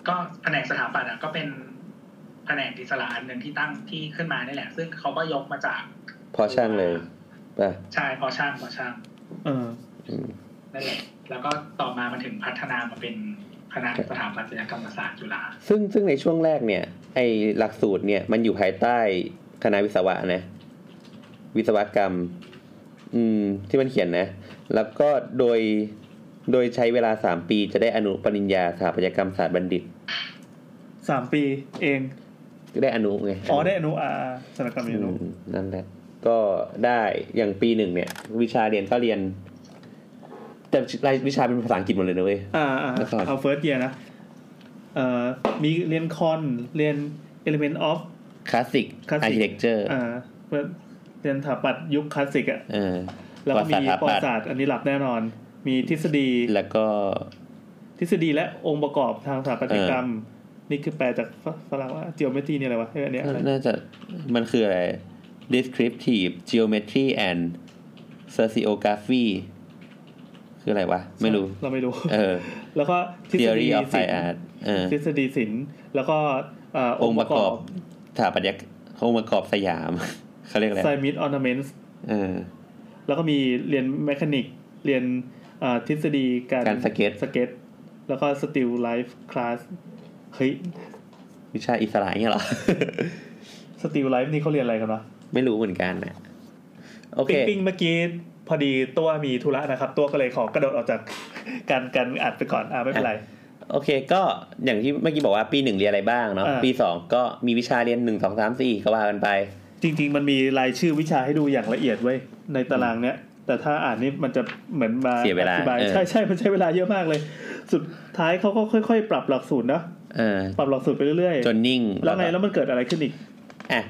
ก็แผนกสถาปัตย์อะก็เป็นแผนกอิสระอันหนึ่งที่ตั้งที่ขึ้นมานี่แหละ ซึ่งเขาก็ยกมาจาก
พอช่างเลยป่ะ
ใช่พอช่างพอช่าง
เออ
อืม
นั่นแหละ แล้วก็ต่อมามันถึงพัฒนามาเป็นคณะสถาปัตยกรรมศาสตร์จุฬา
ซึ่งซึ่งในช่วงแรกเนี่ย ไอหลักสูตรเนี่ยมันอยู่ภายใต้คณะวิศวะนะ วิศวกรรม อืม ที่มันเขียนนะ แล้วก็โดยโดยใช้เวลาสามปีจะได้อนุปริญญาสถาปัตยกรรมศาสตร์บัณฑิต
สามปีเอง
ได้อนุไง
อ๋อได้อนุอาสารกรรมอนุ
อืมนั่นแหละ ก็ได้อย่างปีหนึ่งเนี่ย วิชาเรียนก็เรียน แต่รายวิชาเป็นภาษาอังกฤษหมดเลยนะเว้ย
อ่าอ่า
แล้วก็
เอาเฟิร์สเยียนะ เอ่อ มีเรียนคอน เรียน element of
คลาสสิก
Classic
อาร์เคเต็กเจอร์
อ่าเพื่อเรียนสถาปัตย์ยุคคลาสสิกอะ
เออ
แล้วก็มี
สถา
ประ
ปั
วั
ต
ติ
ย์
ศาสตร์อันนี้หลับแน่นอน มีทฤษฎี
แล้วก็
ทฤษฎีและองค์ประกอบทางสถาปัตยกรรม นี่คือแปลจากฝฝรั่งว่าเจียวเมตรีเนี่ยอะไรวะเอ้ยอันเนี้ยอะไร
น่าจะมันคืออะไร descriptive geometry and sociography คืออะไรวะ ไม่รู้
เราไม่รู้
เออ
แล้วก็ทฤษฎี
theory of
ศิล
fine
ป์
art เออ
ทฤษฎีศิลป์แล้วก็เอ่อ
องค์ประกอบสถาปัตยกรรมองค์ประกอบสยาม เขาเรียกอะไร
ไซมิดออร์นาเมนต์
เออ
แล้วก็มีเรียนแมคานิกเรียนเอ่อทฤษฎีการ
การสเก็ต
สเก็ตแล้วก็สติลไลฟ์คลาสเฮ้ย
วิชาอิสระเนี่ยเหรอ
สติลไลฟ์นี่เขาเรียนอะไรกันวะ
ไม่รู้เหมือนกันนะโอเค
ปิ้งปิ้งเมื่อกี้พอดีตัวมีธุระนะครับ ตัวก็เลยขอกระโดดออก จาก การการอัดไปก่อนอ่าไม่เป็นไร
โอเค ก็อย่างที่เมื่อกี้บอกว่าปีหนึ่งเรียนอะไรบ้างเนาะ
อ่า
ปีสองก็มีวิชาเรียนหนึ่งสองสามสี่ก็ว่ากันไป
จริง ๆ มันมีรายชื่อวิชาให้ดูอย่างละเอียดไว้ยในตารางเนี้ยแต่ถ้าอ่านนี่มันจะเหมือนมา
เสียเวลา
อธิบาย
เออ
ใช่ใช่มันใช้เวลาเยอะมากเลย สุดท้ายเขาก็ค่อย ๆ ปรับหลักสูตรนะ
เออ
ปรับหลักสูตรไปเรื่อย
จนนิ่ง
ๆแล้วไงแล้วมันเกิดอะไรขึ้นอีก
อ่ะ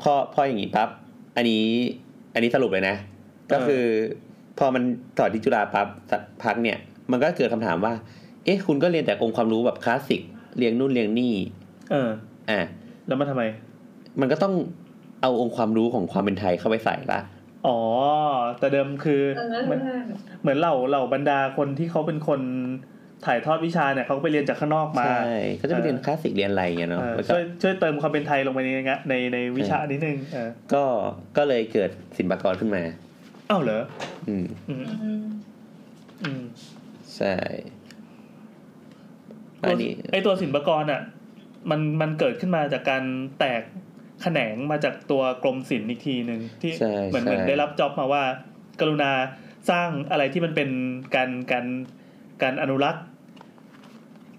พอพออย่างนี้ปั๊บอันนี้อันนี้สรุปเลยนะ ก็คือ พอมันสอนที่จุฬาปั๊บสักพักเนี่ย มันก็เกิดคำถามว่า เอ๊ะ คุณก็เรียนแต่องค์ความรู้แบบคลาสสิกเรียงนู่นเรียงนี่
เออ
อ่ะ
แล้วมันทำไม
มันก็ต้องเอาองค์ความรู้ของความเป็นไทยเข้าไปใส่ละ
อ๋อ แต่เดิมคือ
เอ
เหมือน
อ
เหมือนเหล่าเหล่าบรรดาคนที่เขาเป็นคนถ่ายทอดวิชาเนี่ยเขาก็ไปเรียนจากข้างนอกมา
ใช่ก็จะไปเรียนคลาสสิกเรียนอะไรอย่างเงี้ยเนาะ
เออ
แล้วก็
ช่วยช่วยเติมความเป็นไทยลงไปในงะในในวิชานิดนึงเออ
ก็ก็เลยเกิดศิลปากรขึ้นมา
อ้าวเหรอ
อืม
อืมอืม
ใช่อันนี้
ไอตัวศิลปากรอ่ะ มันมันเกิดขึ้นมาจากการแตกแขนงมาจากตัวกรมศิลป์อีกทีหนึ่งที่
ใช่
เหมือน
ใช่
เหมือนได้รับจ็อบมาว่า กรุณาสร้างอะไรที่มันเป็นการการการอนุรักษ์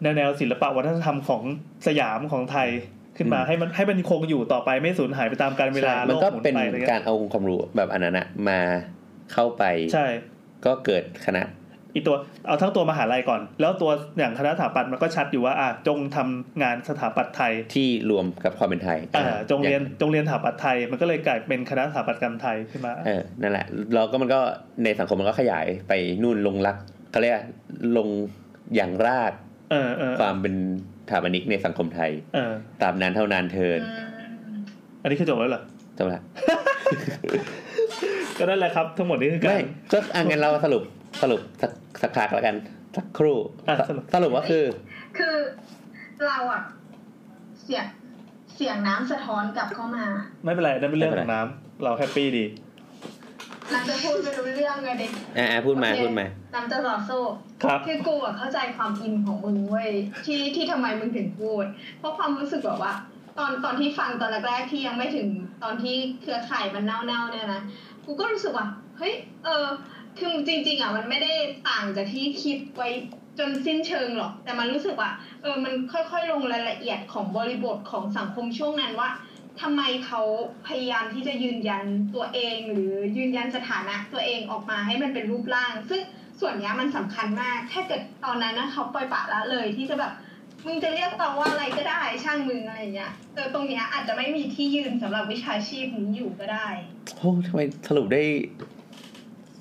แนวแนวศิลปะวัฒนธรรมของสยามของไทยขึ้นมาให้มันให้มันคงอยู่ต่อไปไม่สูญหายไปตามกาลเวลา
ใช่
โล
มัน
ก
ก็
หมุน
เป็น
ไปอะไรเงี้
กาย รเอาองค์ความรู้แบบอันนั้นอะมาเข้าไป
ใช่
ก็เกิดคณะ
อีตัวเอาทั้งตัวมหาลัยก่อน แล้วตัวอย่างคณะสถาปัตย์มันก็ชัดอยู่ว่าอ่ะจงทำงานสถาปัตย์ไทย
ที่รวมกับความเป็นไทย
อ่าจงเรียน
อ
จงเรียนสถาปัตย์ไทย มันก็เลยกลายเป็นคณะสถาปัตยกรรมไทยขึ้นมา
าเออนั่นแหละแล้วก็มันก็ในสังคมมันก็ขยายไปนู่นลงรักเขาเรียกว่าลงอย่างราก
เออเออ
ความเป็นสถาปนิกในสังคมไทย
เออ
ตามนานเท่านานเทิน
อันนี้คือจบแล้วเหรอ
จบละ
ก็นั่นแหละครับ ทั้งหมดนี้คือการ
ไม่ก็อ่ะงั้นเราสรุปสรุปสักสักครักแล้วกันสักครู่
อ่ะสรุป
สรุปว่าคือ
คือเราอะเสียงเสียงน้ำสะท้อนกลับเข้ามา
ไม่เป็นไรนั่นเป็นเรื่อง
ไม่
ข
เป็
อน ง
ไร
น้ำเราแฮปปี้ดี
น้ำจะพูดไม่รู้เรื่องเลยเด็ก
อ่าพูดมาพูดมา
น้ำจะรอโซ่
ครับ
คือกูอะเข้าใจความอินของมึงเว้ยที่ที่ทำไมมึงถึงพูด เพราะความรู้สึกแบบว่า ตอนตอนที่ฟังตอนแรกๆที่ยังไม่ถึงตอนที่เครือข่ายมันเน่าๆเนี่ยนะกูก็รู้สึกว่าเฮ้ยเออคือจริง ๆอ่ะมันไม่ได้ต่างจากที่คิดไว้จนสิ้นเชิงหรอก แต่มันรู้สึกว่า เออมันค่อยๆลงรายละเอียดของบริบทของสังคมช่วงนั้นว่าทำไมเขาพยายามที่จะยืนยันตัวเอง หรือยืนยันสถานะตัวเองออกมาให้มันเป็นรูปร่าง ซึ่ง ส่วนเนี้ยมันสำคัญมาก ถ้าเกิดตอนนั้นนะเขาปล่อยปละละเลยที่จะแบบ มึงจะเรียกเราว่าอะไรก็ได้ช่างมึงอะไรเงี้ยเออตรงเนี้ยอาจจะไม่มีที่ยืนสำหรับวิชาชีพนี้อยู่ก็ได้
โอ้ทำไมสรุปได้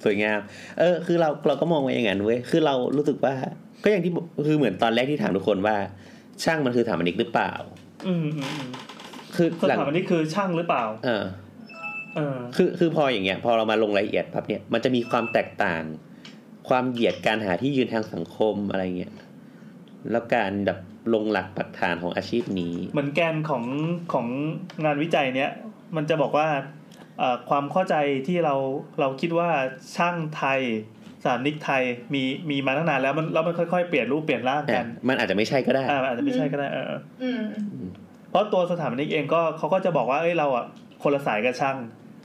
สวยงาม เออ คือเราเราก็มองไว้อย่างนั้นเว้ย คือเรารู้สึกว่า ก็อย่างที่บอกคือเหมือนตอนแรกที่ถามทุกคนว่า ช่างมันคือสถาปนิกหรือเปล่า
อืมอืมอืม
คือ
คำ
หลัง
ถามอันนี้คือช่างหรือเปล่า
เออ
เออ
คือคือพออย่างเงี้ย พอเรามาลงรายละเอียดปั๊บเนี่ยมันจะมีความแตกต่าง ความเหยียดการหาที่ยืนทางสังคมอะไรเงี้ยแล้วการแบบลงหลักปักฐานของอาชีพนี้
เหมือนแกนของของงานวิจัยเนี้ยมันจะบอกว่าเอ่อความเข้าใจที่เราเราคิดว่าช่างไทยสถาปนิกไทยมีมีมาตั้งนานแล้วมันแล้วมันค่อยๆเปลี่ยนรูปเปลี่ยนร่างกั
อ่ะ
น
มันอาจจะไม่ใช่ก็ได้
อ่ามันอาจจะไม่ใช่ก็ได้เออ
อืม
เพราะตัวสถาปนิกเองก็เขาก็จะบอกว่าเอ้ยเราอ่ะคนละสายกับช่าง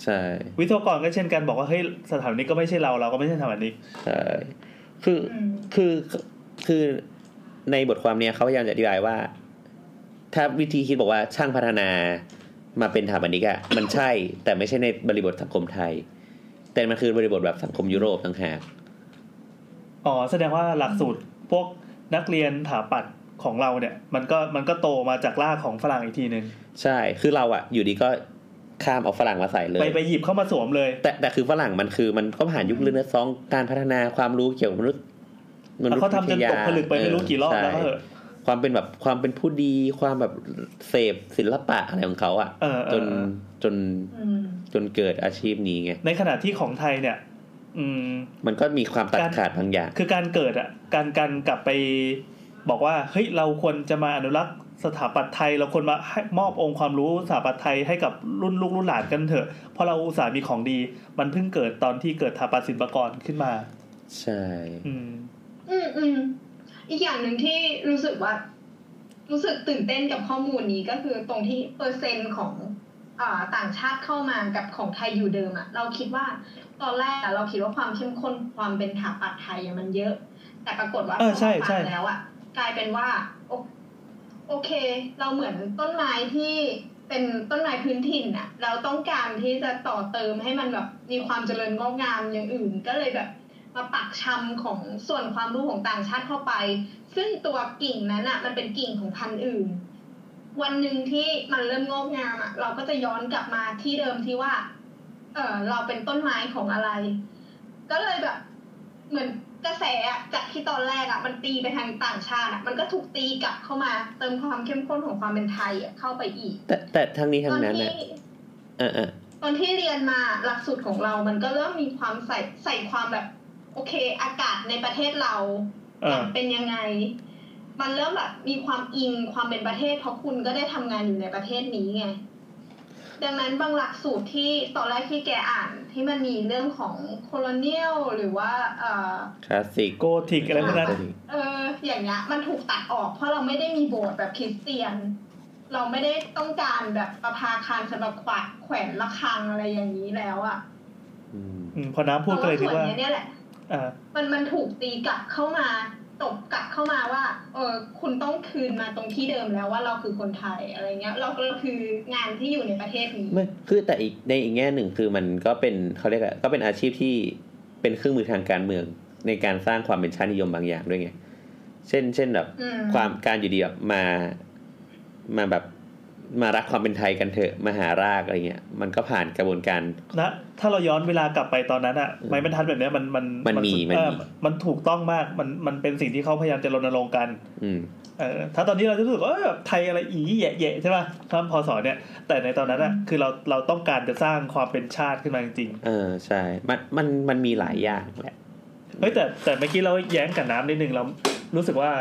ใช่
วิศวกรก็เช่นกันบอกว่าเฮ้ยสถาปนิกก็ไม่ใช่เราเราก็ไม่ใช่สถาปนิก
ใช่ คือ
อืม
คือคือในบทความเนี้ยเขาพยายามจะอธิบายว่า ถ้าวิธีคิดบอกว่าช่างพัฒนามาเป็นสถาปนิกอะมันใช่ แต่ไม่ใช่ในบริบทสังคมไทย แต่มันคือบริบทแบบสังคมยุโรปต่างหาก
อ๋อแสดงว่าหลักสูตรพวกนักเรียนถาปัดของเราเนี่ยมันก็มันก็โตมาจากรากของฝรั่งอีกทีหนึ่ง
ใช่ คือเราอะอยู่ดีก็ข้ามเอาฝรั่งมาใส่เล
ไป
ย
ไปหยิบเข้ามาสวมเลย
แต่แต่คือฝรั่งมันคือมันก็ผ่านยุคเรื่องซองการพัฒนาความรู้เกี่ยวกับมนุษย์
แล้วเขาทำจนตกผลึกไปไม่รู้กี่รอบแล้ว
เใช่
เออ
ความเป็นแบบความเป็นผู้ดีความแบบเสพศิลปะอะไรของเขาอะ
เออ
จ
เออน เออ
จน
อืม
จนเกิดอาชีพนี้ไง
ในขณะที่ของไทยเนี่ย อืม
มันก็มีความตัด
การ
ขาดบางอย่าง
คือการเกิดอ่ะ การการกลับไปบอกว่า เฮ้ย เราควรจะมาอนุรักษ์สถาปัตย์ไทย เราควรมาให้มอบองค์ความรู้สถาปัตย์ไทยให้กับรุ่นลูกรุ่นหลานกันเถอะ เพราะเราอุตส่าห์มีของดี มันเพิ่งเกิดตอนที่เกิดถาปัตย์ศิลปากรขึ้นมา
ใช่
อืม
อืมอืมอีกอย่างหนึ่งที่รู้สึกว่า รู้สึกตื่นเต้นกับข้อมูลนี้ก็คือตรงที่เปอร์เซ็นต์ของอ่าต่างชาติเข้ามากับของไทยอยู่เดิมอะเราคิดว่าตอนแรกอะเราคิดว่าความเข้มข้นความเป็นถาปัดไทยอะมันเยอะ แต่ปรากฏว่า
เออใช่
พ
ใช่
ฟังแล้วอะกลายเป็นว่าโอโอเค เราเหมือนต้นไม้ที่เป็นต้นไม้พื้นถิ่นอะเราต้องการที่จะต่อเติมให้มันแบบมีความเจริญงอกงามอย่างอื่นก็เลยแบบ มาปักชำของส่วนความรู้ของต่างชาติเข้าไป ซึ่งตัวกิ่งนั้นอ่ะ มันเป็นกิ่งของพันธุ์อื่น วันหนึ่งที่มันเริ่มงอกงามอ่ะ เราก็จะย้อนกลับมาที่เดิมที่ว่า เออเราเป็นต้นไม้ของอะไร ก็เลยแบบ เหมือนกระแสอะจากที่ตอนแรกอ่ะ มันตีไปทางต่างชาติอ่ะ มันก็ถูกตีกลับเข้ามา เติมความเข้มข้นของความเป็นไทยอะเข้าไปอีก
แต่แต่ทั้งนี้
ต
ทั้
องน
นั้น
ที่
อะอ่ะอ่ะ
ตอนที่เรียนมาหลักสูตรของเรา มันก็เริ่มมีความใส่ใส่ความแบบ โอเค อากาศในประเทศเรา
เออ
เป็นยังไง มันเริ่มแบบมีความอิงความเป็นประเทศ เพราะคุณก็ได้ทำงานอยู่ในประเทศนี้ไง ดังนั้นบางหลักสูตรที่ตอนแรกที่แกอ่านที่มันมีเรื่องของโคโลเนียลหรือว่า เอ่อ
คลาสสิก
โกธิกอะไรพวกนั้น
เอออย่างเงี้ยมันถูกตัดออก เพราะเราไม่ได้มีโบสถ์แบบคริสเตียน เราไม่ได้ต้องการแบบประภาคารสำหรับขวัญแขวนระฆังอะไรอย่างนี้แล้วอะ
อืม
อืมพอน้ำพูดก็เลยคิด
ส่วน
ว่า
เนี้ยเนี่ยแหละ
อ่า
มันมันถูกตีกลับเข้ามาตบกลับเข้ามาว่า เออคุณต้องคืนมาตรงที่เดิมแล้วว่าเราคือคนไทยอะไรเงี้ย เราก็คืองานที่อยู่ในประเทศนี้
ไม่คือแต่อีกในอีกแง่หนึ่งคือมันก็เป็นเขาเรียกอะก็เป็นอาชีพที่เป็นเครื่องมือทางการเมือง ในการสร้างความเป็นชาตินิยมบางอย่างด้วยไง เช่น เช่นแบบ
อืม
ความการอยู่ดีแบบมา มาแบบมารักความเป็นไทยกันเถอะมาหารากอะไรเงี้ย มันก็ผ่านกระบวนการ
นะถ้าเราย้อนเวลากลับไปตอนนั้นอะไม้บรรทัดแบบเนี้ยมันมัน
มันมี
สุด
มันมี
เออมันถูกต้องมากมันมันเป็นสิ่งที่เขาพยายามจะรณรงค์กัน
อืม
เออถ้าตอนนี้เราจะรู้สึกว่าเออแบบไทยอะไรอีแย่ๆใช่ป่ะข้ามพศเนี่ย แต่ในตอนนั้นอะคือเราเราต้องการจะสร้างความเป็นชาติขึ้นมาจริง
เออใช่ มันมันมันมีหลายอย่างแหละ
ๆเฮ้ยแต่แต่เมื่อกี้เราแย้งกับน้ำนิดนึงเรารู้สึกว่า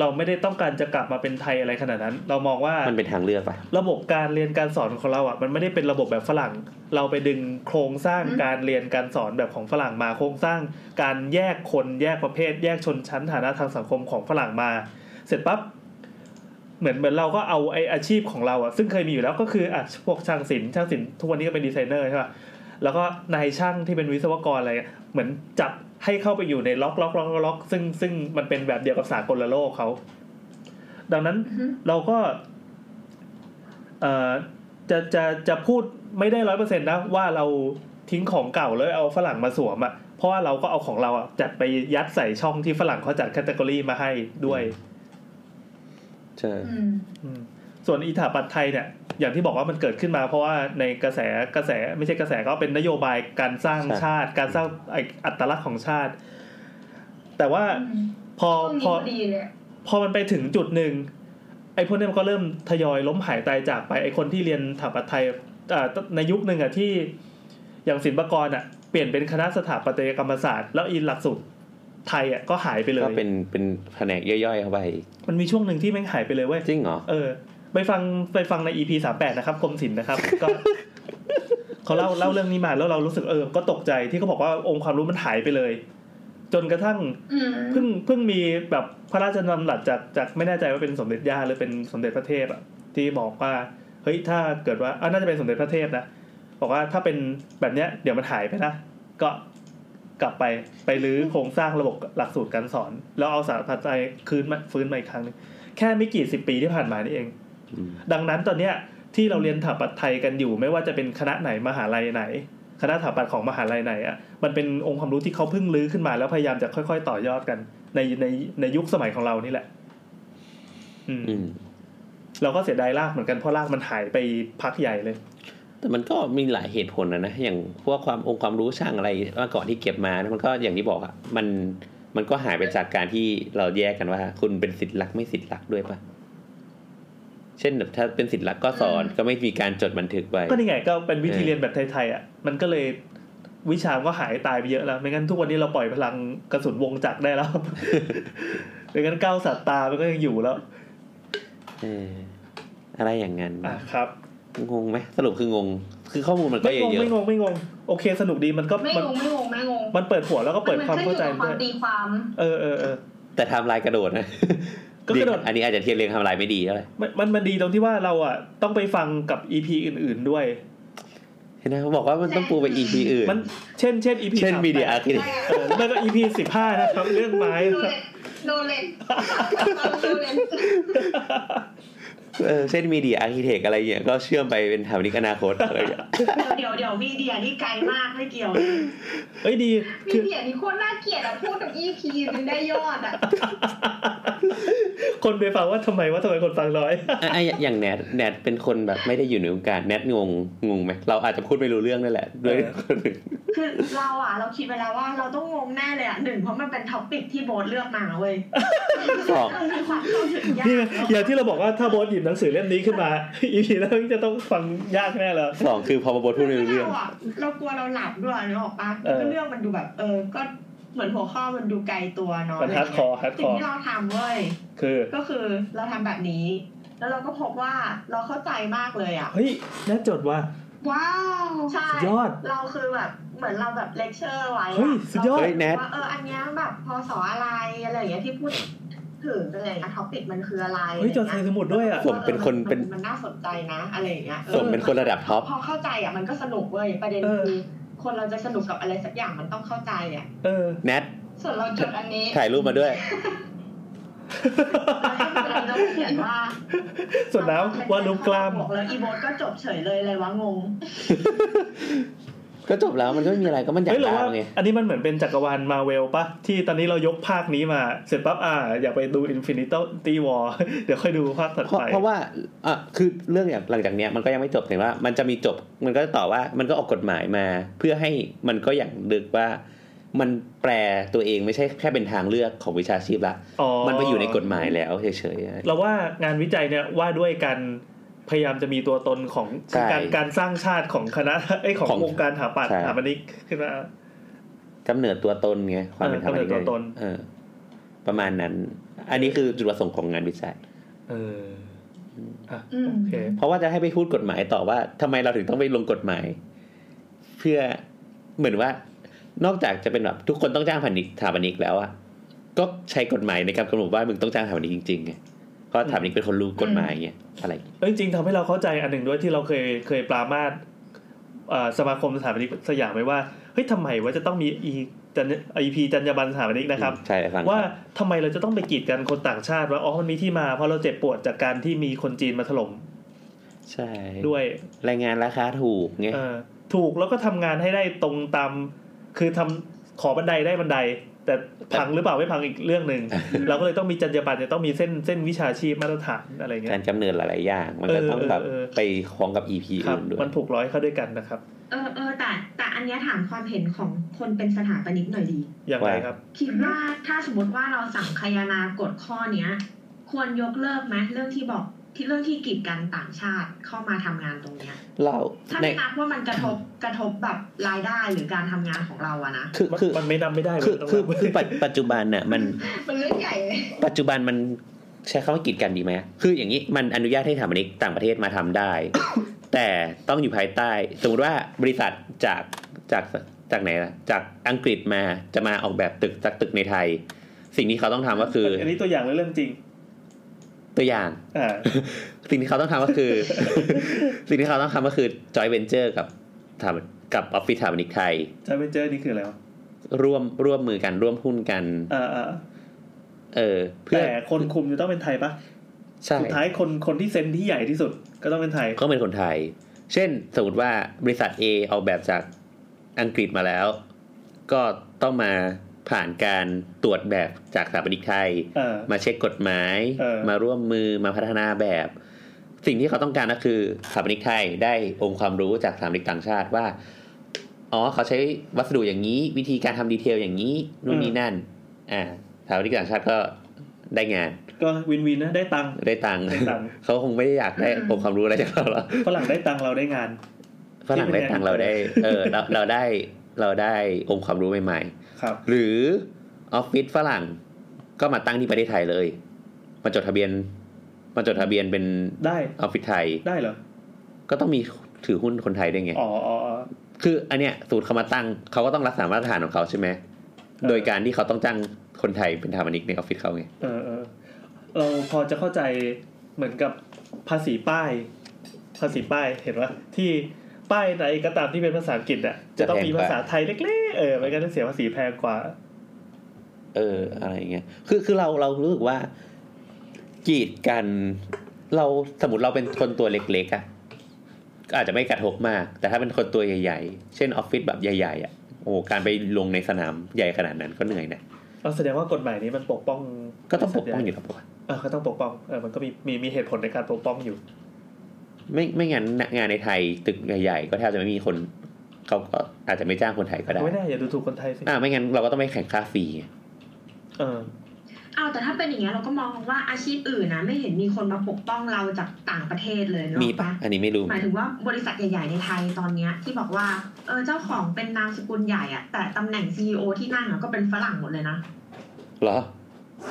เราไม่ได้ต้องการจะกลับมาเป็นไทยอะไรขนาดนั้น เรามองว่าม
มันเป็นทางเลือกปะ
ระบบการเรียนการสอนของเราอะมันไม่ได้เป็นระบบแบบฝรั่ง เราไปดึงโครงสร้าง
อืม
การเรียนการสอนแบบของฝรั่งมาโครงสร้าง การแยกคนแยกประเภท แยกชนชั้นฐานะทางสังคมของฝรั่งมา เสร็จปั๊บ เหมือนเหมือนเราก็เอาไออาชีพของเราอะซึ่งเคยมีอยู่แล้วก็คืออ่ะพวกช่างศิลป์ช่างศิลป์ทุกวันนี้ก็เป็นดีไซเนอร์ใช่ป่ะแล้วก็นายช่างที่เป็นวิศวกรอะไรอะเหมือนจับให้เข้าไปอยู่ในล็อกล็อกล็อกล็อกซึ่งซึ่งมันเป็นแบบเดียวกับสากลโลกเขาดังนั้น
อือฮึ
เราก็เอ่อจะจะจะพูดไม่ได้ร้อยเปอร์เซ็นต์นะว่าเราทิ้งของเก่าแล้วเอาฝรั่งมาสวมอะเพราะว่าเราก็เอาของเราอะจัดไปยัดใส่ช่องที่ฝรั่งเขาจัดแคตตากรีมาให้ด้วย
ใช่
อืม
อืมส่วนอิถาปัตย์ไทยเนี่ยอย่างที่บอกว่ามันเกิดขึ้นมา เพราะว่าในกระแสกระแสไม่ใช่กระแสก็เป็นนโยบายการสร้างชาติ การสร้างไอ้อัตลักษณ์ของชาติ แต่ว่า
อืม
พอ
ช่วง
พอ
นี้พอดีเลย
พอมันไปถึงจุดหนึ่งไอ้พวกเนี้ยมันก็เริ่มทยอยล้มหายตายจากไปไอ้คนที่เรียนถาปัตย์ไทยอ่าในยุคหนึ่งอะที่อย่างศิลปากรอะเปลี่ยนเป็นคณะสถาปัตยกรรมศาสตร์ แล้วอินหลักสูตรไทยอะก็หายไปเลย
ก็เป็นเป็นแผนกย่อยๆเข้าไป
มันมีช่วงหนึ่งที่แม่งหายไปเลยเว้ย
จริงเหรอ
เออไปฟังไปฟังใน EP สามแปดนะครับกรมศิลป์นะครับ ก็ เขาเล่าเล่าเรื่องนี้มาแล้วเรารู้สึกเออก็ตกใจที่เขาบอกว่าองค์ความรู้มันหายไปเลย จนกระทั่ง
อืม
เพิ่งเพิ่งมีแบบพระราชดำรัสจากจากไม่แน่ใจว่าเป็นสมเด็จย่าหรือเป็นสมเด็จพระเทพอะที่บอกว่าเฮ้ยถ้าเกิดว่าอ่ะน่าจะเป็นสมเด็จพระเทพนะบอกว่าถ้าเป็นแบบเนี้ยเดี๋ยวมันหายไปนะก็กลับไปไปรื้อโครงสร้างระบบหลักสูตรการสอน แล้วเอาสารพัดใจคืนมาฟื้นมาอีกครั้งหนึงแค่ไม่กี่สิบปีที่ผ่านมานี่เอง
อืม
ดังนั้นตอนเนี้ยที่เราเรียนถาปัตย์ไทยกันอยู่ ไม่ว่าจะเป็นคณะไหนมหาลัยไหน คณะถาปัตย์ของมหาลัยไหนอ่ะมันเป็นองค์ความรู้ที่เขาเพิ่งรื้อขึ้นมาแล้วพยายามจะค่อย ๆ ต่อยอดกันในในในยุคสมัยของเรานี่แหละ อืม
อืม
เราก็เสียดายรากเหมือนกันเพราะรากมันหายไปพักใหญ่เลย
แต่มันก็มีหลายเหตุผลนะนะ อย่างพวกความองค์ความรู้ช่างอะไรมาก่อนที่เก็บมานะมันก็อย่างที่บอกอะมันมันก็หายไปจากการที่เราแยกกันว่า คุณเป็นสิทธิ์รักไม่สิทธิ์รักด้วยปะเช่นแบบถ้าเป็นสิทธิ์รักก็สอนก็ไม่มีการจดบันทึกไว้
ก็นี่ไงก็เป็นวิธี
เออ
เรียนแบบไทยๆอ่ะมันก็เลยวิชาก็หายตายไปเยอะแล้วไม่งั้นทุกวันนี้เราปล่อยพลังกระสุนวงจักรได้ แล้ว ไม่งั้นก้าวสัตว์ตามันก็ยังอยู่แล้ว
เอออะไรอย่างนั้น
อ่ะครับ
งงไหมสรุปคืองง คือข้อมูลมันก็
ไม่
เย
งง
อะ
ไม่งงไม่งงโอเคสนุกดีมันก็
ไม่
มัน
งงไม่งงไม่งง
มันเปิดหัวแล้วก็เปิดความเข้าใจ
มันขึ้นอยู่กับค
ด้ย
วาว มตีความ
เออเออเออ
ๆแต่ไทำลายกระโดดนะ
ก็กระโดด
อันนี้อาจจะเทียบเรียงไทำลายไม่ดีเท่าไหร่
มันมันมันดีตรงที่ว่าเราอ่ะต้องไปฟังกับอีพีอื่น ๆด้วย
เห็นไหมเขาบอกว่ามันต้องปูไปอีพีอื่น
มันเช่นเช่นอีพี
เช่นมีเดียอาร์ติ
เออแล้วมันก็อีพีสิบห้านะครับ เรื่องไม้
ดูเลยดูเลยดูเลย
เออเช่นมีเดียอาร์เคเต็กอะไรเงี้ยก็เชื่อมไปเป็นแถวนี้อนาคตอะไรเงี้ย
เดี๋ยวเดี๋ยวมีเดียนี่ไกลมากไม่เกี่ยว
เอ้ยดี
มี
คือ
เดียนี่โคตรน่าเกลียดอะพูดถึง EP นึงได้ยอดอะ
คนไปฟังว่าทำไมว่าทำไมคนฟังน้อย
อ่ะอ่ะอย่างอย่างแนทแนทเป็นคนแบบไม่ได้อยู่ในวงการแนทงงงงไหมเราอาจจะพูดไม่รู้เรื่องนั่นแหละด้วย
เออ
คนอื่น
คือเราอ่ะ เราคิดไปแล้วว่าเราต้องงงแน่เลยอ่ะหนึ่งเพราะมันเป็นท็อปปิกที่โบสเลือกมาเว้ย
สอง
เรามีความเข้าถึงยาก
นี่ไงอย่างที่เราบอกว่าถ้าโบสหยิบหนังสือเล่มนี้ขึ้นมา อีพีแล้วจะต้องฟังยากแน่เลย
สองคือพอมาบทพูดไม่รู้เรื่อง
เราอะเรากลัวเราหลับด้วยนึกออกปะ
เออ
ก็เรื่องมันดูแบบ เออ ก็เหมือนหัวข้อมันดูไกลตัวเนาะ
มันฮาร์ดคอร์ฮาร์ดค
สิ่ง
อร์
ที่เราทำเว้ย
คือ
ก็คือเราทำแบบนี้ แล้วเราก็พบว่าเราเข้าใจมากเลยอ่ะ
เฮ้ยแนทจดว่า
ว้าว
ใช่
สุดยอด
เราคือแบบเหมือนเราแบบเลคเชอร์ไว้อะ
เฮ้ยสุดยอด
เฮ้ยแนท
ว่าเอออันเนี้ยแบบพอสออะไรอะไรอย่างเงี้ยที่พูดถึงอะไรอย่างเงี้ยท็อปิกมันคืออะไร
เฮ้ยจดใส่สมุดด้วยอ่ะ
ผมเป็นคนเป็น
มันน่าสนใจนะอะไรอย่างเงี้ยออ
ส่งเป็นคนระดับท็อป
พอเข้าใจอ่ะมันก็สนุกเว้ยประเด็น
เออ
คือคนเราจะสนุกกับอะไรสักอย่างมันต้องเข้าใจอ่ะ
เอ อ
แนท
ส่วนเราจดอันนี้
ถ่ายรูปมาด้วย
เราจะเขียนว่า
ส่วนน้ำว่าดรูปกล้าม
บอกแล้วอีโบสก็จบเฉยเลยเลยวะงง
ก็จบแล้วมันก็ไม่มีอะไรก็มันอยา
เฮ้
ก
ยเราว่า
ดังไง
อันนี้มันเหมือนเป็นจักรวาลมาเวลปะที่ตอนนี้เรายกภาคนี้มาเสร็จปั๊บอ่า อยากไปดู Infinity War เดี๋ยวค่อยดูภาคถัด
เพราะ
ไป
เพราะว่าอ่ะคือเรื่องอย่างหลังจากเนี้ยมันก็ยังไม่จบแต่ว่า มันจะมีจบมันก็จะต่อว่ามันก็ออกกฎหมายมา เพื่อให้มันก็อย่างดึกว่า มันแปลตัวเองไม่ใช่แค่เป็นทางเลือกของวิชาชีพละ
อ๋อ
มันไปอยู่ในกฎหมายแล้วเฉยๆอะ
เราว่างานวิจัยเนี่ยว่าด้วยการพยายามจะมีตัวตนของ
ใช่
การการสร้างชาติของคณะไอ้ยของ
ของ
วงการถาปัตย์
ใช่
ถาปนิกขึ้นมา
กำเนิดตัวตนไงความเป็นธรรม
เออกำเนิดตัวตน
เออ ประมาณนั้น อันนี้คือจุดประสงค์ของงานวิจัย
เอออ่ะ
อืม
โอเค
เพราะว่าจะให้ไปพูดกฎหมายต่อว่าทำไมเราถึงต้องไปลงกฎหมาย เพื่อเหมือนว่า นอกจากจะเป็นแบบทุกคนต้องจ้างผ่านนิกถาปนิกแล้วอะก็ใช้กฎหมายในการกำหนดว่ามึงต้องจ้างถาปนิกจริงๆไงเพราะถาปนิกเป็นคนรู้กฎหมายไงอะไรอย่างเงี้ย
เอ้ยจริงทำให้เราเข้าใจอันหนึ่งด้วยที่เราเคยเคยปรามาสเอ่อสมาคมสถาปนิกสยามไว้ว่าเฮ้ยทำไมว่าจะต้องมีอีจันอีพีจัญญาบันสถาปนิกนะครับ
ใช่ฟัง
ว่าทำไมเราจะต้องไปกีดกันคนต่างชาติว่าอ๋อมันมีที่มาเพราะเราเจ็บปวดจากการที่มีคนจีนมาถล่ม
ใช่
ด้วย
แรายงานราคาถูกไง
เออถูกแล้วก็ทำงานให้ได้ตรงตามคือทำขอบันไดได้บันได แต่พังหรือเปล่าไม่พังอีกเรื่อง หนึ่งเราก็เลยต้องมีจรรยาบรรณจะต้องมีเส้นเส้นวิชาชีพมาตรฐานอะไรเงี้ย
การกำเนิดหลายๆอย่าง มันก็ต้องแบบ
เออเออเออ
ไปคล้องกับ EP
ครับ
อื่นด้วย
มันผูกร้อยเข้าด้วยกันนะครับ
เออเออแต่แต่อันเนี้ยถามความเห็นของคนเป็นสถาปนิกหน่อยดี
อย่างไร
ว่า
ครับ
คิดว่าถ้าสมมติว่าเราสังคายนากฎข้อเนี้ย ควรยกเลิกไหมเรื่องที่บอกที่เรื่องที่กีดกันต่างชาติเข้ามาทำงานตรงเนี้ย
เรา
ถ้า
ใน
ไม่นับว่ามันกระทบกระทบแบบรายได้หรือการทำงานของเราอะนะ
คือคือ
มันไม่นำไม่ได้เว้ย
คือ
ต้ง
คือ
นับ
คือปัจปัจจุบันน่ะมัน
มันเรื่องใหญ่เลย
ปัจจุบันมันใช้คำว่ากีดกันดีไหมคืออย่างนี้มันอนุญาตให้สถาปนิกต่างประเทศมาทำได้ แต่ต้องอยู่ภายใต้ สมมติว่าบริษัทจากจากจากไหนล่ะจากอังกฤษมาจะมาออกแบบตึกจากตึกในไทย สิ่งที่เขาต้องทำก็คือ
อันนี้ตัวอย่างเรื่องจริง
ตัวอย่าง
อ่า
สิ่งที่เขาต้องทำก็คือ สิ่งที่เขาต้องทำก็คือจอยเวนเจอร์กับสถาปกับออฟฟิศสถาปนิกไทย
จะไปเจอนี่คืออะไรวะ
ร่วมร่วมมือกันร่วมหุ้นกัน
อ่าอ่า
เออ เพื่อ
แต่คนคุมจะต้องเป็นไทยปะ
ใช่
สุดท้ายคนคนที่เซ็นที่ใหญ่ที่สุดก็ต้องเป็นไทย
ก็เป็นคนไทย เช่น สมมติว่าบริษัท A ออกแบบจากอังกฤษมาแล้ว ก็ต้องมาผ่านการตรวจแบบจากสถาปนิกไทย
เออ
มาเช็คกฎหมาย
เออ
มาร่วมมือมาพัฒนาแบบ สิ่งที่เขาต้องการก็คือสถาปนิกไทยได้องค์ความรู้จากสถาปนิกต่างชาติว่า อ๋อเขาใช้วัสดุอย่างนี้ วิธีการทำดีเทลอย่างนี้นู่นนี่นั่น อ่าสถาปนิกต่างชาติก็ได้งาน
ก็วินวินนะได้ตังค์
ได้ตังค์
ได้ตังค์
เขาคงไม่ได้อยากได้องค์ความรู้อะไรจากเราหรอก
ฝรั่งได้ตังค์เราได้งาน
ฝรั่งได้ทางเราได้ เออเราเราได้เราได้องค์ความรู้ใหม่
ครับ
ๆ หรือออฟฟิศฝรั่งก็มาตั้งที่ประเทศไทยเลย มาจดทะเบียน มาจดทะเบียนเป็น
ได้
ออฟฟิศไทย
ได้เหรอ
ก็ต้องมีถือหุ้นคนไทยด้วยไง
อ๋ออ๋ออ๋อ
คืออันเนี้ยสูตรเขามาตั้งเขาก็ต้องรักษามาตรฐานของเขาใช่ไหม
ออ
โดยการที่เขาต้องจ้างคนไทยเป็นทาปนิกในออฟฟิศเขาไง
เออเออเราพอจะเข้าใจเหมือนกับภาษีป้าย ภาษีป้ายเห็นว่าที่ป้ายไหนก็ตามที่เป็นภาษาอังกฤษอ่ะจะต้องมีภาษาไทยเล็กๆเออไม่งั้นจะเสียภาษีแพงกว่า
เอออะไรอย่างเงี้ย คือคือเราเรารู้สึกว่า กีดกัน เราสมมติเราเป็นคนตัวเล็กๆอะก็อาจจะไม่กระทบมาก แต่ถ้าเป็นคนตัวใหญ่ๆ เช่นออฟฟิศแบบใหญ่ๆอะโอ้โหการไปลงในสนามใหญ่ขนาดนั้นก็เหนื่อยนะ
เราแสดงว่ากฎหมายนี้มันปกป้อง
ก็ต้องปกป้องอยู่แล้วปะ
เออก็ต้องปกป้องเออมันก็มีมีมีเหตุผลในการปกป้องอยู่
ไม่ไม่งั้นงานในไทยตึกใหญ่ๆ ก็แทบจะไม่มีคน เขาก็อาจจะไม่จ้างคนไทยก็ได้
ไม่ได้อย่าดูถูกคนไทยสิ
อ่าไม่งั้นเราก็ต้องไปแข่งค่าฟรีไง
เออ
เอาวแต่ถ้าเป็นอย่างเงี้ยเราก็มองว่าอาชีพอื่นนะไม่เห็นมีคนมาปกป้องเราจากต่างประเทศเลยเนก
มี
อะ
ปะอันนี้ไม่รู้
หมายถึงว่าบริษัทใหญ่ ๆ ในไทยตอนเนี้ยที่บอกว่าเออเจ้าของเป็นนามสกุลใหญ่อะแต่ตำแหน่งซีอที่นั่งอะก็เป็นฝรั่งหมดเลยนะ
เหรอ เอ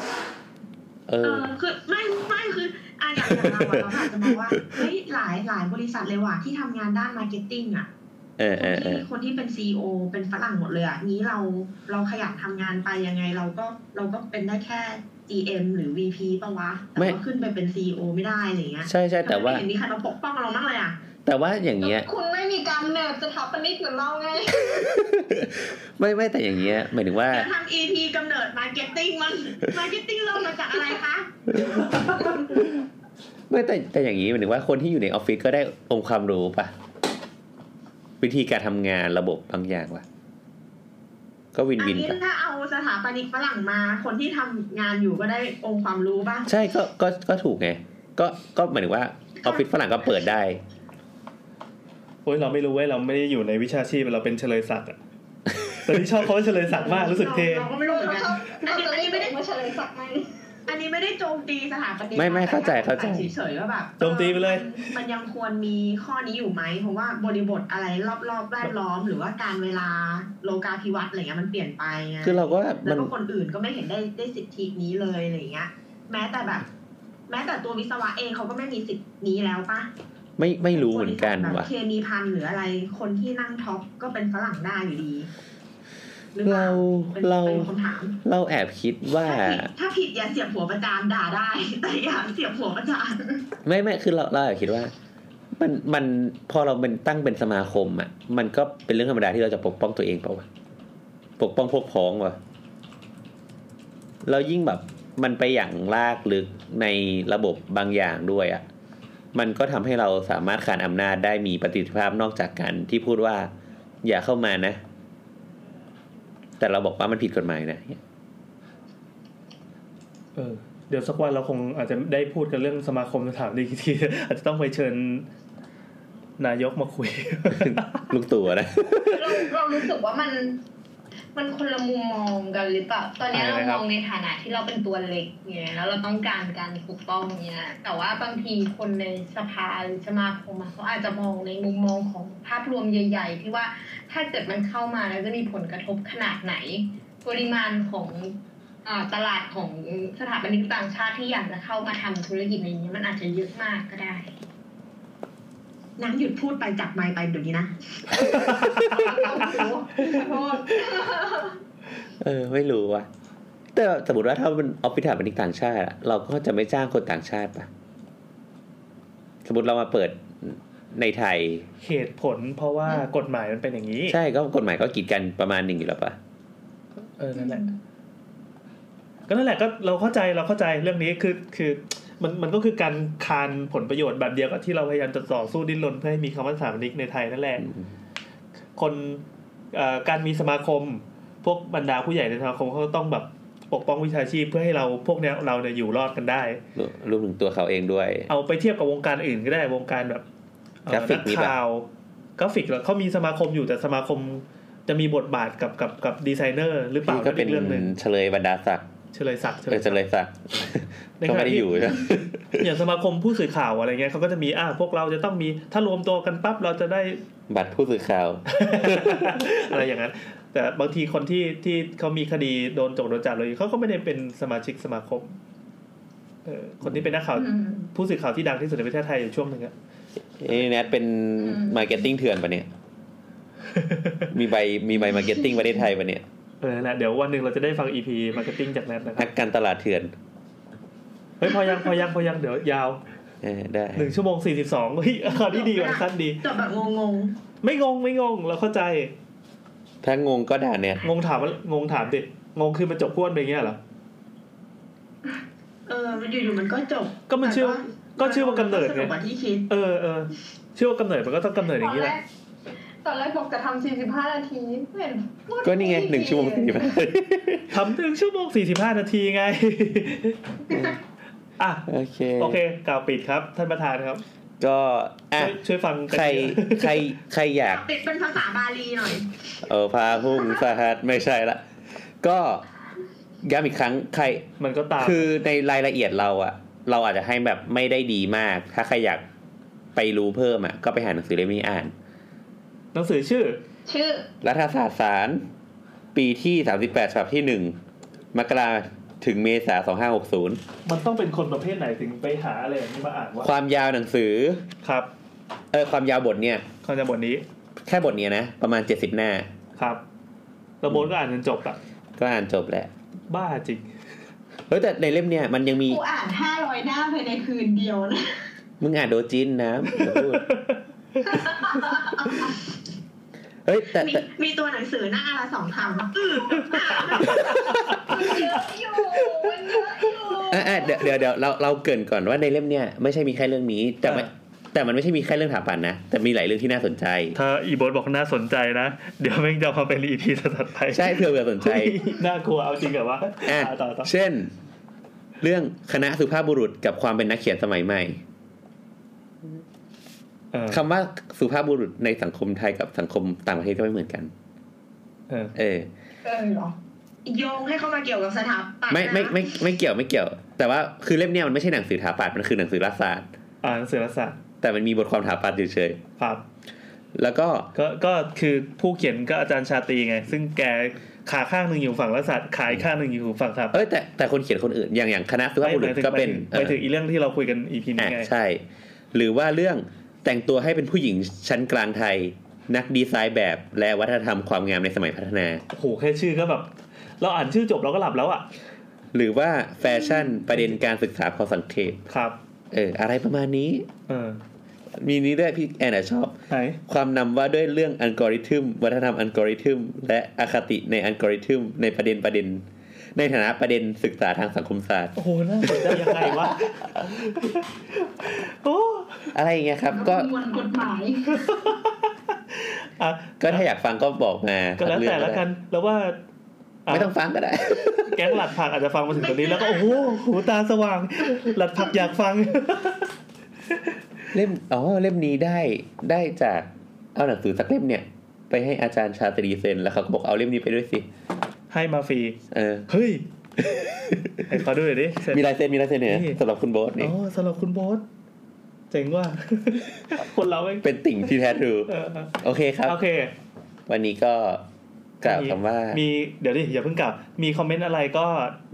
เอ
อ
อคือไม่ไม่คืออ่ะอย่างอย่างเราอะเราอาจจะมองว่าเฮ้ยหลายหลายบริษัทเลยว่ะที่ทำงานด้านมาร์เก็ตติ้งอ่ะ
เออ
ค
เอน อเอ
ที่
อ
คนที่เป็นซีอเป็นฝรั่งหมดเลยอ่ะนี้เราเราขยันทำงานไปยังไงเราก็เราก็เป็นได้แค่ GM หรือ VP ปะวะแต่
ไม่
ว่าขึ้นไปเป็นซีอไม่ได้อะไรเงี้ย
ใช่ใช่แต่ว่า
ทำไมไม่เห็นมีใครมาปกป้องเราบ้างเลยอ่ะ
แต่ว่าอย่างเงี้ย
คุณไม่มีการเนิร์ดสถาปนิกเหมือนเราไง
ไม่ไม่แต่อย่างเงี้ยหมายถึงว่า
เดี๋ยวทำ EP กำเนิดมาร์เก็ตติ้งมันมาร์เก็ตติ้งเริ่มมาจากอะไรคะ
ไม่แต่แต่อย่างนี้หมายถึงว่าคนที่อยู่ในออฟฟิศก็ได้องค์ความรู้ปะ วิธีการทำงานระบบบางอย่างว่ะ ก็วิน
อั
วิ
น
น
นี้
กัน
ถ้าเอาสถาปนิกฝรั่งมา คนที่ทำงานอยู่ก็ได้องค์ความรู้บ้าง
ใช่ก็ก็ก็ถูกไง ก็ก็หมายถึงว่าออฟฟิศฝรั่งก็เปิดได้
โอ้ยเราไม่รู้เว้ยเราไม่ได้อยู่ในวิชาชีพเราเป็นเฉลยศักดิ์อะแต่ที่ชอบเขาเฉลยศักดิ์มากรู้สึกเท่
เราก็ไม่รู้เหมือนกัน
ชอบเราจะได้ไม่ได้มาเฉลยสักไหม
อันนี้ไม่ได้โจมตีสถาปนิก
ไม่ไม่เข้าใจเข้าใจ
เฉยๆว่าแบบ
โจมตีไปเลย
มันมันยังควรมีข้อนี้อยู่ไหมเพราะว่าบริบทอะไรรอบๆแวดล้อม หรือว่าการเวลาโลกาภิวัตน์อะไรเงี้ยมันเปลี่ยนไปไง
คือเราก็ว่า
แล้
มั
วน ก็คนอื่นก็ไม่เห็นได้ได้สิทธินี้เลยอะไรเงี้ย แม้แต่แบบ แม้แต่ตัววิศวะเองเขาก็ไม่มีสิทธินี้แล้วปะ
ไม่ไม่รู้เหมือนกัน
คที่ทำแบบ
ว่ะ
เคมีพันหรืออะไรคนที่นั่งท็อปก็เป็นฝรั่งได้อยู่ดีหอปล่
เราเรา
ป็นเป็นคำถาม
เราแอบคิดว่า
ถ้าผิดถ้าผิดอย่าเสียบหัวประจานด่าได้ แต่อย่าเสียบหัวประจาน
ไม่ไม่คือเราเราแอบคิดว่า มันมันพอเราเป็นตั้งเป็นสมาคมอ่ะ มันก็เป็นเรื่องธรรมดาที่เราจะปกป้องตัวเองเปล่าวะปกป้องพวกพ้องวะแล้วยิ่งแบบ มันไปอย่างลากลึกในระบบบางอย่างด้วยอ่ะ มันก็ทำให้เราสามารถขานอำนาจได้มีประสิทธิภาพนอกจากการที่พูดว่า อย่าเข้ามานะ แต่เราบอกว่ามันผิดกฎหมายนะ
เออเดี๋ยวสักวันเราคงอาจจะได้พูดกันเรื่องสมาคมสถาปนิกอีกที อาจจะต้องไปเชิญนายกมาคุย
ลูกตัวนะ
เราเรารู้สึกว่ามัน มันคนละมุมมองกันหรือเปล่า ตอนเนี้ย
อะไรนะค
เรา
รับ
มองในฐานะที่เราเป็นตัวเล็กเนี่ยแล้วเราต้องการการปกป้องเนี่ย แต่ว่าบางทีคนในสภาหรือสมาคมอะเขาอาจจะมองในมุมมองของภาพรวมใหญ่ ๆ ที่ว่าถ้าเกิดมันเข้ามาแล้วจะมีผลกระทบขนาดไหน ปริมาณของอาตลาดของสถาบันนิกต่างชาติที่อยากจะเข้ามาทำธุรกิจในนี้มันอาจจะเยอะมากก็ได้
น้ำหยุดพูดไปจับไมค์ไปเดี๋ยวนี้ นะ
เออไม่รู้ว่ะ แต่สมมติว่าถ้ามันออฟฟิศสถาปนิกต่างชาติอะเราก็จะไม่จ้างคนต่างชาติปะสมมติเรามาเปิดในไทย
เหตุผลเพราะว่ากฎหมายมันเป็นอย่างนี้
ใช่ก็กฎหมายก็กีดกันประมาณหนึ่งอยู่แล้วปะ
เออนั่นแหละ ก็นั่นแหละก็เราเข้าใจเราเข้าใจเรื่องนี้คือคือมันมันก็คือการคานผลประโยชน์แบบเดียวกับที่เราพยายามจะต่อสู้ดิ้นรนเพื่อให้มีคำว่าสถาปนิกในไทยนั่นแหละ คนเอ่อการมีสมาคม พวกบรรดาผู้ใหญ่ในสมาคมเขาก็ต้องแบบปกป้องวิชาชีพเพื่อให้เราพวกเนี้ยเราเนี่ยอยู่รอดกันได้
รวรวมถึงตัวเขาเองด้วย
เอาไปเทียบกับวงการอื่นก็ได้วงการแบบเอ่อก
ราฟิกมีปะ
นัข่าวกราฟิกเหรอเขามีสมาคมอยู่แต่สมาคมจะมีบทบาทกับกับกับดีไซเนอร์หรือเปล่า
นี่ก็เป็น
อีเรื่องหนึ่ง
เฉลยบรรดาศักดิ์
เฉลยศักดิ์
เออเฉลยศักดิ์
ใน
ก็
ข
ไม่
ณะ
ได้
ที่
อยู่ใช่ไหม
อย่างสมาคมผู้สื่อข่าวอะไรเงี้ยเขาก็จะมีอ่าพวกเราจะต้องมีถ้ารวมตัวกันปั๊บเราจะได้
บัตรผู้สื่อข่าว
อะไรอย่างนั้น แต่บางทีคนที่ที่เขามีคดีโดนจงโดนจับเลยเขาก็ไม่ได้เป็นสมาชิกสมาคมเออคนที่เป็นนักข่าวผู้สื่อข่าวที่ดังที่สุดในประเทศไทยอยู่ช่วงหนึ่งอะ
เอ้ยแนทเป็น
อืม
มาร์เก็ตติ้งเถื่อนปะเนี่ย มีใบมีใบมาร์เก็ตติ้งประเทศไทยปะเนี่ย
เออนั่นแหละเดี๋ยววันหนึ่งเราจะได้ฟัง EP marketing จากแนทนะครั
นั
บ
กการตลาดเถื่อน
เฮ้ยพอยังพอยังพอยังเดี๋ยวยาว
เออได้
หนึ่งชั่วโมงสี่สิบสองเฮ้ยคราวนี้ ดีกว่าสั้นดี
จบแบบงง
ไม่งงไม่งงเราเข้าใจ
ถ้างงก็ด่าเนี่ย
งงถามว่างงถามดิงงคือมันจบพวดไปอย่างเงี้ยเหรอ
ๆ เออมันอยู่ๆมันก็จบ
ก็มันชื่อก็ชื่อว่ากำเนิด
ส
ไง
นุกกว่าที่คิด
เออเออเชื่อว่ากำเนิดมันก็ต้องกำเนิดอย่างนี้แหละ
ตอนแรกบอกจะทำ 45 นาทีไม่เห็นพูด
ก็นี่ไงหนึ่งชั่วโมง สี่สิบห้า
ทำถึงชั่วโมง 45 นาทีไง อ่ะ
โอเค
โอเค กล่าวปิดครับ ท่านประธานครับ
ก็อ่ะ
ช่วยช่วยฟังกัน
ใครใครใครอยาก
ติดเป็นภาษาบาลีหน่อย
เออพาหุ้งสหัสไม่ใช่ละ ก็ย้ำอีกครั้งใคร
มันก็ตาม
คือในรายละเอียดเราอะเราอาจจะให้แบบไม่ได้ดีมาก ถ้าใครอยากไปรู้เพิ่มอะก็ไปหาหนังสือเล่มนี้อ่าน
หนังสือชื่อ
ชื่อ
รัฐศาสตร์สาร ปีที่สามสิบแปดฉบับที่หนึ่งมกราถึงเมษาสองห้าหกศูนย์
มันต้องเป็นคนประเภทไหนถึงไปหาอะไรอย่างนี้มาอ่านวะ
ความยาวหนังสือ
ครับ
เออความยาวบทเนี่ย
คำจำบทนี้
แค่บทเนี้ยนะ ประมาณเจ็ดสิบหน้า
ครับเราโบนก็อ่านจนจบอ่ะ
ก็อ่านจบแหละ
บ้าจริง
เฮ้ยแต่ในเล่มเนี่ยมันยังมี
กูอ่าน 500 หน้าภายในคืนเดียวนะ
มึงอ่านโดจินนะ อย่าพูด เฮ้ยแต่
มี
แต่
มีตัวหนังสือหน้าละสองคำ
เยอะอยู่มันเยอะอยู่
อ่ะอ่ะเดี๋ยวเดี๋ยวเดี๋ยวเราเราเกรินก่อนว่าในเล่มเนี่ยไม่ใช่มีแค่เรื่องนี้ แต่มัน
อ่า
แต่มันไม่ใช่มีแค่เรื่องถาปันนะ แต่มีหลายเรื่องที่น่าสนใจ
ถ้าอีโบทบอกน่าสนใจนะ เดี๋ยวแม่งจะเอามาเป็นอีพีถัดๆไป
ใช่เผื่อเผื่ อสนใจ
เฮ้ยน่ากลัวเอาจริงเหรอวะ
อ่ะ
ต่อต่อต่อ
เช่น เรื่องคณะสุภาพบุรุษกับความเป็นนักเขียนสมัยใหม่
เออ
คำว่าสุภาพบุรุษในสังคมไทยกับสังคมต่างประเทศก็ไม่เหมือนกัน
เออ
เออ
เออเหรอ
โยงให้เข้ามาเกี่ยวกับสถาปัตย์
ไม่ไม่
นะ
ไม่ไม่เกี่ยวไม่เกี่ยว แต่ว่าคือเล่มเนี้ยมันไม่ใช่หนังสือถาปัดมันคือหนังสือรัฐศาสตร์
อ่านหนังสือรัฐศาสตร์
แต่มันมีบทความถาปัดอยู่เฉย
ครับ
แล้วก็
ก็ก็คือผู้เขียนก็อาจารย์ชาตรีไง ซึ่งแกขาข้างหนึ่งอยู่ฝั่งรัฐศาสตร์ขาอีกข้างหนึ่งอยู่ฝั่งสถาปัตย์
เอ้ยแต่แต่คนเขียนคนอื่นอย่างอย่างคณะสุภาพบุรุษ
ไม่หมายถึง
ก็เป็น
ไปถึงอีเรื่องที่เราคุยกันอีพีนี้
อ่ะ
ไง
ใช่ หรือว่าเรื่องแต่งตัวให้เป็นผู้หญิงชั้นกลางไทย นักดีไซน์แบบและวัฒนธรรมความงามในสมัยพัฒนา
โอ้โหแค่ชื่อก็แบบ เราอ่านชื่อจบเราก็หลับแล้วอ่ะ
หรือว่าแฟชั่นประเด็นการศึกษาของสังเกต
ครับ
เอออะไรประมาณนี้
เออ
มีนี้ด้วยพี่แอนอะชอบ
ไหน
ความนำว่าด้วยเรื่องอัลกอริทึมวัฒนธรรมอัลกอริทึมและอคติในอัลกอริทึมในประเด็นประเด็น ในฐานะประเด็นศึกษาทางสังคมศาสตร์
โอ้โหน่าสนใจยังไงวะโอ้
อะไรอย่างเงี้ยครับ ก็
ก็มวลกฎหมาย
อ่ะ
ก็ถ้าอยากฟังก็บอกมา
ก็แล้วแต่ละกันแล้วว่าอ่ะ
ไม่ต้องฟังก็ได้
แก๊งหลัดผักอาจจะฟังมาถึงตรงนี้แล้วก็โอ้โหหูตาสว่าง หลัดผักอยากฟัง
เล่มอ๋อเล่มนี้ได้ได้จากเอาหนังสือสักเล่มเนี่ย ไปให้อาจารย์ชาตรีเซ็นแล้วเขาก็บอกเอาเล่มนี้ไปด้วยสิ
ให้มาฟรี
เออ
เฮ้ยไอ้ขอดูหน่อยดิเสร็จ
มีลายเซ็นมีลายเซ็นเนี่ย
นี่
สำหรับคุณโบ๊ทนี่
อ๋อสำหรับคุณโบอสเจ๋งว่า คนเราไม่ง
เป็นติ่งที่แท้ทรู
เออเออ
โอเคครับ
โอเค
วันนี้ก็กล่าวคำว่า
มีเดี๋ยวดิอย่าเพิ่งกลับ มีคอมเมนต์อะไรก็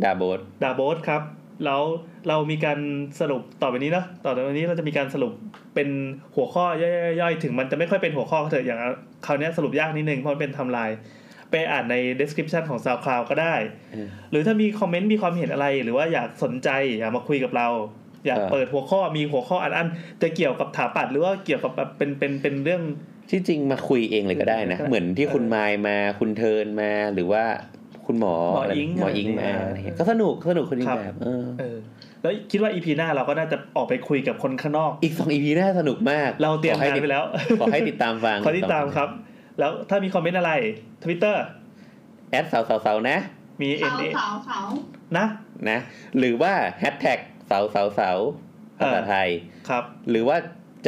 ดาโบท
ด่าโบสครับ แล้วเรามีการสรุปต่อไปนี้เนอะต่อจากนี้เราจะมีการสรุปเป็นหัวข้อย่อยๆๆถึงมันจะไม่ค่อยเป็นหัวข้อก็เถอะอย่างคราวเนี้ยสรุปยากนิดนึงเพราะมันเป็นไทำลายไปอ่านใน description ของ SoundCloud ก็ได้
เออ
หรือถ้ามีคอมเมนต์มีความเห็นอะไรหรือว่าอยากสนใจอยากมาคุยกับเรา อยาก
เออ
เปิดหัวข้อมีหัวข้ออันอันจะเกี่ยวกับถาปัดหรือว่าเกี่ยวกับแบบเป็นเป็นเป็นเรื่อง
ที่จริงมาคุยเองเลยก็ได้นะ
ก็ได้
เหมือนที่คุณมายมาคุณเทิร์นมาหรือว่าคุณหมอ
หมออิง
หมออิง
อะไร
มา
อ
อะ
ย่างเงี้ย
ไรเงี้ยก็สนุกสนุกคนอีก
ครับ
แบบเออ
เออแล้วคิดว่าอีพีหน้าเราก็น่าจะออกไปคุยกับคนข้างนอก
อีกสองอีพีน่าสนุกมาก
เราเตรียม
ขอให้
งานไปแล้ว
ขอให้ติดตามฟัง
ขอติดตามครับ แล้วถ้ามีคอมเมนต์อะไรทวิตเตอร์
แอดสาวสาวสาวนะ
มีเอ็
สาน ว
เอ
สาวสาว
นะ
นะ หรือว่าแฮชแท็กสาวสาวสาวภาษาไทย
ครับ
หรือว่า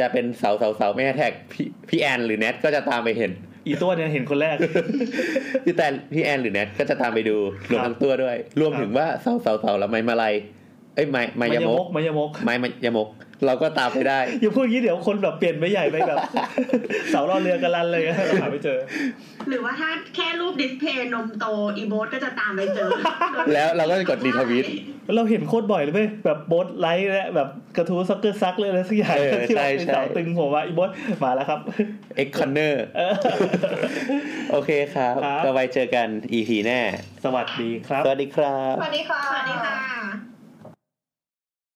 จะเป็นสาวสาวสาวไม่แฮชแท็กพี่พี่แอนหรือแนทก็จะตามไปเห็น
อีตัวเนี่ยเห็นคนแรก
พี่แตนพี่แอนหรือแนทก็จะตามไปดูรวม
ครับ
ทั้งตัวด้วย รวม
ครับ
ถึงว่าสาวสาวสาวแล้วไม้มาลัยเอ้ ยไม้ไม้ยมก
มายามก
ไม้มันยมก เราก็ตามไปได้
อย่าพูดอย่างนี้เดี๋ยวคนแบบเปลี่ยนไปใหญ่ไปแบบ เสาล่อเรือกันลันเลยเราหาไม่เจอ
หรือว่าถ้าแค่รูปดิสเพย์นมโตอีโบสก็จะตามไปเจอ
แล้วเราก็จะกดรีทวิต
เราเห็นโคตรบ่อยเลยเว้ยแบบโบทไลท์และแบบกระทู้ซักเกอร์ซักเลยอะไรสักอย่าง
เออ
ที่แบบ
ใช่
เป็น
ใช่
สาวตึงผมว่าอีโบทมาแล้วครับ
เอ็กคอนเน อร์
เออ
โอเคครับ
ครับ
ก็ไว้เจอกัน EP หน้า
สวัสดีครับ
สวัสดีครั
ส
บ
วัสดีค่ะ
สวัสดีค่ะ